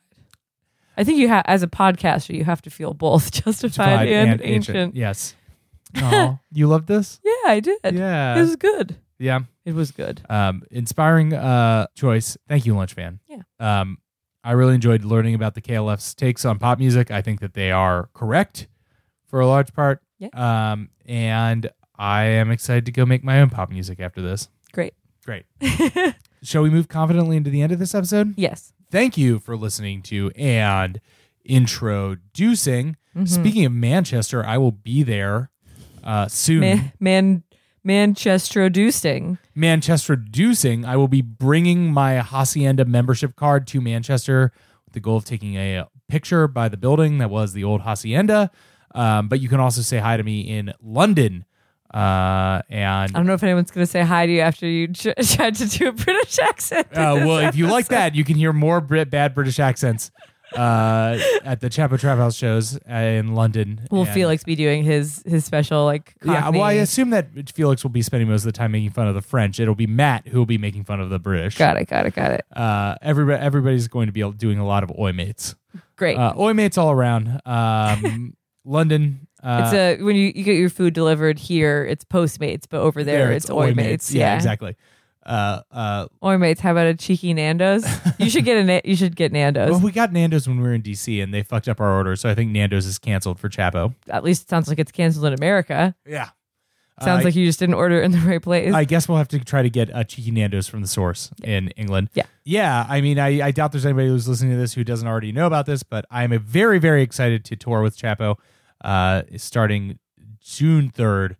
[SPEAKER 1] I think you have, as a podcaster, you have to feel both justified,
[SPEAKER 2] Justified
[SPEAKER 1] and, ancient. Uh,
[SPEAKER 2] Yes. Oh, you love this?
[SPEAKER 1] Yeah, I did.
[SPEAKER 2] Yeah.
[SPEAKER 1] It was good.
[SPEAKER 2] yeah.
[SPEAKER 1] It was good.
[SPEAKER 2] Um, inspiring uh choice. Thank you, Lunch Fan.
[SPEAKER 1] Yeah.
[SPEAKER 2] Um, I really enjoyed learning about the KLF's takes on pop music. I think that they are correct for a large part.
[SPEAKER 1] Yeah.
[SPEAKER 2] Um, and I am excited to go make my own pop music after this.
[SPEAKER 1] Great.
[SPEAKER 2] Great. Shall we move confidently into the end of this episode?
[SPEAKER 1] Yes.
[SPEAKER 2] Thank you for listening to and introducing. Speaking of Manchester, I will be there uh, soon.
[SPEAKER 1] Man, man Manchester Dusting.
[SPEAKER 2] Manchester Deucing, I will be bringing my Hacienda membership card to Manchester with the goal of taking a picture by the building that was the old Hacienda. Um, but you can also say hi to me in London. Uh, and
[SPEAKER 1] I don't know if anyone's going to say hi to you after you ch- tried to do a British accent.
[SPEAKER 2] uh, well, if you like that, you can hear more Brit- bad British accents uh, at the Chapo Trap House shows uh, in London.
[SPEAKER 1] Will
[SPEAKER 2] And-
[SPEAKER 1] Felix be doing his his special like?
[SPEAKER 2] Yeah,
[SPEAKER 1] Cockney-
[SPEAKER 2] well, I assume that Felix will be spending most of the time making fun of the French. It'll be Matt who will be making fun of the British.
[SPEAKER 1] Got it. Got it. Got it.
[SPEAKER 2] uh, everybody, everybody's going to be doing a lot of oi mates.
[SPEAKER 1] Great.
[SPEAKER 2] Uh, oi mates all around. Um, London. Uh,
[SPEAKER 1] it's a when you, you get your food delivered here, it's Postmates, but over there, it's, Oi Mates.
[SPEAKER 2] Yeah, exactly. Uh, uh,
[SPEAKER 1] Oi Mates. How about a cheeky Nando's? you should get a Na- you should get Nando's.
[SPEAKER 2] well, we got Nando's when we were in DC, and they fucked up our order, so I think Nando's is canceled for Chapo.
[SPEAKER 1] At least it sounds like it's canceled in America.
[SPEAKER 2] Yeah,
[SPEAKER 1] Sounds like you just didn't order in the right place.
[SPEAKER 2] I guess we'll have to try to get a cheeky Nando's from the source in England.
[SPEAKER 1] Yeah.
[SPEAKER 2] yeah. I mean, I, I doubt there's anybody who's listening to this who doesn't already know about this, but I'm a very, very excited to tour with Chapo, uh, starting June third,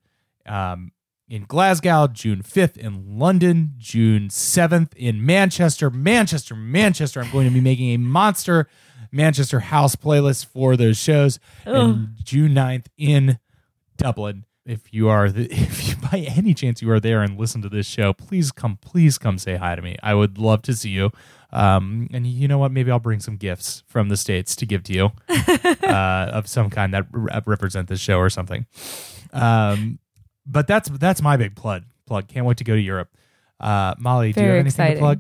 [SPEAKER 2] um, in Glasgow, June fifth in London, June seventh in Manchester, Manchester, Manchester. I'm going to be making a monster Manchester house playlist for those shows, and June 9th in. Dublin. If you are, the, if you by any chance you are there and listen to this show, please come, please come say hi to me. I would love to see you. Um, and you know what? Maybe I'll bring some gifts from the states to give to you uh, of some kind that re- represent this show or something. Um, but that's that's my big plug. Plug. Can't wait to go to Europe. Uh, Molly, do you
[SPEAKER 1] Very
[SPEAKER 2] have anything
[SPEAKER 1] exciting.
[SPEAKER 2] to plug?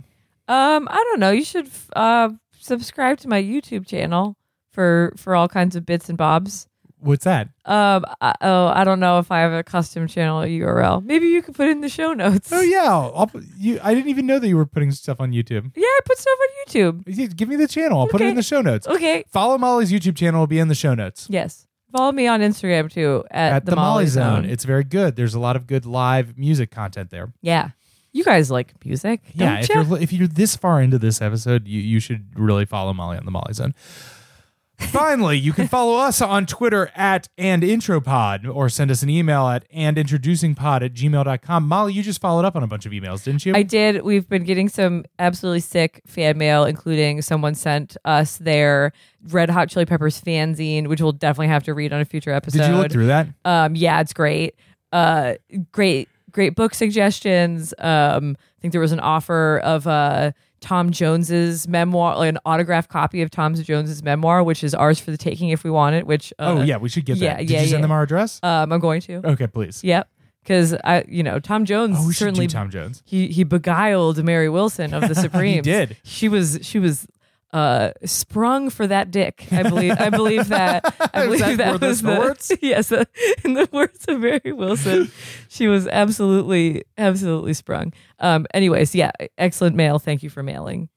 [SPEAKER 1] Um, I don't know. You should f- uh subscribe to my YouTube channel for for all kinds of bits and bobs.
[SPEAKER 2] What's that?
[SPEAKER 1] Um, I, oh, I don't know if I have a custom channel URL. Maybe you could put it in the show notes.
[SPEAKER 2] Oh yeah, I'll, put you. I didn't even know that you were putting stuff on YouTube.
[SPEAKER 1] Yeah, I put stuff on YouTube.
[SPEAKER 2] Yeah, Give me the channel. I'll put it
[SPEAKER 1] Okay.
[SPEAKER 2] in the show notes.
[SPEAKER 1] Okay.
[SPEAKER 2] Follow Molly's YouTube channel. Will be in the show notes.
[SPEAKER 1] Yes. Follow me on Instagram too at,
[SPEAKER 2] at the, Molly Zone. It's very good. There's a lot of good live music content there.
[SPEAKER 1] yeah. You guys like music,
[SPEAKER 2] yeah,
[SPEAKER 1] don't
[SPEAKER 2] if
[SPEAKER 1] ya?
[SPEAKER 2] you're if you're this far into this episode, you, you should really follow Molly on the Molly Zone. Finally, you can follow us on Twitter at and intropod or send us an email at and introducingpod at gmail.com. Molly, you just followed up on a bunch of emails, didn't you?
[SPEAKER 1] I did. We've been getting some absolutely sick fan mail, including someone sent us their Red Hot Chili Peppers fanzine, which we'll definitely have to read on a future episode.
[SPEAKER 2] Did you look through that?
[SPEAKER 1] Um, yeah, it's great. Uh, great, great book suggestions. Um, I think there was an offer of uh, Tom Jones's memoir, like an autographed copy of Tom Jones's memoir, which is ours for the taking if we want it. Which uh,
[SPEAKER 2] oh yeah, we should get
[SPEAKER 1] yeah,
[SPEAKER 2] that. Did
[SPEAKER 1] yeah,
[SPEAKER 2] you send
[SPEAKER 1] yeah.
[SPEAKER 2] them our address?
[SPEAKER 1] um, I'm going to.
[SPEAKER 2] okay, please.
[SPEAKER 1] Yep, because I, you know, Tom Jones
[SPEAKER 2] Oh, we should
[SPEAKER 1] certainly
[SPEAKER 2] do Tom Jones.
[SPEAKER 1] he he beguiled Mary Wilson of the Supremes.
[SPEAKER 2] did.
[SPEAKER 1] She was she was uh sprung for that dick. I believe I believe that I believe
[SPEAKER 2] that-
[SPEAKER 1] that,
[SPEAKER 2] were those
[SPEAKER 1] was
[SPEAKER 2] the
[SPEAKER 1] the
[SPEAKER 2] words?
[SPEAKER 1] yes uh, in the words of Mary Wilson. she was absolutely absolutely sprung. Um anyways, yeah, excellent mail. Thank you for mailing.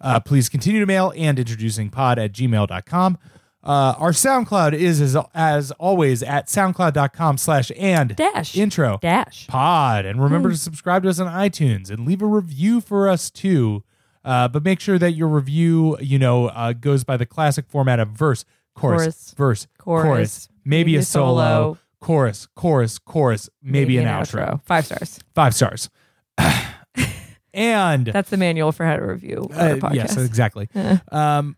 [SPEAKER 2] Uh, please continue to mail and introducingpod at gmail.com. Uh, our SoundCloud is, as, as always, at soundcloud.com slash and
[SPEAKER 1] Dash.
[SPEAKER 2] intro
[SPEAKER 1] Dash.
[SPEAKER 2] pod. And
[SPEAKER 1] Hmm.
[SPEAKER 2] remember to subscribe to us on iTunes and leave a review for us too. Uh, but make sure that your review, you know, uh, goes by the classic format of verse, chorus,
[SPEAKER 1] Chorus.
[SPEAKER 2] verse, chorus,
[SPEAKER 1] Chorus.
[SPEAKER 2] maybe,
[SPEAKER 1] Maybe
[SPEAKER 2] a
[SPEAKER 1] a
[SPEAKER 2] solo,
[SPEAKER 1] solo.
[SPEAKER 2] chorus, chorus, chorus, maybe, an, outro.
[SPEAKER 1] Five stars.
[SPEAKER 2] Five stars. and
[SPEAKER 1] That's the manual for how to review a
[SPEAKER 2] uh,
[SPEAKER 1] podcast.
[SPEAKER 2] yes, exactly. um,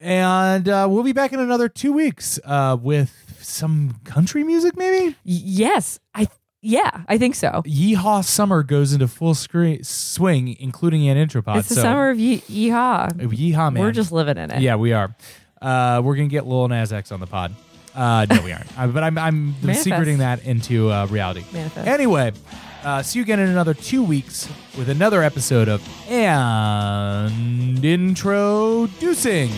[SPEAKER 2] and uh, we'll be back in another two weeks uh, with some country music, maybe.
[SPEAKER 1] Y- yes. I yeah, I think so.
[SPEAKER 2] Yeehaw! Summer goes into full screen swing, including an intropod.
[SPEAKER 1] It's the
[SPEAKER 2] so,
[SPEAKER 1] summer of ye- yeehaw.
[SPEAKER 2] Yeehaw, man!
[SPEAKER 1] We're just living in it.
[SPEAKER 2] yeah, we are. Uh, we're gonna get Lil Nas X on the pod. Uh, no, we aren't. Uh, but I'm I'm
[SPEAKER 1] Manifest.
[SPEAKER 2] secreting that into uh, reality.
[SPEAKER 1] Manifest.
[SPEAKER 2] Anyway, uh, see you again in another two weeks with another episode of and introducing.